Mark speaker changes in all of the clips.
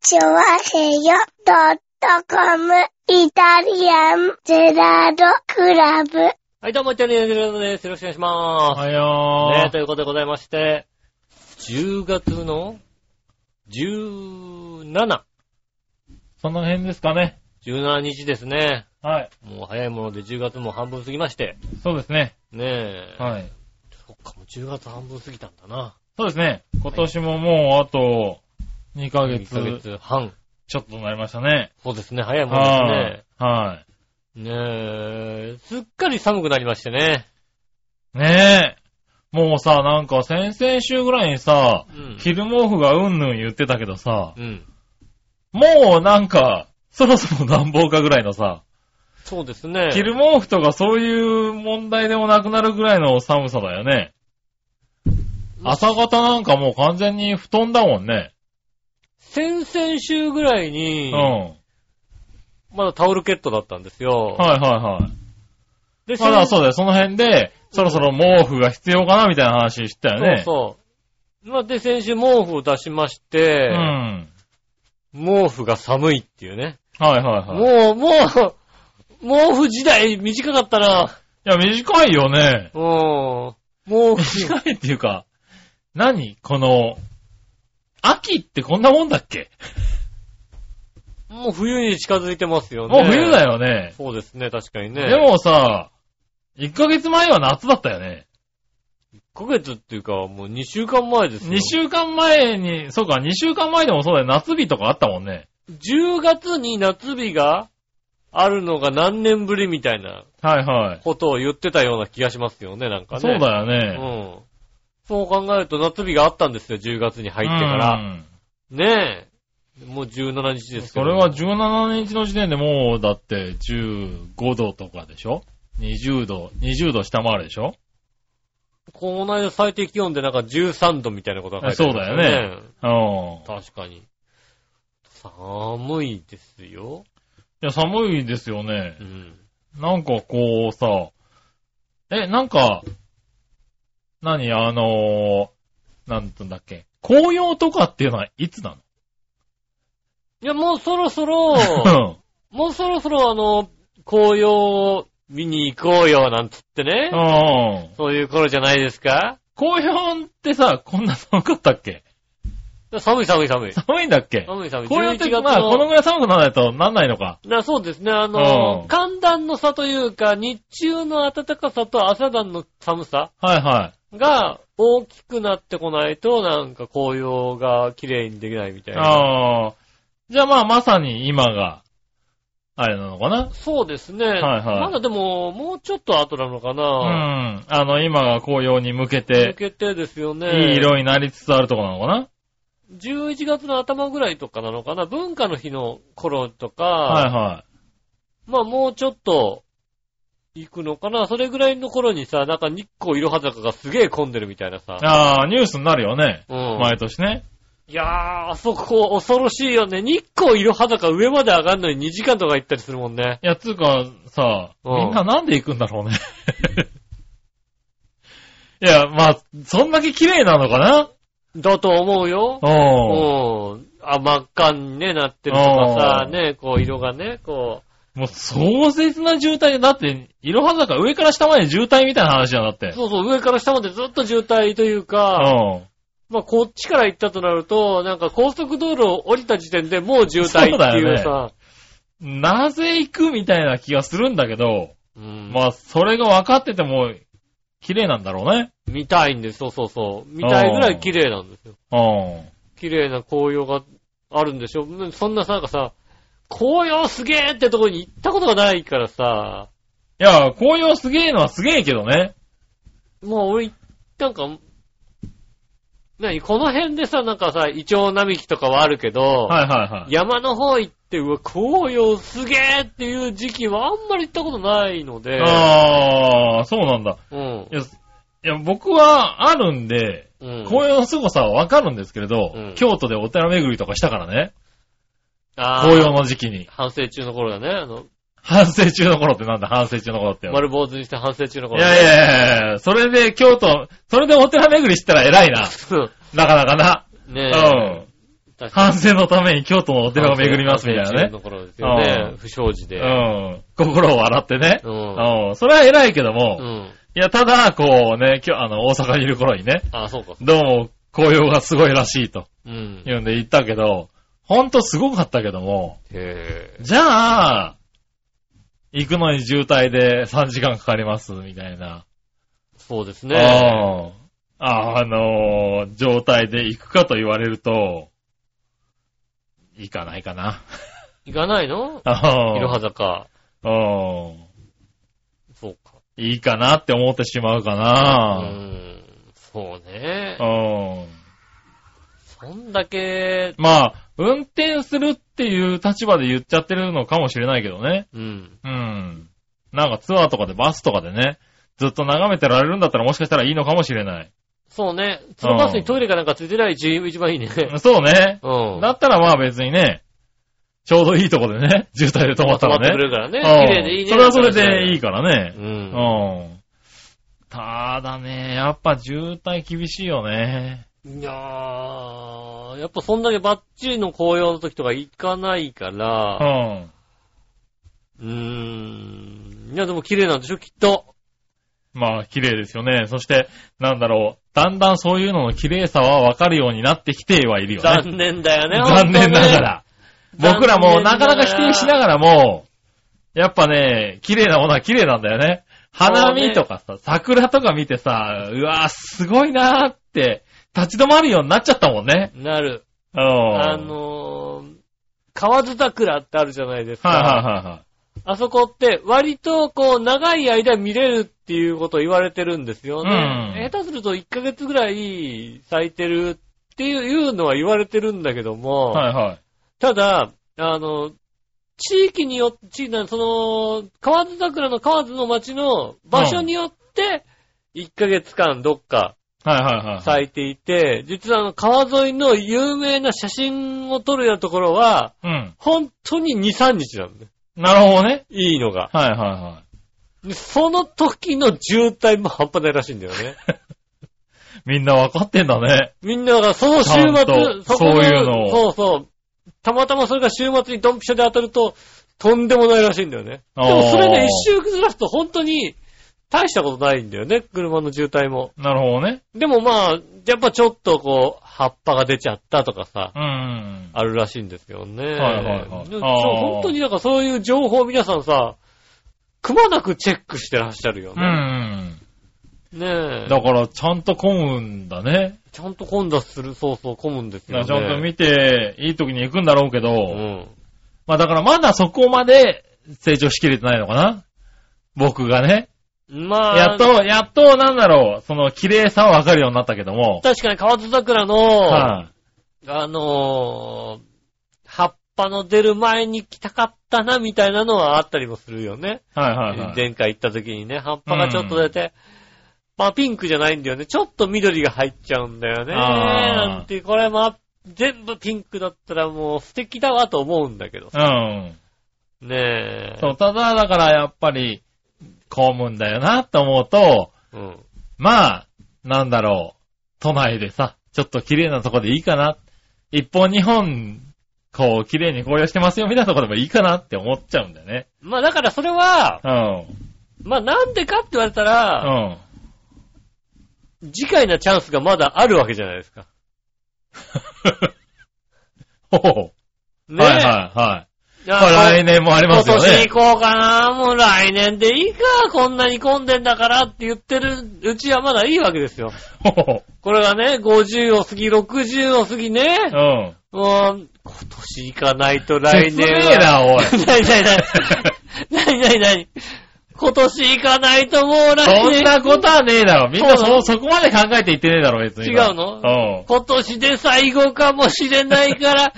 Speaker 1: チョワヘヨドットコムイタリアンゼラードクラブ。
Speaker 2: はい、どうも、イタリアンジェラードです。よろしくお願いしま
Speaker 3: は
Speaker 2: す。ねえ、
Speaker 3: よ
Speaker 2: ということでございまして、10月の17、
Speaker 3: ー。その辺ですかね。
Speaker 2: 17日ですね。
Speaker 3: はい。
Speaker 2: もう早いもので10月も半分過ぎまして、
Speaker 3: そうですね。
Speaker 2: ねえ、
Speaker 3: はい。
Speaker 2: そっか、もう10月半分過ぎたんだな。
Speaker 3: そうですね。今年ももうあと2ヶ
Speaker 2: 1ヶ
Speaker 3: 月
Speaker 2: 月半。
Speaker 3: ちょっとになりましたね。
Speaker 2: そうですね、早いもので
Speaker 3: はい。は
Speaker 2: すね。ねえ、すっかり寒くなりましてね。
Speaker 3: い。ねえ。もうさ、なんか先々週ぐらいにさ、
Speaker 2: うん。
Speaker 3: 昼毛布がうんぬん言ってたけどさ、
Speaker 2: うん。
Speaker 3: もうなんか、そろそろ暖房かぐらいのさ、
Speaker 2: そうですね。
Speaker 3: 昼毛布とかそういう問題でもなくなるぐらいの寒さだよね。朝方なんかもう完全に布団だもんね。
Speaker 2: 先々週ぐらいうに
Speaker 3: ん。、は
Speaker 2: まだタオルケットだったんですよ
Speaker 3: い。はいはい。
Speaker 2: で、
Speaker 3: まだそうだよ、その辺で、そろそろ毛布が必要かなみたいな話したよね。う
Speaker 2: そうそう。まあ、で、先週毛布を出しまして、
Speaker 3: ん。
Speaker 2: 毛布が寒いっていうね。
Speaker 3: はいはいはい。
Speaker 2: も
Speaker 3: い
Speaker 2: う、もう、毛布時代短かったな。
Speaker 3: や、短いよね。
Speaker 2: うん。毛布。
Speaker 3: 短いっていうか、何この、秋ってこんなもんだっけ
Speaker 2: もう冬に近づいてますよね。
Speaker 3: もう冬だ
Speaker 2: よ。
Speaker 3: よね。
Speaker 2: そうですね、確かにね。
Speaker 3: で、もさ、1ヶ月前は夏だったよね。
Speaker 2: 1ヶ月っていうか、もう2週間前ですよ。
Speaker 3: 2週間前に、そうか、2週間前でもそうだよ、夏日とかあったもんね。
Speaker 2: 10月に夏日があるのが何年ぶりみたいな
Speaker 3: はいはい。
Speaker 2: ことを言ってたような気がしますよね、なんかね。
Speaker 3: そうだよね。
Speaker 2: うん。そう考えると夏日があったんですよ、10月に入ってから。
Speaker 3: うん
Speaker 2: ねえ。もう17日ですけ
Speaker 3: そ
Speaker 2: ど
Speaker 3: れは17日の時点でもう、だって15度とかでしょ ?20 度、20度下回るでしょ
Speaker 2: この間最低気温でなんか13度みたいなことが書いてありました
Speaker 3: そうだようん。
Speaker 2: 確かに。寒いですよ。
Speaker 3: いや、寒いですよね
Speaker 2: う。ん。
Speaker 3: なんかこうさ、え、なんか、何あのー、なんつうんだっけ紅葉とかっていうのはいつない
Speaker 2: や、もうそろそ ろ、
Speaker 3: の
Speaker 2: もうそろそろあの、紅葉を見に行こうよ、なんつってね
Speaker 3: うん。。うん。
Speaker 2: そういう頃じゃないですか
Speaker 3: 紅葉ってさ、こんな寒かったっけ
Speaker 2: 寒い寒い寒い。
Speaker 3: 寒いんだっけ
Speaker 2: 寒い寒い。
Speaker 3: 紅葉っ
Speaker 2: 11
Speaker 3: て、
Speaker 2: 月
Speaker 3: まあ、このぐらい寒くならないとなんないのか。
Speaker 2: な、そうですね。あの
Speaker 3: う、ん
Speaker 2: 寒暖の差というか、日中の暖かさと朝暖の寒さ
Speaker 3: はいは
Speaker 2: が大きくなってこないと、なんか紅葉が綺麗にできないみたい
Speaker 3: い。
Speaker 2: な。
Speaker 3: ああ。じゃあまあ、まさに今が、あれなのかな
Speaker 2: そうですね。
Speaker 3: いはい
Speaker 2: まだでも、もうちょっと後なのか
Speaker 3: う
Speaker 2: な。
Speaker 3: ん。あの、今が紅葉に向け
Speaker 2: 抜
Speaker 3: て、
Speaker 2: けてですよね。
Speaker 3: いい色になりつつあるとこなのかな
Speaker 2: 11月の頭ぐらいとかなのかな。文化の日の頃とか、
Speaker 3: はいは
Speaker 2: まあもうちょっと、行くのかなそれぐらいの頃にさ、なんか日光いろは坂がすげえ混んでるみたいなさ
Speaker 3: い。。ああ、ニュースになるよね。
Speaker 2: うん。
Speaker 3: 毎年ね。
Speaker 2: いやー、あそこ恐ろしいよね。日光いろは坂上まで上がるのに2時間とか行ったりするもんね。
Speaker 3: いや、つうか、さ、
Speaker 2: うん
Speaker 3: みんななんで行くんだろうね。 いや、まあ、そんだけ綺麗なのかな
Speaker 2: だと思うよ。う
Speaker 3: うん。
Speaker 2: ん。あ、真っ赤にね、なってるとかさ、
Speaker 3: うん
Speaker 2: ね、こう色がね、こ
Speaker 3: もう壮絶な渋滞で、だって、いろは坂上から下まで渋滞みたいな話じゃんだって
Speaker 2: う。。そうそう、上から下までずっと渋滞という
Speaker 3: う
Speaker 2: か、
Speaker 3: ん。
Speaker 2: まあこっちから行ったとなると、なんか高速道路を降りた時点でもう渋滞っていうさ、
Speaker 3: なぜ行くみたいな気がするんだけど、
Speaker 2: うん。
Speaker 3: まあ、それが分かってても、綺麗なんだろうね。
Speaker 2: 見たいんです、そうそうそう。見たいぐらい綺麗なんですよ。
Speaker 3: うん。
Speaker 2: 綺麗な紅葉があるんでしょそんなさ、なんかさ、紅葉すげーってとこに行ったことがないからさ、
Speaker 3: いや、紅葉すげえのはすげえけどね。
Speaker 2: もう俺、なんか、何この辺でさ、なんかさ、イチョウ並木とかはあるけど、
Speaker 3: はいはいはい。
Speaker 2: 山の方行って、うわ、紅葉すげーっていう時期はあんまり行ったことないので、
Speaker 3: ああ、そうなんだ。
Speaker 2: うん
Speaker 3: い。や、すいや僕はあるんで、
Speaker 2: うん、
Speaker 3: 紅葉の凄さはわかるんですけれど、
Speaker 2: うん
Speaker 3: 京都でお寺巡りとかしたからね。
Speaker 2: あー
Speaker 3: 紅葉の時期に。
Speaker 2: 反省中の頃だね。あの、
Speaker 3: 反省中の頃ってなんだ反省中の頃って。
Speaker 2: 丸坊主にして反省中の
Speaker 3: い
Speaker 2: 頃、
Speaker 3: やいやいやいや、それで京都、それでお寺巡りしたら偉いな。
Speaker 2: や。
Speaker 3: なかなかな。
Speaker 2: ねえ。
Speaker 3: うん。
Speaker 2: 確かに
Speaker 3: 反省のために京都のお寺を巡りますみたいな
Speaker 2: 反省
Speaker 3: ね。
Speaker 2: の頃ですよね
Speaker 3: う。ん
Speaker 2: 不祥事で。
Speaker 3: うん。心を笑ってね。
Speaker 2: うん。
Speaker 3: うん。それは偉いけども、
Speaker 2: うん。
Speaker 3: いや、ただ、こうね、今日、あの、大阪にいる頃にね、
Speaker 2: あ、そうか。
Speaker 3: どうも、紅葉がすごいらしいと、
Speaker 2: うん。
Speaker 3: いうんで言ったけど、ほんとすごかったけども、
Speaker 2: へえ。
Speaker 3: じゃあ、行くのに渋滞で3時間かかります、みたいな。
Speaker 2: そうです
Speaker 3: うん
Speaker 2: ね。
Speaker 3: ああのー状態で行くかと言われると、行かないかな。
Speaker 2: 行かないの
Speaker 3: あ
Speaker 2: いろは
Speaker 3: あ
Speaker 2: 坂。
Speaker 3: うん
Speaker 2: そうか。
Speaker 3: いいかなって思ってしまうかな。
Speaker 2: うん。そうね。
Speaker 3: うん
Speaker 2: そんだけ、
Speaker 3: まあ、運転するっていう立場で言っちゃってるのかもしれないけどね。
Speaker 2: うん。
Speaker 3: うん。なんかツアーとかでバスとかでね、ずっと眺めてられるんだったらもしかしたらいいのかもしれない。
Speaker 2: そうね。そのバスにトイレかなんかついてない一一番いいね。
Speaker 3: そうね。
Speaker 2: うん。
Speaker 3: だったらまあ別にね、ちょうどいいとこでね、 渋滞で止まったら
Speaker 2: 止まってく
Speaker 3: ね。
Speaker 2: れるからね。
Speaker 3: うん
Speaker 2: 綺麗でいいね。
Speaker 3: それはそれでいいから
Speaker 2: う。
Speaker 3: ね。うんん。ただね、やっぱ渋滞厳しいよね。
Speaker 2: いやー、やっぱそんだけバッチリの紅葉の時とか行かないか
Speaker 3: う
Speaker 2: ら、
Speaker 3: ん。
Speaker 2: うーん。いや、でも綺麗なんでしょ、きっと。
Speaker 3: まあ、綺麗ですよね。そして、なんだろう。だんだんそういうのの綺麗さは分かるようになってきてはいるよね。
Speaker 2: 残念だよね、
Speaker 3: 残念ながら。僕らもなかなか否定しな
Speaker 2: ら。
Speaker 3: がらも、やっぱね、綺麗なものは綺麗なんだよね。花見とかさ、桜とか見てさ、うわぁ、すごいなーって、立ち止まるようになっちゃったもんね。
Speaker 2: なる。
Speaker 3: うん。
Speaker 2: あのー、河津桜ってあるじゃないですか。
Speaker 3: はいはいはいはい。
Speaker 2: あそこって、割とこう、長い間見れるっていうことを言われてるんですよね。
Speaker 3: うん
Speaker 2: 下手すると1ヶ月ぐらい咲いてるっていういうのは言われてるんだけども、
Speaker 3: はいはい。
Speaker 2: ただ、あの、地域によって、地域なその、河津桜の河津の町の場所によって、1ヶ月間どっか
Speaker 3: はいはいはいはい。
Speaker 2: 咲いていて、実はあの、川沿いの有名な写真を撮るようなところは、
Speaker 3: うん。
Speaker 2: 本当に2、3日なんだよ。
Speaker 3: なるほどね。
Speaker 2: いいのが。
Speaker 3: はいはいは
Speaker 2: でその時の渋滞も半端ないらしいんだよ ね。
Speaker 3: い。みんな分かってんだね。
Speaker 2: みんながその週末
Speaker 3: ちゃんと、
Speaker 2: そこの
Speaker 3: そういうのを
Speaker 2: そうそう。たまたまそれが週末にドンピシャで当たると、とんでもないらしいんだよね。でもそれね、一周ずらすと本当に、大したことないんだよね、車の渋滞も。
Speaker 3: なるほどね。
Speaker 2: でもまあ、やっぱちょっとこう、葉っぱが出ちゃったとかさ、
Speaker 3: うん。
Speaker 2: あるらしいんですよね。
Speaker 3: はいはいはい
Speaker 2: でそう
Speaker 3: あー
Speaker 2: 本当になんかそういう情報を皆さんさ、くまなくチェックしてらっしゃるよ
Speaker 3: う
Speaker 2: ね。
Speaker 3: ん。
Speaker 2: ねえ。
Speaker 3: だから、ちゃんと混むんだね。
Speaker 2: ちゃんと混雑する、そうそう、混むんですよ
Speaker 3: だ
Speaker 2: ね。
Speaker 3: からちゃんと見て、いい時に行くんだろうけど、
Speaker 2: うん。
Speaker 3: まあだからまだそこまで成長しきれてないのかな僕がね。
Speaker 2: まあ、
Speaker 3: やっと、やっと、なんだろう、その綺麗さはわかるようになったけども。
Speaker 2: 確かに河津桜の、
Speaker 3: は
Speaker 2: あのー葉っぱの出る前に来たかったな、みたいなのはあったりもするよね。
Speaker 3: い、はいはいはい。
Speaker 2: 前回行った時にね、葉っぱがちょっと出て、まあピンクじゃないんだよね。ちょっと緑が入っちゃうんだよね。
Speaker 3: あー
Speaker 2: なんて、これまあ、全部ピンクだったらもう素敵だわと思うんだけど。
Speaker 3: うん。
Speaker 2: ねえ。
Speaker 3: そう、ただ、だからやっぱり、混むんだよなと思うと、
Speaker 2: うん。
Speaker 3: まあ、なんだろう、都内でさ、ちょっと綺麗なとこでいいかな。一本二本、こう、綺麗に紅葉してますよ、みたいなとこでもいいかなって思っちゃうんだよね。
Speaker 2: まあだからそれは、
Speaker 3: うん。
Speaker 2: まあなんでかって言われた
Speaker 3: う
Speaker 2: ら、
Speaker 3: ん。
Speaker 2: 次回のチャンスがまだあるわけじゃないですか。
Speaker 3: ほほ
Speaker 2: ねえ。
Speaker 3: はいはいはい。
Speaker 2: じゃあ
Speaker 3: まあ来年もありますよ
Speaker 2: 今年
Speaker 3: ね。
Speaker 2: 行こうかな、もう来年でいいか、こんなに混んでんだからって言ってるうちはまだいいわけですよ。
Speaker 3: ほほ
Speaker 2: これがね、50を過ぎ、60を過ぎね、
Speaker 3: うん。
Speaker 2: もう、今年行かないと来
Speaker 3: 切ね
Speaker 2: 年
Speaker 3: え
Speaker 2: は。
Speaker 3: な、お い。
Speaker 2: なになになになになになに今年行かないともう来
Speaker 3: そ
Speaker 2: 年。
Speaker 3: んなことはねえだろ。みん
Speaker 2: そ
Speaker 3: な
Speaker 2: うな
Speaker 3: そ、
Speaker 2: の
Speaker 3: そこまで考えて言ってねえだろ、別に。
Speaker 2: 違うの今年で最後かもしれない から、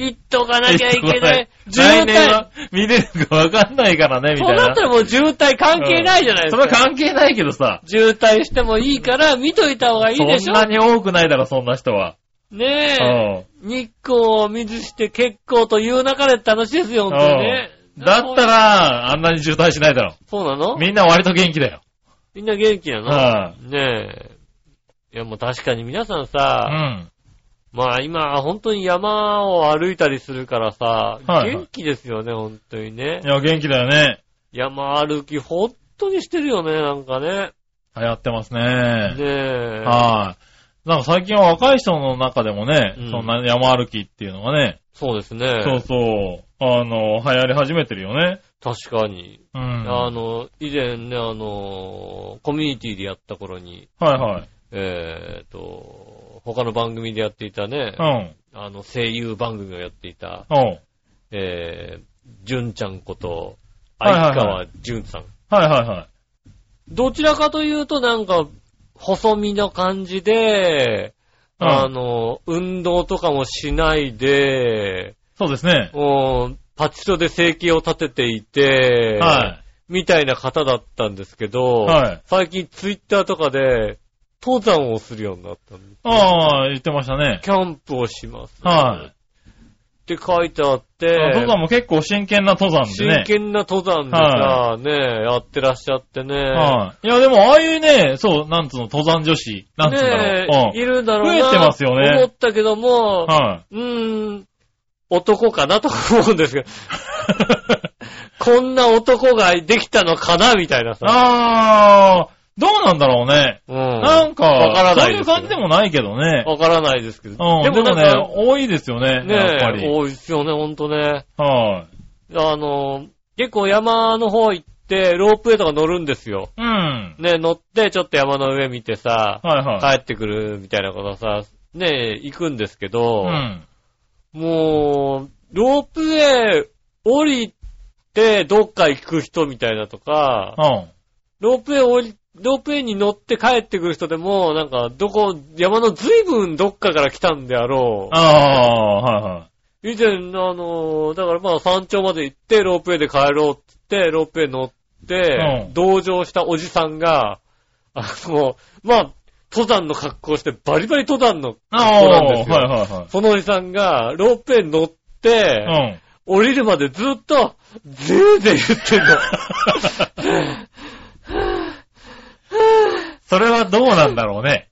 Speaker 2: 行っとか
Speaker 3: うん。
Speaker 2: なきゃいけない。渋
Speaker 3: 来年
Speaker 2: 滞
Speaker 3: は。見れるかわかんないからね、み
Speaker 2: そ
Speaker 3: た
Speaker 2: う
Speaker 3: い
Speaker 2: なっ
Speaker 3: な
Speaker 2: た。らもう渋滞関係ないじゃないです
Speaker 3: そ
Speaker 2: か。
Speaker 3: れは関係ないけどさ。
Speaker 2: 渋滞してもいいから見といた方がいいでし
Speaker 3: そ
Speaker 2: ょ
Speaker 3: んなに多くないだろ、そんな人は。う
Speaker 2: ね
Speaker 3: ん。
Speaker 2: え。日光を水して結構という流れって話ですよ、本当にね。
Speaker 3: だった
Speaker 2: ら。
Speaker 3: ら、あんなに渋滞しないだろ。
Speaker 2: そうなの
Speaker 3: みんな割と元気だよ。
Speaker 2: みんな元気なの
Speaker 3: は
Speaker 2: ねえ。いやもう確かに皆さん
Speaker 3: う
Speaker 2: さ、
Speaker 3: ん。
Speaker 2: まあ今、本当に山を歩いたりするからさ、
Speaker 3: はい
Speaker 2: 元気ですよね、本当にね
Speaker 3: い。や、元気だよね。
Speaker 2: 山歩き、本当にしてるよね、なんかね。
Speaker 3: 流行ってますね。
Speaker 2: ねえ。
Speaker 3: はい。なんか最近は若い人の中でもね、
Speaker 2: うん
Speaker 3: そんな山歩きっていうのがね、
Speaker 2: そうですね。
Speaker 3: そうそう、あの、流行り始めてるよね。
Speaker 2: 確かに。
Speaker 3: うん。
Speaker 2: あ
Speaker 3: は
Speaker 2: の、以前ね、あの、コミュニティでやった頃に、
Speaker 3: いはい。
Speaker 2: えっ、と、他の番組でやっていたね、
Speaker 3: うん。
Speaker 2: あの、声優番組をやっていた、
Speaker 3: おう
Speaker 2: えー、純ちゃんこと、
Speaker 3: はいはいはい
Speaker 2: 相川純さん。
Speaker 3: はいはいはい。
Speaker 2: どちらかというと、なんか、細身の感じで、
Speaker 3: うん
Speaker 2: あの、運動とかもしないで、
Speaker 3: そうですね。
Speaker 2: うんパチスロで生計を立てていて、
Speaker 3: は
Speaker 2: みたいな方だったんですけど、
Speaker 3: はい
Speaker 2: 最近ツイッターとかで、登山をするようになったんです
Speaker 3: い。ああ、言ってましたね。
Speaker 2: キャンプをします。
Speaker 3: はい
Speaker 2: って書いてあって、
Speaker 3: 登山も結構真剣な登山で
Speaker 2: 真
Speaker 3: ね。
Speaker 2: 剣な登山でさ、
Speaker 3: は
Speaker 2: ね、やってらっしゃってね。
Speaker 3: はい。いや、でも、ああいうね、そう、なんつうの、登山女子、なんつうんだ
Speaker 2: ね
Speaker 3: ろう。
Speaker 2: いるんだろうな。
Speaker 3: 増えてますよね
Speaker 2: 思ったけども、
Speaker 3: うん。は。
Speaker 2: うーん、男かなと思うんですけど、こんな男ができたのかなみたいないさ。
Speaker 3: ああ、どうなんだろうね。
Speaker 2: うん。
Speaker 3: なんか、
Speaker 2: わからない
Speaker 3: そう
Speaker 2: です
Speaker 3: い
Speaker 2: よ
Speaker 3: う感じでもないけどね。
Speaker 2: わからないですけど。
Speaker 3: うん。でも
Speaker 2: なん
Speaker 3: ね
Speaker 2: か、
Speaker 3: 多いですよね。
Speaker 2: ね
Speaker 3: やっぱり。
Speaker 2: 多いですよね、ほんとね。
Speaker 3: はい。
Speaker 2: あの、結構山の方行って、ロープウェイとか乗るんですよ。
Speaker 3: うん。はい
Speaker 2: ね、乗って、ちょっと山の上見てさ、
Speaker 3: はい。
Speaker 2: 帰ってくるみたいなことさ、ね、行くんですけど、
Speaker 3: うん。
Speaker 2: もう、ロープウェイ降りて、どっか行く人みたいなとか、
Speaker 3: うん。
Speaker 2: ロープウェイ降り、ロープウェイに乗って帰ってくる人でも、なんか、どこ、山の随分どっかから来たんであろう。
Speaker 3: ああー、はいはい。
Speaker 2: 以前、あのーだからまあ山頂まで行って、ロープウェイで帰ろうって言って、ロープウェイ乗って、
Speaker 3: うん
Speaker 2: 同乗したおじさんが、あの、まあ、登山の格好して、バリバリ登山の格好
Speaker 3: ああ、
Speaker 2: なん
Speaker 3: はい
Speaker 2: ですよ。
Speaker 3: は
Speaker 2: そのおじさんが、ロープウェイ乗って、
Speaker 3: いはい。
Speaker 2: 降りるまでずっと、ぜーぜー言ってんの。
Speaker 3: うん。それはどうなんだろうね。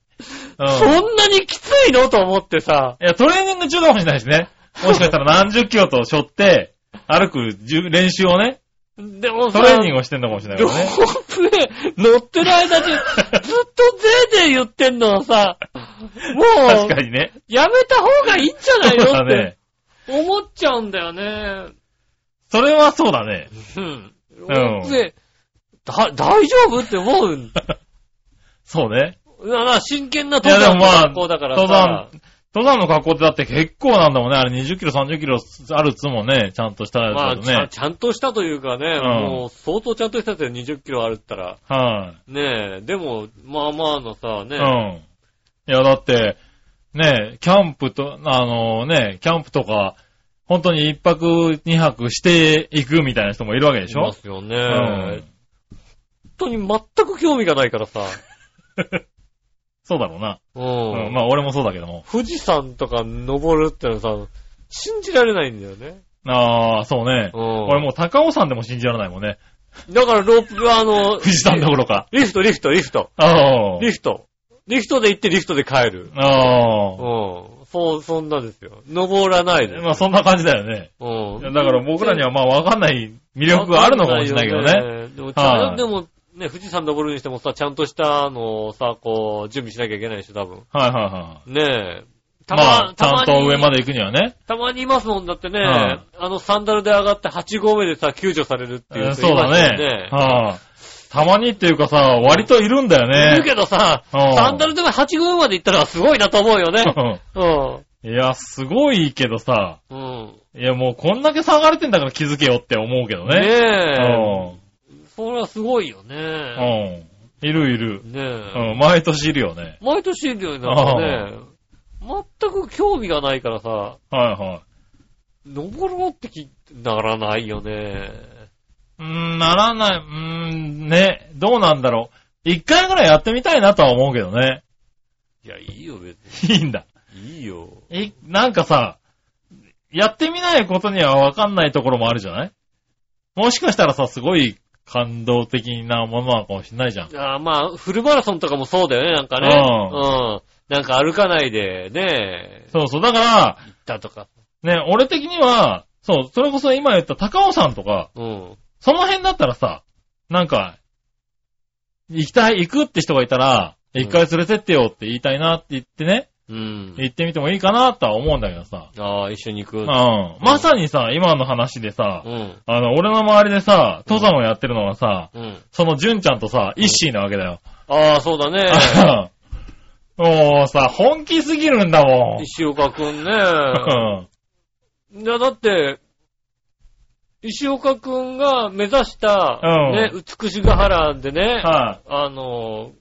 Speaker 3: う ん。
Speaker 2: そんなにきついのと思ってさ、
Speaker 3: いや、トレーニング中かもしれないしね。もしかしたら何十キロと背負って、歩くじゅ練習をね、
Speaker 2: でもさ、
Speaker 3: トレーニングをしてんのかもしれないけ
Speaker 2: ロ
Speaker 3: どね。
Speaker 2: ープウェイ乗ってる間中、ずっとぜーぜー言ってんのはさ、も
Speaker 3: 確
Speaker 2: う
Speaker 3: か、にね。
Speaker 2: やめた方がいいんじゃな
Speaker 3: そ
Speaker 2: いうの
Speaker 3: だ
Speaker 2: って
Speaker 3: ね。
Speaker 2: 思っちゃうんだよね。
Speaker 3: それはそうだね。
Speaker 2: うん。ロープウェイ、だ、大丈夫って思 うんだ
Speaker 3: そうね。
Speaker 2: から真剣ない登
Speaker 3: や、
Speaker 2: 山
Speaker 3: でも
Speaker 2: の
Speaker 3: まあ、
Speaker 2: 学校だからさ、
Speaker 3: 登山、登山の格好ってだって結構なんだもんね。あれ20キロ、30キロあるっつもんね。ちゃんとしたやつ
Speaker 2: ま
Speaker 3: だ
Speaker 2: あ
Speaker 3: と
Speaker 2: ちゃん、
Speaker 3: ね。
Speaker 2: ちゃんとしたというかね、
Speaker 3: ん
Speaker 2: もう相当ちゃんとしたって20キロあるったら、
Speaker 3: はい。
Speaker 2: ねえ、でも、まあまあのさ、ね、
Speaker 3: うん。いや、だって、ね、キャンプと、あのね、キャンプとか、本当に一泊二泊していくみたいな人もいるわけでし
Speaker 2: いま
Speaker 3: ょ
Speaker 2: すよね、
Speaker 3: うん。
Speaker 2: 本当に全く興味がないからさ、
Speaker 3: そうだろうな。
Speaker 2: う
Speaker 3: うん。
Speaker 2: ん。
Speaker 3: まあ、俺もそうだけども。
Speaker 2: 富士山とか登るってのはさ、信じられないんだよね。
Speaker 3: ああ、そうね
Speaker 2: う。ん。
Speaker 3: 俺もう高尾山でも信じられないもんね。
Speaker 2: だからロープ、あの、
Speaker 3: 富士山どころか。
Speaker 2: リフト、リフト、リフト、
Speaker 3: ああ。
Speaker 2: リフト。リフトで行ってリフトで帰る。うん
Speaker 3: ああ。。
Speaker 2: そう、そんなですよ。登らないです。
Speaker 3: まあ、そんな感じだよね。
Speaker 2: うん
Speaker 3: いやだから僕らにはまあ、わかんない魅力があるのかもしれないけどね。
Speaker 2: ね。でも、
Speaker 3: はい
Speaker 2: でもね、富士山登るにしてもさ、ちゃんとしたのをさ、こう、準備しなきゃいけないでしょ、多分。
Speaker 3: はいはいは
Speaker 2: ねえ。
Speaker 3: い。まあ、ち
Speaker 2: た
Speaker 3: ゃんと上ま
Speaker 2: で。
Speaker 3: で行くにはね。
Speaker 2: たまにいますもんだってね、
Speaker 3: はい
Speaker 2: あの、サンダルで上がって8号目でさ、救助されるっていう人
Speaker 3: そう
Speaker 2: い
Speaker 3: だ
Speaker 2: ましたよ
Speaker 3: ね。はあ、たまにっていうかさ、割といるんだ
Speaker 2: い
Speaker 3: よ
Speaker 2: る
Speaker 3: ね。
Speaker 2: けどさ、
Speaker 3: うん
Speaker 2: サンダルでも8号目まで行ったのはすごいなと思うよね。う
Speaker 3: いや、すごいけどさ、
Speaker 2: ん。うん。
Speaker 3: いやもうこんだけ下がれてんだから気づけよって思うけど
Speaker 2: ね
Speaker 3: ね。
Speaker 2: え。
Speaker 3: うん
Speaker 2: それはすごいよ
Speaker 3: う
Speaker 2: ね。
Speaker 3: ん。いるいる。
Speaker 2: ね
Speaker 3: う
Speaker 2: え。
Speaker 3: ん、毎年いるよね。
Speaker 2: 毎年いるようになってね。全く興味がないからさ、
Speaker 3: はいはい。
Speaker 2: 登ろうってき、ならないよね。
Speaker 3: うーん、ならない、うーん、ね、どうなんだろう。一回ぐらいやってみたいなとは思うけどね。
Speaker 2: いや、いいよ、別
Speaker 3: いいんだ。
Speaker 2: に。いいよ。
Speaker 3: い、なんかさ、やってみないことにはわかんないところもあるじゃないもしかしたらさ、すごい感動的なものなのかもしれないじゃん。
Speaker 2: あーまあ、フルマラソンとかもそうだよね、なんかね。
Speaker 3: う
Speaker 2: うん。なんか歩かないで、ね、
Speaker 3: そうそう。だ
Speaker 2: 行
Speaker 3: か
Speaker 2: ったとか。
Speaker 3: ら、ね、俺的には、そう、それこそ今言った高尾さんとか、
Speaker 2: うん。
Speaker 3: その辺だったらさ、なんか、行きたい、行くって人がいたら、
Speaker 2: ん
Speaker 3: 一回連れてってよって言いたいなって言ってね、
Speaker 2: うん。
Speaker 3: 行ってみてもいいかなとは思うんだけどさ。
Speaker 2: ああ、一緒に行く。
Speaker 3: うん。まさにさ、今の話でさ
Speaker 2: う、ん。
Speaker 3: あの、俺の周りでさ、登山をやってるのはさ、
Speaker 2: うん。
Speaker 3: その純ちゃんとさ、一心なわけだよ。
Speaker 2: ああ、そうだ ね。
Speaker 3: もうさ、本気すぎるんだもん。
Speaker 2: 石岡く んね。
Speaker 3: うん
Speaker 2: いや、だって、石岡くんが目指した、
Speaker 3: うん
Speaker 2: ね、美しが原でね、
Speaker 3: は
Speaker 2: あの、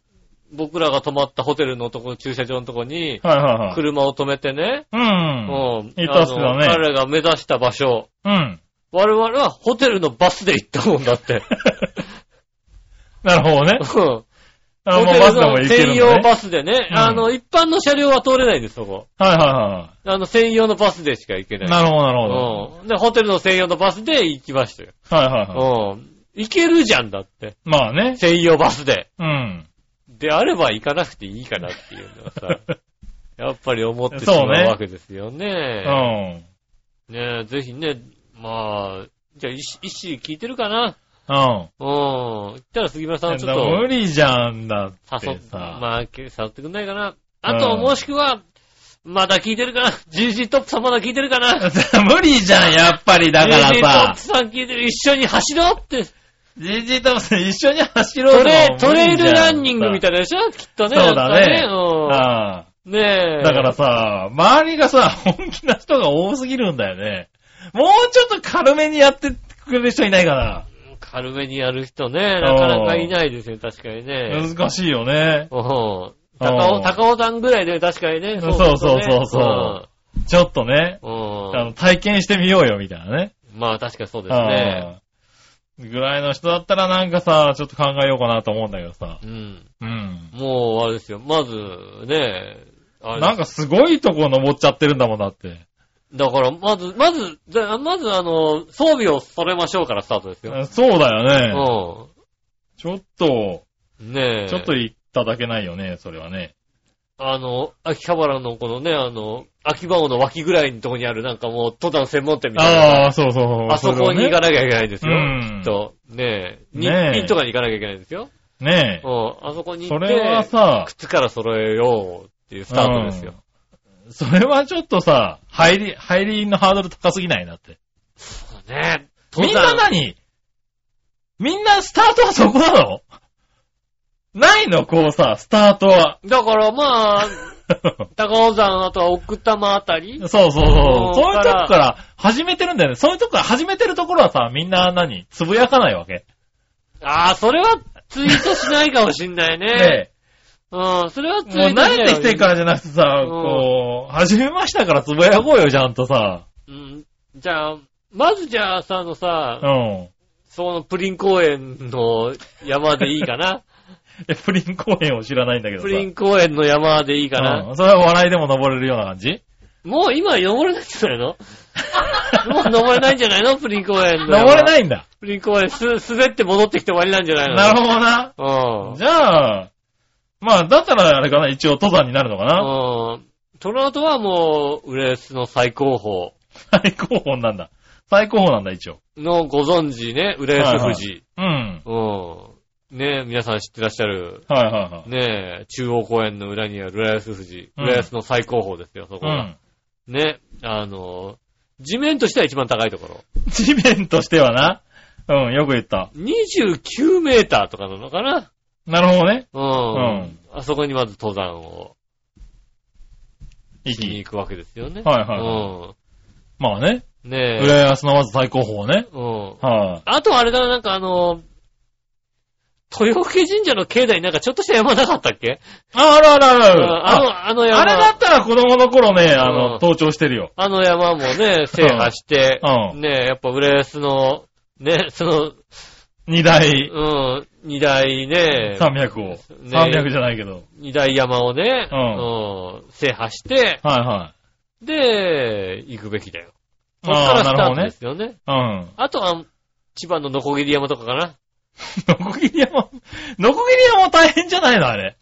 Speaker 2: 僕らが泊まったホテルのところ、駐車場のところに
Speaker 3: い。、はいはいはい。
Speaker 2: 車を止めてね、
Speaker 3: うん。
Speaker 2: うん。
Speaker 3: 行ったっすよね
Speaker 2: あの彼が目指した場所、
Speaker 3: うん。
Speaker 2: 我々はホテルのバスで行ったもんだ って。
Speaker 3: なるほどね
Speaker 2: う。ん
Speaker 3: あ、
Speaker 2: ホ
Speaker 3: もう
Speaker 2: テ
Speaker 3: バ
Speaker 2: ル
Speaker 3: スでも
Speaker 2: の
Speaker 3: 行ける
Speaker 2: 専
Speaker 3: ん
Speaker 2: 用
Speaker 3: だね。
Speaker 2: バスでね、
Speaker 3: うん
Speaker 2: あの、一般の車両は通れないんです、そこ。
Speaker 3: はいは
Speaker 2: あの、専用のバスでしか行け
Speaker 3: い
Speaker 2: な
Speaker 3: はい。
Speaker 2: い。
Speaker 3: なるほど、なるほど。
Speaker 2: うん。で、ホテルの専用のバスで行きましたよ。
Speaker 3: はいはいはい。
Speaker 2: うん。行けるじゃんだって。
Speaker 3: まあね。
Speaker 2: 専用バスで。
Speaker 3: うん。
Speaker 2: であれば行かなくていいかなっていうのは さ、やっぱり思ってし
Speaker 3: そう
Speaker 2: ま
Speaker 3: ね
Speaker 2: うわけですよ
Speaker 3: う
Speaker 2: ね。
Speaker 3: ん。
Speaker 2: ねえ、ぜひね、まあ、じゃあ、一一時聞いてるかな
Speaker 3: うん。
Speaker 2: うん。行ったら杉村さんはちょっと
Speaker 3: 無理じゃんだっ
Speaker 2: 誘
Speaker 3: て
Speaker 2: っ、
Speaker 3: さ。
Speaker 2: まあ、け誘ってくんないかな。あと、
Speaker 3: うん
Speaker 2: もしくは、まだ聞いてるかな ?GG トップさんまだ聞いてるか な
Speaker 3: 無理じゃん、やっぱり。だから
Speaker 2: ?GG トッ
Speaker 3: さ
Speaker 2: プ。さん聞いてる。一緒に走ろうって。
Speaker 3: じじともさ、一緒に走ろ
Speaker 2: ト
Speaker 3: うと
Speaker 2: レ、ト
Speaker 3: も
Speaker 2: レイルランニングみた
Speaker 3: い
Speaker 2: いなでしょきっとね。
Speaker 3: そうだ
Speaker 2: な
Speaker 3: ね
Speaker 2: んかね
Speaker 3: な。あ
Speaker 2: うん。ね
Speaker 3: あ
Speaker 2: え。
Speaker 3: だからさ、周りがさ、本気な人が多すぎるんだよね。もうちょっと軽めにやってくれる人いないか
Speaker 2: 軽めにやる人ね、なかなかいないですよ、確かに
Speaker 3: な。
Speaker 2: ね。
Speaker 3: 難しいよね。
Speaker 2: おう
Speaker 3: う
Speaker 2: 高尾、
Speaker 3: ん
Speaker 2: 高尾さんぐらいで確かにね。
Speaker 3: そうそうそうそうちょっとね、
Speaker 2: う。うん。う
Speaker 3: あ
Speaker 2: ん
Speaker 3: の、体験してみようよ、みたいなね。
Speaker 2: まあ確かにそうですね。
Speaker 3: ああぐらいの人だったらなんかさ、ちょっと考えようかなと思うんだけどさ。
Speaker 2: うん。
Speaker 3: うん。
Speaker 2: もう、あれですよ。まず、ね、あれ
Speaker 3: なんかすごいとこ登っちゃってるんだもんだって。
Speaker 2: だから、まず、まず、じゃあまず、あの、装備を揃えましょうからスタートですよ。
Speaker 3: そうだよね。
Speaker 2: う
Speaker 3: ちょっと、
Speaker 2: ん。ねえ。
Speaker 3: ちょっと、いただけないよね、それはね。
Speaker 2: あの、秋葉原のこのね、あの、秋葉原の脇ぐらいのとこにある、なんかもう、登山専門店みたいな。
Speaker 3: ああ、そうそうそう。
Speaker 2: あそこに行かなきゃいけないんですよ。
Speaker 3: うん
Speaker 2: きっと。ねえ。日
Speaker 3: ねえ
Speaker 2: 品とかに行かなきゃいけないんですよ。
Speaker 3: ね
Speaker 2: う
Speaker 3: え。
Speaker 2: ん。あそこに行
Speaker 3: そ
Speaker 2: って、
Speaker 3: れはさ、
Speaker 2: 靴から揃えようっていうスタートですよ。
Speaker 3: うん。それはちょっとさ、入り、入りのハードル高すぎないなって。
Speaker 2: そうね。
Speaker 3: みんな何みんなスタートはそこなのないのこうさ、スタートは。
Speaker 2: だからまあ、高尾山、あとは奥多摩あたり
Speaker 3: そうそうそう。
Speaker 2: うん
Speaker 3: そういうとこから始めてるんだよね。そういうとこから始めてるところはさ、みんな何つぶやかないわけ。
Speaker 2: ああ、それはツイートしないかもしんないね。
Speaker 3: ね
Speaker 2: うん、それはツイートし
Speaker 3: もう
Speaker 2: ない。
Speaker 3: 慣れてきてからじゃなくてさ、こう、始めましたからつぶやこうよ、ちゃんとさ。
Speaker 2: うん。じゃあ、まずじゃあさ、あのさ、
Speaker 3: うん。
Speaker 2: そのプリン公園の山でいいか な。
Speaker 3: え、プリン公園を知らないんだけどさ。
Speaker 2: プリン公園の山でいいかな。
Speaker 3: うんそれは笑いでも登れるような感じ
Speaker 2: もう今登れないんじゃないのもう登れないんじゃないのプリン公園の。
Speaker 3: 登れないいんだ。
Speaker 2: プリン公園す、滑って戻ってきて終わりなんじゃないの
Speaker 3: なるほどな。
Speaker 2: ほ
Speaker 3: じゃあ、まあ、だったらあれかな、一応登山になるのかな
Speaker 2: うん。うん。その後はもう、浦安の最高峰
Speaker 3: 最高峰なんだ。最高峰なんだ、一応。
Speaker 2: のご存知ね、浦安富士。
Speaker 3: うん。
Speaker 2: うん。ね皆さん知ってらっしゃる。
Speaker 3: はいはいはい。
Speaker 2: ね中央公園の裏にある浦安富士。
Speaker 3: うん
Speaker 2: 浦安の最高峰ですよ、そこ
Speaker 3: う
Speaker 2: が。
Speaker 3: ん。
Speaker 2: ねあの、地面としては一番高いところ。
Speaker 3: 地面としてはな。うん、よく言った。
Speaker 2: 29メーターとかなのかな
Speaker 3: なるほどね。
Speaker 2: うん。
Speaker 3: ん
Speaker 2: あそこにまず登山をしに
Speaker 3: 息。
Speaker 2: 行くわけですよね。
Speaker 3: はいはいまあね。
Speaker 2: うん。ねえ。
Speaker 3: 浦安のまず最高峰ね。
Speaker 2: うん。
Speaker 3: はい、
Speaker 2: あとあれだな、なんかあの、豊受神社の境内になんかちょっとした山なかったっけ
Speaker 3: あ。あるあるあ
Speaker 2: う
Speaker 3: る
Speaker 2: んあ
Speaker 3: ある。あ
Speaker 2: の、あの山。
Speaker 3: あれだったら子供の頃ね、あの、
Speaker 2: うん
Speaker 3: 登頂してるよ。
Speaker 2: あの山もね、制覇して、
Speaker 3: うん
Speaker 2: ねえ、やっぱ浦安の、ね、その、
Speaker 3: 二台
Speaker 2: うん、二大ね、
Speaker 3: 300を。300じゃないけど。
Speaker 2: 二大山をね、
Speaker 3: うん
Speaker 2: うん制覇して、
Speaker 3: はいはい。
Speaker 2: で、行くべきだよ。そっか
Speaker 3: あ
Speaker 2: ら
Speaker 3: あ、な
Speaker 2: スタ
Speaker 3: るほ
Speaker 2: ート
Speaker 3: ど
Speaker 2: ですよね。
Speaker 3: ね。うん。
Speaker 2: あとは、千葉のノコギリ山とかかな。
Speaker 3: ノコギリ山、ノコギリ山も大変じゃないのあれ。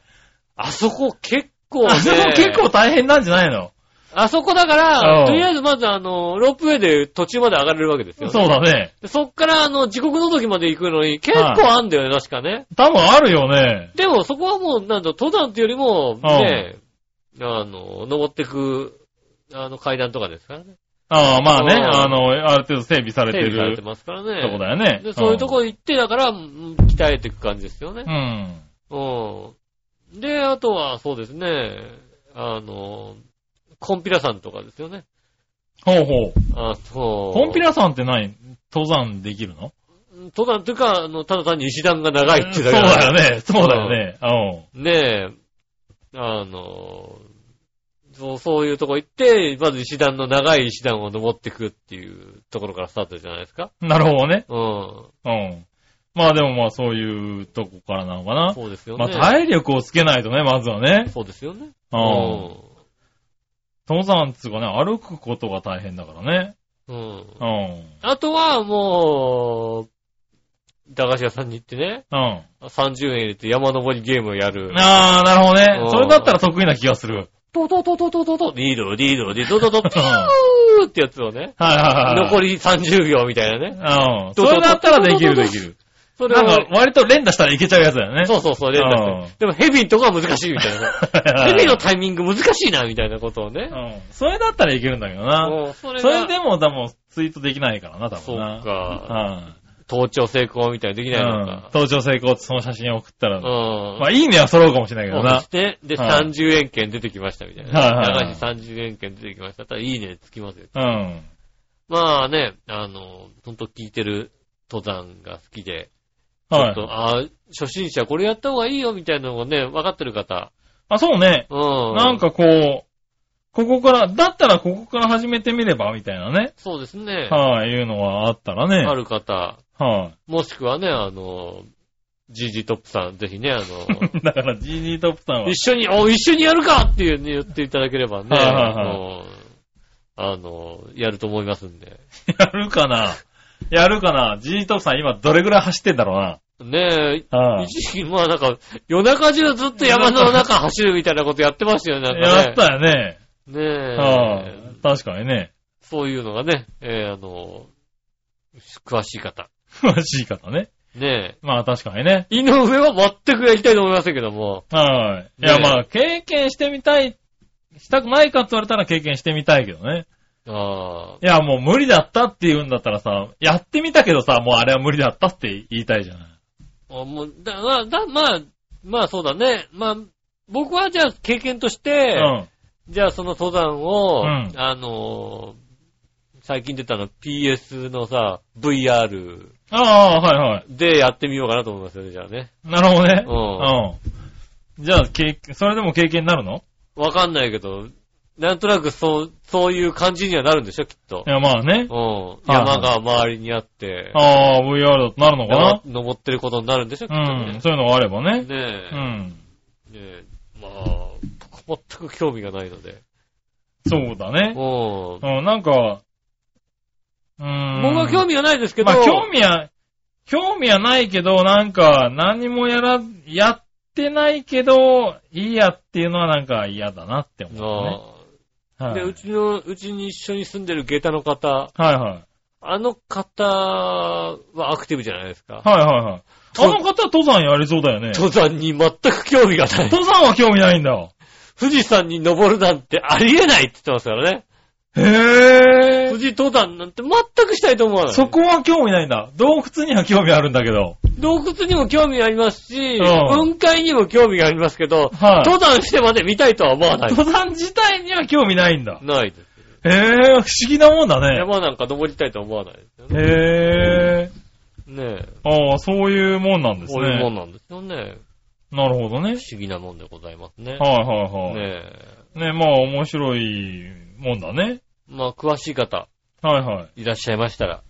Speaker 2: あそこ結構ね
Speaker 3: あ、でも結構大変なんじゃないの
Speaker 2: あそこだか
Speaker 3: う
Speaker 2: ら、
Speaker 3: ん
Speaker 2: とりあえずまずあの、ロープウェイで途中まで上がれるわけですよ、ね。
Speaker 3: そうだね。
Speaker 2: でそっからあの、地獄の時まで行くのに、結構あんだよね、確かね。
Speaker 3: 多分あるよね。
Speaker 2: でもそこはもう、なんだ、登山っていうよりも、
Speaker 3: うん
Speaker 2: ね、あの、登ってく、あの、階段とかですからね。
Speaker 3: ああ、まあね、
Speaker 2: うん
Speaker 3: あの、ある程度整備され
Speaker 2: 整
Speaker 3: て
Speaker 2: 備され
Speaker 3: る
Speaker 2: て
Speaker 3: と
Speaker 2: ますからね。
Speaker 3: こだよね。
Speaker 2: で、そういうとこ
Speaker 3: に。
Speaker 2: 行って、だから、うん鍛えていく感じですよね
Speaker 3: う。ん。
Speaker 2: うん。で、あとは、そうですね、あの、コンピラさんとかですよね。
Speaker 3: ほうほう。
Speaker 2: あそう。
Speaker 3: コンピラさんって何登山できるの
Speaker 2: 登山というか、あの、ただ単に石段が長いって
Speaker 3: そ
Speaker 2: いううだけだ
Speaker 3: だよね。そうだよね。うん。
Speaker 2: ねえ、あの、そうそういうとこ行って、まず石段の長い石段を登ってくっていうところからスタートじゃないですか。
Speaker 3: なるほどね。
Speaker 2: うん。
Speaker 3: うん。まあでもまあそういうとこからなのかな。
Speaker 2: そうですよ
Speaker 3: ま
Speaker 2: ね。
Speaker 3: あ体力をつけないとね、まずはね。
Speaker 2: そうですよね。
Speaker 3: う。
Speaker 2: うん
Speaker 3: 登山っつうかね、歩くことが大変だからね。
Speaker 2: ん。うん。
Speaker 3: うん。
Speaker 2: あとは、もう、駄菓子屋さんに行ってね、
Speaker 3: うん。
Speaker 2: 30円入れて山登りゲームをやる。
Speaker 3: ああ、なるほど
Speaker 2: う
Speaker 3: ね。
Speaker 2: ん
Speaker 3: それだったら得意な気がする。
Speaker 2: トトトトトトト、リード、リード、リード、ドドド、ピューってやつをね、
Speaker 3: はいはいはい。
Speaker 2: 残り30秒みたいなね。
Speaker 3: うん。それだったらできるできる。
Speaker 2: それ
Speaker 3: な
Speaker 2: を
Speaker 3: んか割と連打したらいけちゃうやつだよね。
Speaker 2: そうそうそう、連打して。でもヘビーとかは難しいみた いな。ヘビーのタイミング難しいな、みたいなことをね。
Speaker 3: うん。それだったらいけるんだけどな。
Speaker 2: もうそれ
Speaker 3: それ
Speaker 2: が、
Speaker 3: でも多分ツイートできないからな、多
Speaker 2: そう
Speaker 3: 分な。
Speaker 2: か、
Speaker 3: うん。
Speaker 2: 盗聴成功みたいにできないの
Speaker 3: うん
Speaker 2: か。
Speaker 3: 登場成功ってその写真を送った
Speaker 2: う
Speaker 3: ら、
Speaker 2: ん。
Speaker 3: まあいい目は揃うかもしれないけど
Speaker 2: そ
Speaker 3: な
Speaker 2: し。て、で、
Speaker 3: うん
Speaker 2: 30円券出てきましたみたいな。
Speaker 3: はいはいはい
Speaker 2: 長いし30円券出てきました。ただ、いいねつきますよ。
Speaker 3: うん。
Speaker 2: まあね、あの、ほんと聞いてる登山が好きで、ちょ
Speaker 3: は
Speaker 2: っと、
Speaker 3: い。
Speaker 2: ああ、初心者これやった方がいいよみたいなのをね、分かってる方。
Speaker 3: あ、そうね。
Speaker 2: うん。
Speaker 3: なん、かこう、ここから、だったらここから始めてみれば、みたいなね。
Speaker 2: そうですね。
Speaker 3: はい、いうのがあったらね。
Speaker 2: ある方。
Speaker 3: はい。
Speaker 2: もしくはね、あの、GG トップさん、ぜひね、あの、
Speaker 3: だから GG トップさんは。
Speaker 2: 一緒に、お、一緒にやるかっていうね、言っていただければね、
Speaker 3: はいはいはい
Speaker 2: あの、あのやると思いますんで。
Speaker 3: やるかなやるかな ?G トップさん今どれぐらい走ってんだろう
Speaker 2: ね
Speaker 3: な
Speaker 2: え、
Speaker 3: はい
Speaker 2: 一時期、まあなんか、夜中中ずっと山の中走るみたいなことやってましたよね、なんかね。
Speaker 3: やったよね。
Speaker 2: ねえ、
Speaker 3: はい確かにね。
Speaker 2: そういうのがね、えーあの、詳しい方。
Speaker 3: 詳しい方ね。
Speaker 2: ね
Speaker 3: まあ確かにね。
Speaker 2: え、井上は全くやりたいと思いませんけども、
Speaker 3: はい。い
Speaker 2: ね
Speaker 3: や
Speaker 2: え
Speaker 3: まあ、経験してみたい、したくないかって言われたら経験してみたいけどね。
Speaker 2: ああ、
Speaker 3: いやもう無理だったって言うんだったらさ、やってみたけどさ、もうあれは無理だったって言いたいじゃない。
Speaker 2: あもう、だ、まあ、だ、まあ、まあそうだね。まあ、僕はじゃあ経験として、じゃあその登山を、
Speaker 3: うん
Speaker 2: あのー最近出たの PS のさ、VR
Speaker 3: うん。ああ、はいはい。
Speaker 2: でやってみようかなと思いますよね、じゃあね。
Speaker 3: なるほどね。
Speaker 2: う
Speaker 3: うん。じゃあ、経験それでも経験になるの
Speaker 2: わかんないけど、なんとなくそう、そういう感じにはなるんでしょ、きっと
Speaker 3: い。や、まあね。
Speaker 2: うん。
Speaker 3: はいはい
Speaker 2: 山が周りにあって、
Speaker 3: ああ、VR だとなるのかな
Speaker 2: 山登ってることになるんでしょ、きっと
Speaker 3: うん、
Speaker 2: ね。
Speaker 3: そういうのがあればね。
Speaker 2: ね
Speaker 3: う
Speaker 2: え、
Speaker 3: ん。
Speaker 2: ねえまあ、僕全く興味がないので。
Speaker 3: そうだね。
Speaker 2: うん。
Speaker 3: うん、なんか、うーん。
Speaker 2: 僕は興味がないですけど、
Speaker 3: まあ、興味は、興味はないけど、なんか、何もやら、やってないけど、いいやっていうのはなんか嫌だなって思うね。
Speaker 2: ああ
Speaker 3: はい
Speaker 2: で、うちの、うちに一緒に住んでる下駄の方、
Speaker 3: はいはい。
Speaker 2: あの方はアクティブじゃないですか。
Speaker 3: はいはいはい。
Speaker 2: と
Speaker 3: あの方、登山やりそうだよね。
Speaker 2: 登山に全く興味がない。
Speaker 3: 登山は興味ないんだ。
Speaker 2: 富士山に登るなんてありえないって言ってますからね。富
Speaker 3: へぇー。
Speaker 2: 士登山なんて全くしたいと思わない。
Speaker 3: そこは興味ないんだ。洞窟には興味あるんだけど。
Speaker 2: 洞窟にも興味ありますし、
Speaker 3: う
Speaker 2: 雲
Speaker 3: ん
Speaker 2: 海にも興味がありますけど、
Speaker 3: はい
Speaker 2: 登山してまで見たいとは思わない。
Speaker 3: 登山自体には興味ないんだ。
Speaker 2: ないです。
Speaker 3: へぇー、不思議なもんだね。
Speaker 2: 山なんか登りたいとは思わないですよね。
Speaker 3: へ
Speaker 2: ねえ。
Speaker 3: ー。ああ、そういうもんなんですね。
Speaker 2: こういうもんなんですよね。
Speaker 3: なるほどね
Speaker 2: 不。思議なもんでございますね。
Speaker 3: はいはいはい。ね
Speaker 2: ねえ。
Speaker 3: まあ面白いもんだね。
Speaker 2: まあ、詳しい方、
Speaker 3: はいはい。
Speaker 2: いらっしゃいましたら、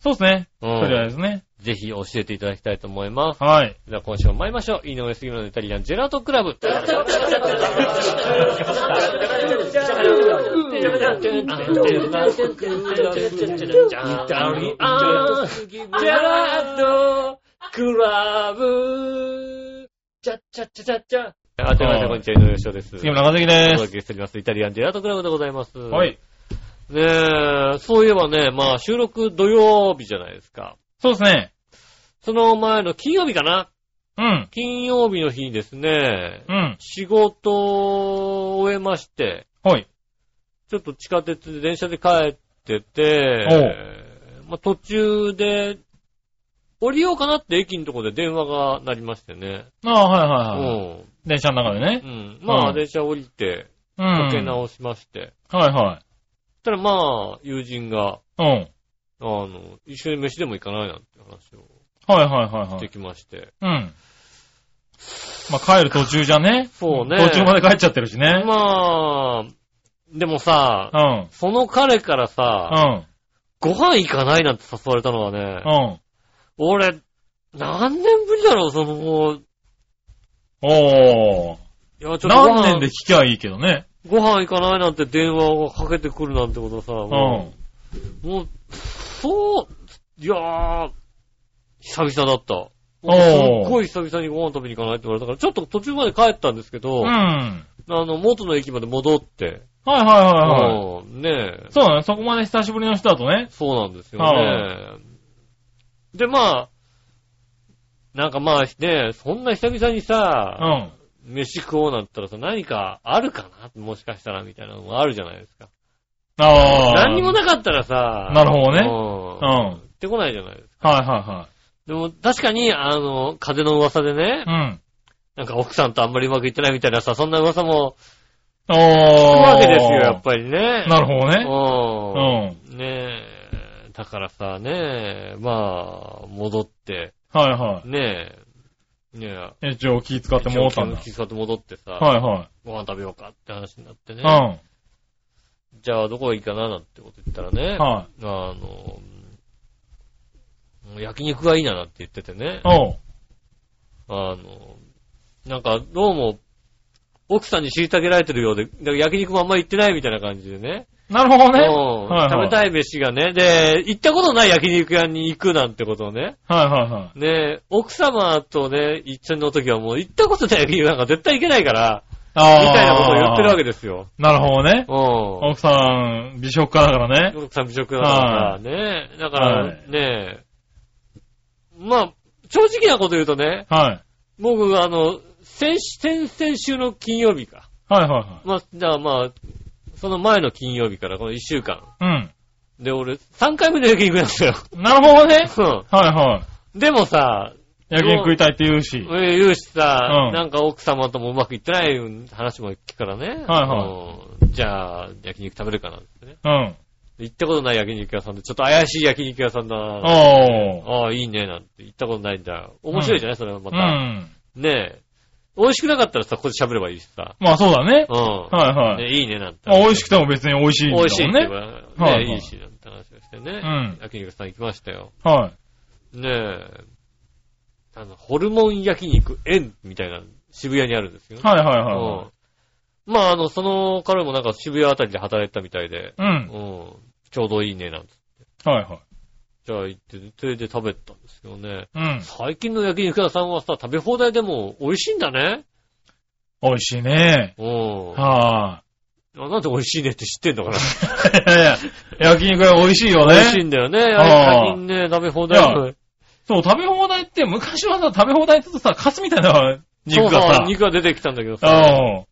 Speaker 3: そうですね。
Speaker 2: うん
Speaker 3: とりあえずね。
Speaker 2: ぜひ教えていただきたいと思います。
Speaker 3: はい。
Speaker 2: では、今週も参りましょう。井上杉村のイタリアンジェラートクラブ。改めまして、こんにちは、井上翔です。
Speaker 3: 杉村和樹
Speaker 2: お
Speaker 3: で
Speaker 2: 届けしております。イタリアンジェラートクラブでございます。
Speaker 3: す。はい。。
Speaker 2: ねえ、そういえばね、まあ収録土曜日じゃないですか。
Speaker 3: そうですね。
Speaker 2: その前の金曜日かな
Speaker 3: うん。
Speaker 2: 金曜日の日にですね、
Speaker 3: うん。
Speaker 2: 仕事を終えまして、
Speaker 3: はい。
Speaker 2: ちょっと地下鉄で電車で帰ってて、まあ、途中で、降りようかなって駅のところで電話が鳴りましてね。
Speaker 3: ああ、はいはいはい。
Speaker 2: うん
Speaker 3: 電車の中で
Speaker 2: う
Speaker 3: ね。
Speaker 2: ん。ま
Speaker 3: う
Speaker 2: あ、
Speaker 3: ん
Speaker 2: 電車降りて、
Speaker 3: うん。
Speaker 2: かけ
Speaker 3: は
Speaker 2: 直しまして。
Speaker 3: いは
Speaker 2: そしたらまあ、友人が、
Speaker 3: い。うん。はい
Speaker 2: あの、一緒に飯でも行かないなんて話を
Speaker 3: はいはい
Speaker 2: し
Speaker 3: は
Speaker 2: て
Speaker 3: い。
Speaker 2: きまして。
Speaker 3: うん。まあ、帰る途中じゃね。
Speaker 2: そうね。
Speaker 3: 途中まで帰っちゃってるしね。
Speaker 2: まあ、でもさ
Speaker 3: う、ん。
Speaker 2: その彼から
Speaker 3: う
Speaker 2: さ、
Speaker 3: ん。
Speaker 2: ご飯行かないなんて誘われたのはね
Speaker 3: う、ん。
Speaker 2: 俺、何年ぶりだろう、その、い
Speaker 3: おー。
Speaker 2: や、ちょっとご
Speaker 3: 何年
Speaker 2: 飯
Speaker 3: で聞きゃいいけどね。
Speaker 2: ご飯行かないなんて電話をかけてくるなんてことさ、
Speaker 3: うん。
Speaker 2: もう、もうそう、いやー、久々だった。
Speaker 3: おー
Speaker 2: すっごい久々にご飯食べに行かないって言われたから、ちょっと途中まで帰ったんですけど、
Speaker 3: うん。
Speaker 2: あ
Speaker 3: はい
Speaker 2: の、元の駅まで戻って、
Speaker 3: はいはいはい。
Speaker 2: うんねえ、
Speaker 3: そうだね。そこまで久しぶりの人だとね。
Speaker 2: そうなんですよ
Speaker 3: は
Speaker 2: ね。で、まあ、なんかまあね、そんな久々に
Speaker 3: う
Speaker 2: さ、
Speaker 3: ん。
Speaker 2: 飯食おうなったらさ、何かあるかなもしかしたらみたいなのもあるじゃないですか。
Speaker 3: ああ。
Speaker 2: 何にもなかったらさ、
Speaker 3: なるほどね
Speaker 2: うん
Speaker 3: う。
Speaker 2: ん。
Speaker 3: は
Speaker 2: っ
Speaker 3: い
Speaker 2: てこないじゃないですか。
Speaker 3: はいは
Speaker 2: でも確かに、あの、風の噂でね
Speaker 3: い。う、ん。
Speaker 2: なんか奥さんとあんまりうまくいってないみたいなさ、そんな噂も
Speaker 3: おー。
Speaker 2: 聞くわけですよ、やっぱりね。
Speaker 3: なるほどね。
Speaker 2: ほ
Speaker 3: うん。
Speaker 2: うん。ねえ。だからさ、ねえ、まあ、戻って、
Speaker 3: はいは
Speaker 2: ねえ、ねえ、
Speaker 3: い。一応気使ってもうたんだ。
Speaker 2: 気遣って戻ってさ、
Speaker 3: はいは
Speaker 2: ご飯食べようかって話になってね
Speaker 3: い。。う
Speaker 2: じゃあ、どこ行いかななんてこと言ったらね、
Speaker 3: ん。は
Speaker 2: あの、焼肉がいいななって言っててね
Speaker 3: い。、おう。
Speaker 2: あの、なんか、どうも、奥さんに虐げられてるようで、だから焼肉もあんまり行ってないみたいな感じでね。
Speaker 3: なるほどね。
Speaker 2: うん
Speaker 3: はいはい
Speaker 2: 食べたい飯がね。で、行ったことない焼肉屋に行くなんてことをね。
Speaker 3: はいはいはい。
Speaker 2: ね、奥様とね、一緒の時はもう行ったことない焼肉なんか絶対行けないから、み
Speaker 3: あー
Speaker 2: たいなことを言ってるわけですよ。
Speaker 3: なるほどね。
Speaker 2: うん。
Speaker 3: 奥さん、美食家だからね。
Speaker 2: 奥さん美食だからね。だから
Speaker 3: は
Speaker 2: ね
Speaker 3: い、
Speaker 2: まあ、正直なこと言うとね、
Speaker 3: はい。
Speaker 2: 僕、あの、先、先々週の金曜日か。
Speaker 3: はいは
Speaker 2: まあ、じゃあまあ、その前の金曜日からこの1週間。
Speaker 3: いはい。
Speaker 2: で、俺、3回目の焼肉なんだよ。
Speaker 3: うん。なるほどね。
Speaker 2: う
Speaker 3: はいはい。
Speaker 2: ん。でもさ、
Speaker 3: 焼肉食いたいって言うし。
Speaker 2: 俺言うしさ、
Speaker 3: うん
Speaker 2: なんか奥様ともうまくいってない話も聞くからね。
Speaker 3: はいはい
Speaker 2: い。じゃあ、焼肉食べるかなんてね。
Speaker 3: うん。
Speaker 2: 行ったことない焼肉屋さんで、ちょっと怪しい焼肉屋さんだな
Speaker 3: おー。
Speaker 2: ああ、いいね、なんて言ったことないんだ。面白いじゃない、それはま
Speaker 3: う
Speaker 2: た。
Speaker 3: ん。
Speaker 2: ねえ。美味しくなかったらさ、ここで喋ればいいしさ。
Speaker 3: まあそうだね。
Speaker 2: う
Speaker 3: はい
Speaker 2: ん。
Speaker 3: はい。
Speaker 2: ねいいね、なんて。
Speaker 3: まあ美味しくても別に美味しい
Speaker 2: 美
Speaker 3: んだもん
Speaker 2: 味しいって言え
Speaker 3: ね。
Speaker 2: ば、
Speaker 3: はいは
Speaker 2: ね
Speaker 3: い
Speaker 2: え、いいし、なんて話をして
Speaker 3: う
Speaker 2: ね
Speaker 3: ん。
Speaker 2: 焼肉屋さん行きましたよ。
Speaker 3: はい。
Speaker 2: ねえ。あの、ホルモン焼肉、円みたいな、渋谷にあるんですよ。
Speaker 3: はいはいうは
Speaker 2: ん。まあ、あの、その彼もなんか渋谷あたりで働いてたみたいで、
Speaker 3: い。う。
Speaker 2: うんん。ちょうどいいね、なんて。
Speaker 3: はいはい。
Speaker 2: じゃあ行って、それで食べたんですけどね。
Speaker 3: うん。
Speaker 2: 最近の焼肉屋さんはさ、食べ放題でも美味しいんだね。
Speaker 3: 美味しいね。
Speaker 2: うん。あ
Speaker 3: は
Speaker 2: なんで美味しいねって知ってんのかな。
Speaker 3: い。いやいや焼肉は美味しいよ
Speaker 2: 美味しい
Speaker 3: ね。
Speaker 2: んだよね。
Speaker 3: あー
Speaker 2: 最近ね、食べ放題
Speaker 3: いそう、食べ放題って、昔はさ、食べ放題って言うとさ、カスみたいな肉
Speaker 2: そう
Speaker 3: が
Speaker 2: さ
Speaker 3: さ、、
Speaker 2: 肉が出てきたんだけどさ。
Speaker 3: うん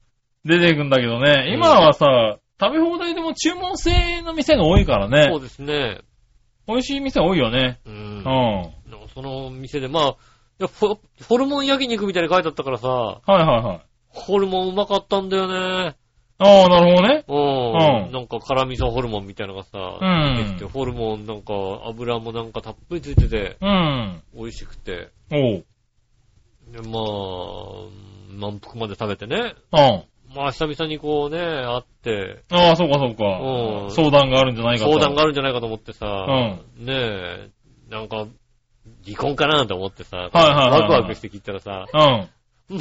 Speaker 3: 出てくんだけどね。今はさ、食べ放題でも注文制の店が多いから
Speaker 2: そう
Speaker 3: ね。
Speaker 2: ですね。
Speaker 3: 美味しい店多いよね。
Speaker 2: う
Speaker 3: うんん。。は
Speaker 2: でもその店で、まあいや、ホホルモン焼肉みたいに書いてあったからさ、
Speaker 3: いはいはい。
Speaker 2: ホルモンうまかったんだよね。
Speaker 3: ああ、なるほどね。
Speaker 2: うん。
Speaker 3: うん
Speaker 2: なんか辛味噌ホルモンみたいなのがさ、
Speaker 3: うん
Speaker 2: 出てきてホルモンなんか油もなんかたっぷりついてて、
Speaker 3: うん。
Speaker 2: 美味しくて。
Speaker 3: おう。
Speaker 2: でまあ、満腹まで食べてね。
Speaker 3: うん。
Speaker 2: まあ、久々にこうね、会って、
Speaker 3: ああ、そうかそう
Speaker 2: う
Speaker 3: か
Speaker 2: ん。
Speaker 3: 相談があるんじゃないかと。
Speaker 2: 相談があるんじゃないかと思ってさ、
Speaker 3: う
Speaker 2: ねえ、なんか、離婚かななんて思ってさ、
Speaker 3: はいはいはい
Speaker 2: ワクワクして聞いたらさ、ま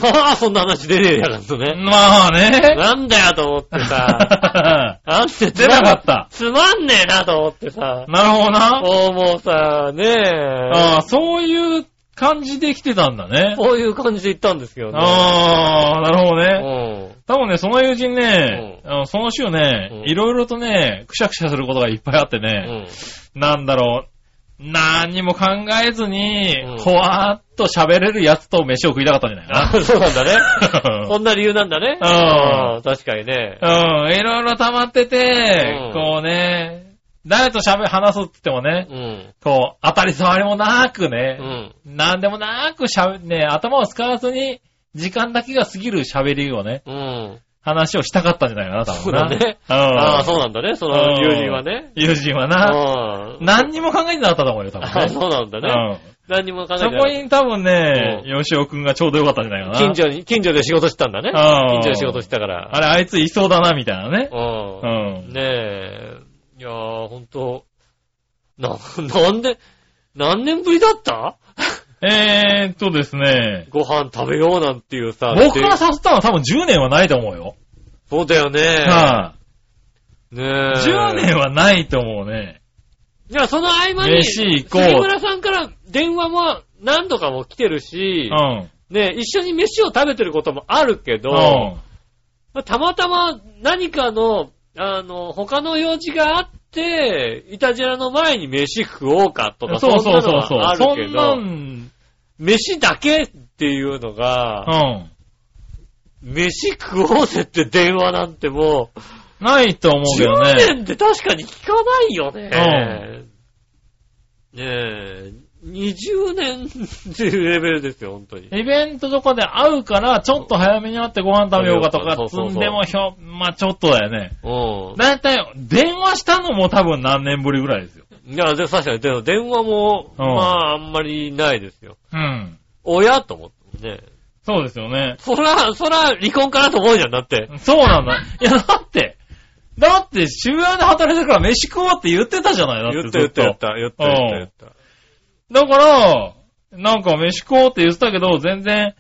Speaker 2: あ、そんな話出ねえやがんと
Speaker 3: う
Speaker 2: ね
Speaker 3: ん。。ま あね。
Speaker 2: なんだよと思って さ、あんて
Speaker 3: 出なかった。
Speaker 2: つまんねえなと思ってさ、
Speaker 3: なるほどな。
Speaker 2: もうもうさ、ねえ、
Speaker 3: ああ、そういう感じで来てたんだね。
Speaker 2: こういう感じで行ったんですけどね。
Speaker 3: あー、なるほど
Speaker 2: う
Speaker 3: ね。
Speaker 2: ん。
Speaker 3: 多分ね、その友人ね、あのその週ね
Speaker 2: う、ん
Speaker 3: いろいろとね、くしゃくしゃすることがいっぱいあって
Speaker 2: う
Speaker 3: ね、
Speaker 2: ん。
Speaker 3: なんだろう、何にも考えずに
Speaker 2: うん、
Speaker 3: ほわーっと喋れるやつと飯を食いたかったんじゃないかな
Speaker 2: あ。そうなんだね。
Speaker 3: う
Speaker 2: そんな理由なんだね。
Speaker 3: うん
Speaker 2: うん確かにね。
Speaker 3: ん、いろいろ溜まってて
Speaker 2: う、ん
Speaker 3: こうね、誰と喋、話すって言ってもね
Speaker 2: う、ん。
Speaker 3: こう、当たり障りもなくね
Speaker 2: う、ん。
Speaker 3: なんでもなく喋、ね、頭を使わずに、時間だけが過ぎる喋りをね、
Speaker 2: うん。
Speaker 3: 話をしたかったんじゃないかな、多分な。
Speaker 2: そうだね
Speaker 3: うん。
Speaker 2: ああ、そう
Speaker 3: う
Speaker 2: なんだね、その友人はね。。
Speaker 3: 友人はな。
Speaker 2: うん。
Speaker 3: 何にも考えてなかったと思うよ、多 分
Speaker 2: あ
Speaker 3: ね。
Speaker 2: そうなんだね。何にも考えて
Speaker 3: うん。そ
Speaker 2: な
Speaker 3: こ
Speaker 2: い。
Speaker 3: に多分ね、
Speaker 2: う
Speaker 3: 吉尾くんがちょうどよかったんじゃないかな。
Speaker 2: 近所に、近所で仕事してたんだね。
Speaker 3: うん
Speaker 2: 近所で仕事してたから。
Speaker 3: あれ、あいついそうだな、みたいなね。う。
Speaker 2: うんん。ねえ。いやー、ほんと。な、なんで、何年ぶりだった
Speaker 3: えーっとですね、
Speaker 2: ご飯食べようなんていうさ。
Speaker 3: 僕
Speaker 2: で
Speaker 3: が誘ったのは多分10年はないと思うよ。
Speaker 2: そうだよね。
Speaker 3: は
Speaker 2: ねえ。
Speaker 3: い。10年はないと思うね。
Speaker 2: じゃあその合間に、
Speaker 3: 飯行こう
Speaker 2: 杉村さんから電話も何度かも来てる
Speaker 3: う
Speaker 2: し、
Speaker 3: ん。
Speaker 2: ねえ、一緒に飯を食べてることもあるけ
Speaker 3: う
Speaker 2: ど、
Speaker 3: ん。
Speaker 2: まあたまたま何かの、あの、他の用事があって、いたじらの前に飯食おうかとか、
Speaker 3: そうそうそ
Speaker 2: そ
Speaker 3: うそ
Speaker 2: んなのはあ
Speaker 3: う。そ
Speaker 2: る
Speaker 3: ん
Speaker 2: け
Speaker 3: な
Speaker 2: ど、
Speaker 3: ん、
Speaker 2: 飯だけっていうのが、
Speaker 3: うん。
Speaker 2: 飯食おうぜって電話なんてもう、
Speaker 3: ないと思うけど
Speaker 2: 10
Speaker 3: ね。
Speaker 2: 年って確かに聞かないよね。ねえ、20年っていうレベルですよ、本当に。
Speaker 3: イベントとかで会うから、ちょっと早めに会ってご飯食べようかとか
Speaker 2: そ、うそうそう
Speaker 3: 積んでもひょ、まあちょっとだよね。
Speaker 2: う
Speaker 3: だいたい、電話したのも多分何年ぶりぐらいですよ。
Speaker 2: ん。いや、で確かに、でも電話も、
Speaker 3: うん
Speaker 2: まあ、あんまりないですよ。
Speaker 3: うん。
Speaker 2: 親と思ってね。
Speaker 3: そうですよね。
Speaker 2: そら、そら、離婚かなと思うじゃん、だって。
Speaker 3: そうなんだ。いや、だって、だって、渋谷で働いてるから飯食おうって言ってたじゃないだ
Speaker 2: 言
Speaker 3: っ
Speaker 2: ってた
Speaker 3: ず
Speaker 2: 言
Speaker 3: っ
Speaker 2: った
Speaker 3: と
Speaker 2: 言った、言った言った言っ
Speaker 3: だから、なんか飯食おうって言ってたけど、全然、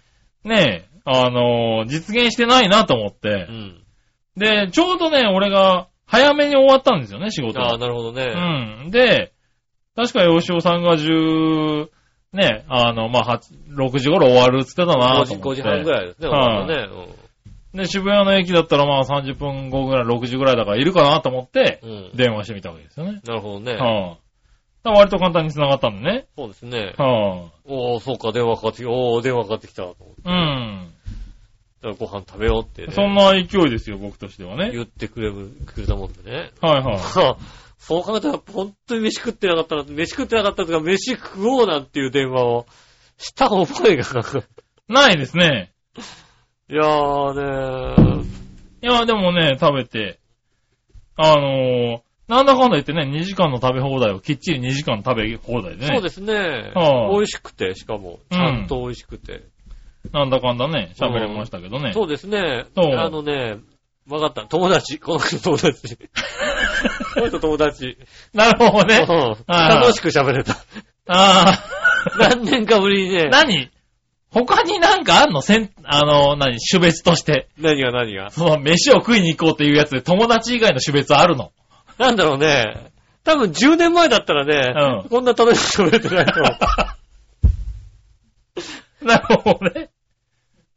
Speaker 3: ねえ、あのー実現してないなと思って
Speaker 2: た。う。ん。
Speaker 3: で、ちょうどね、俺が早めに終わったんですよね、仕事が
Speaker 2: ああ、なるほどね。
Speaker 3: うん。で、確か吉尾さんが10、ね、あの、まあ、8 6時頃終わるっつってたな
Speaker 2: 5
Speaker 3: と
Speaker 2: 時、
Speaker 3: 思
Speaker 2: 5
Speaker 3: って。
Speaker 2: 時半ぐらいですね、
Speaker 3: はい
Speaker 2: 本当はね。
Speaker 3: で、渋谷の駅だったらまあ30分後ぐらい、6時ぐらいだからいるかなと思って
Speaker 2: う、ん。うん
Speaker 3: 電話してみたわけですよね。
Speaker 2: なるほどね。
Speaker 3: はい、だから割と簡単に繋がったんでね。
Speaker 2: そうですね。
Speaker 3: は
Speaker 2: おおそうか、電話かかってきた。おお電話かかってきた。と思って
Speaker 3: い、うん。
Speaker 2: だからご飯食べようってね
Speaker 3: そんな勢いですよ、僕としてはね。
Speaker 2: 言ってくれる、くれたもんでね。
Speaker 3: はいはい。
Speaker 2: はあ そう考えたら、本当に飯食ってなかったな、飯食ってなかったとか、飯食おうなんていう電話をした覚えが。
Speaker 3: ないですね。
Speaker 2: いやーね
Speaker 3: いや、でもね、食べて、あのーなんだかんだ言ってね、2時間の食べ放題をきっちり2時間食べ放題でね。
Speaker 2: そうですね。
Speaker 3: はい
Speaker 2: 美味しくて、しかも。ちゃんと美味しくて。
Speaker 3: なんだかんだね、喋れましたけどね。
Speaker 2: そうですね。
Speaker 3: そう
Speaker 2: あのね、わかった。友達。この人友 達。この人友達。
Speaker 3: なるほ
Speaker 2: う
Speaker 3: どね。
Speaker 2: ん
Speaker 3: あー
Speaker 2: 楽しく喋れた。
Speaker 3: ああ。
Speaker 2: 何年かぶりにね。
Speaker 3: 何他になんかあんのせん、あの、何種別として。
Speaker 2: 何が何が。
Speaker 3: その、飯を食いに行こうっていうやつで友達以外の種別あるの
Speaker 2: なんだろうね。多分10年前だったらね、
Speaker 3: うん
Speaker 2: こんな楽しく喋れてないと思う。
Speaker 3: なるほどね。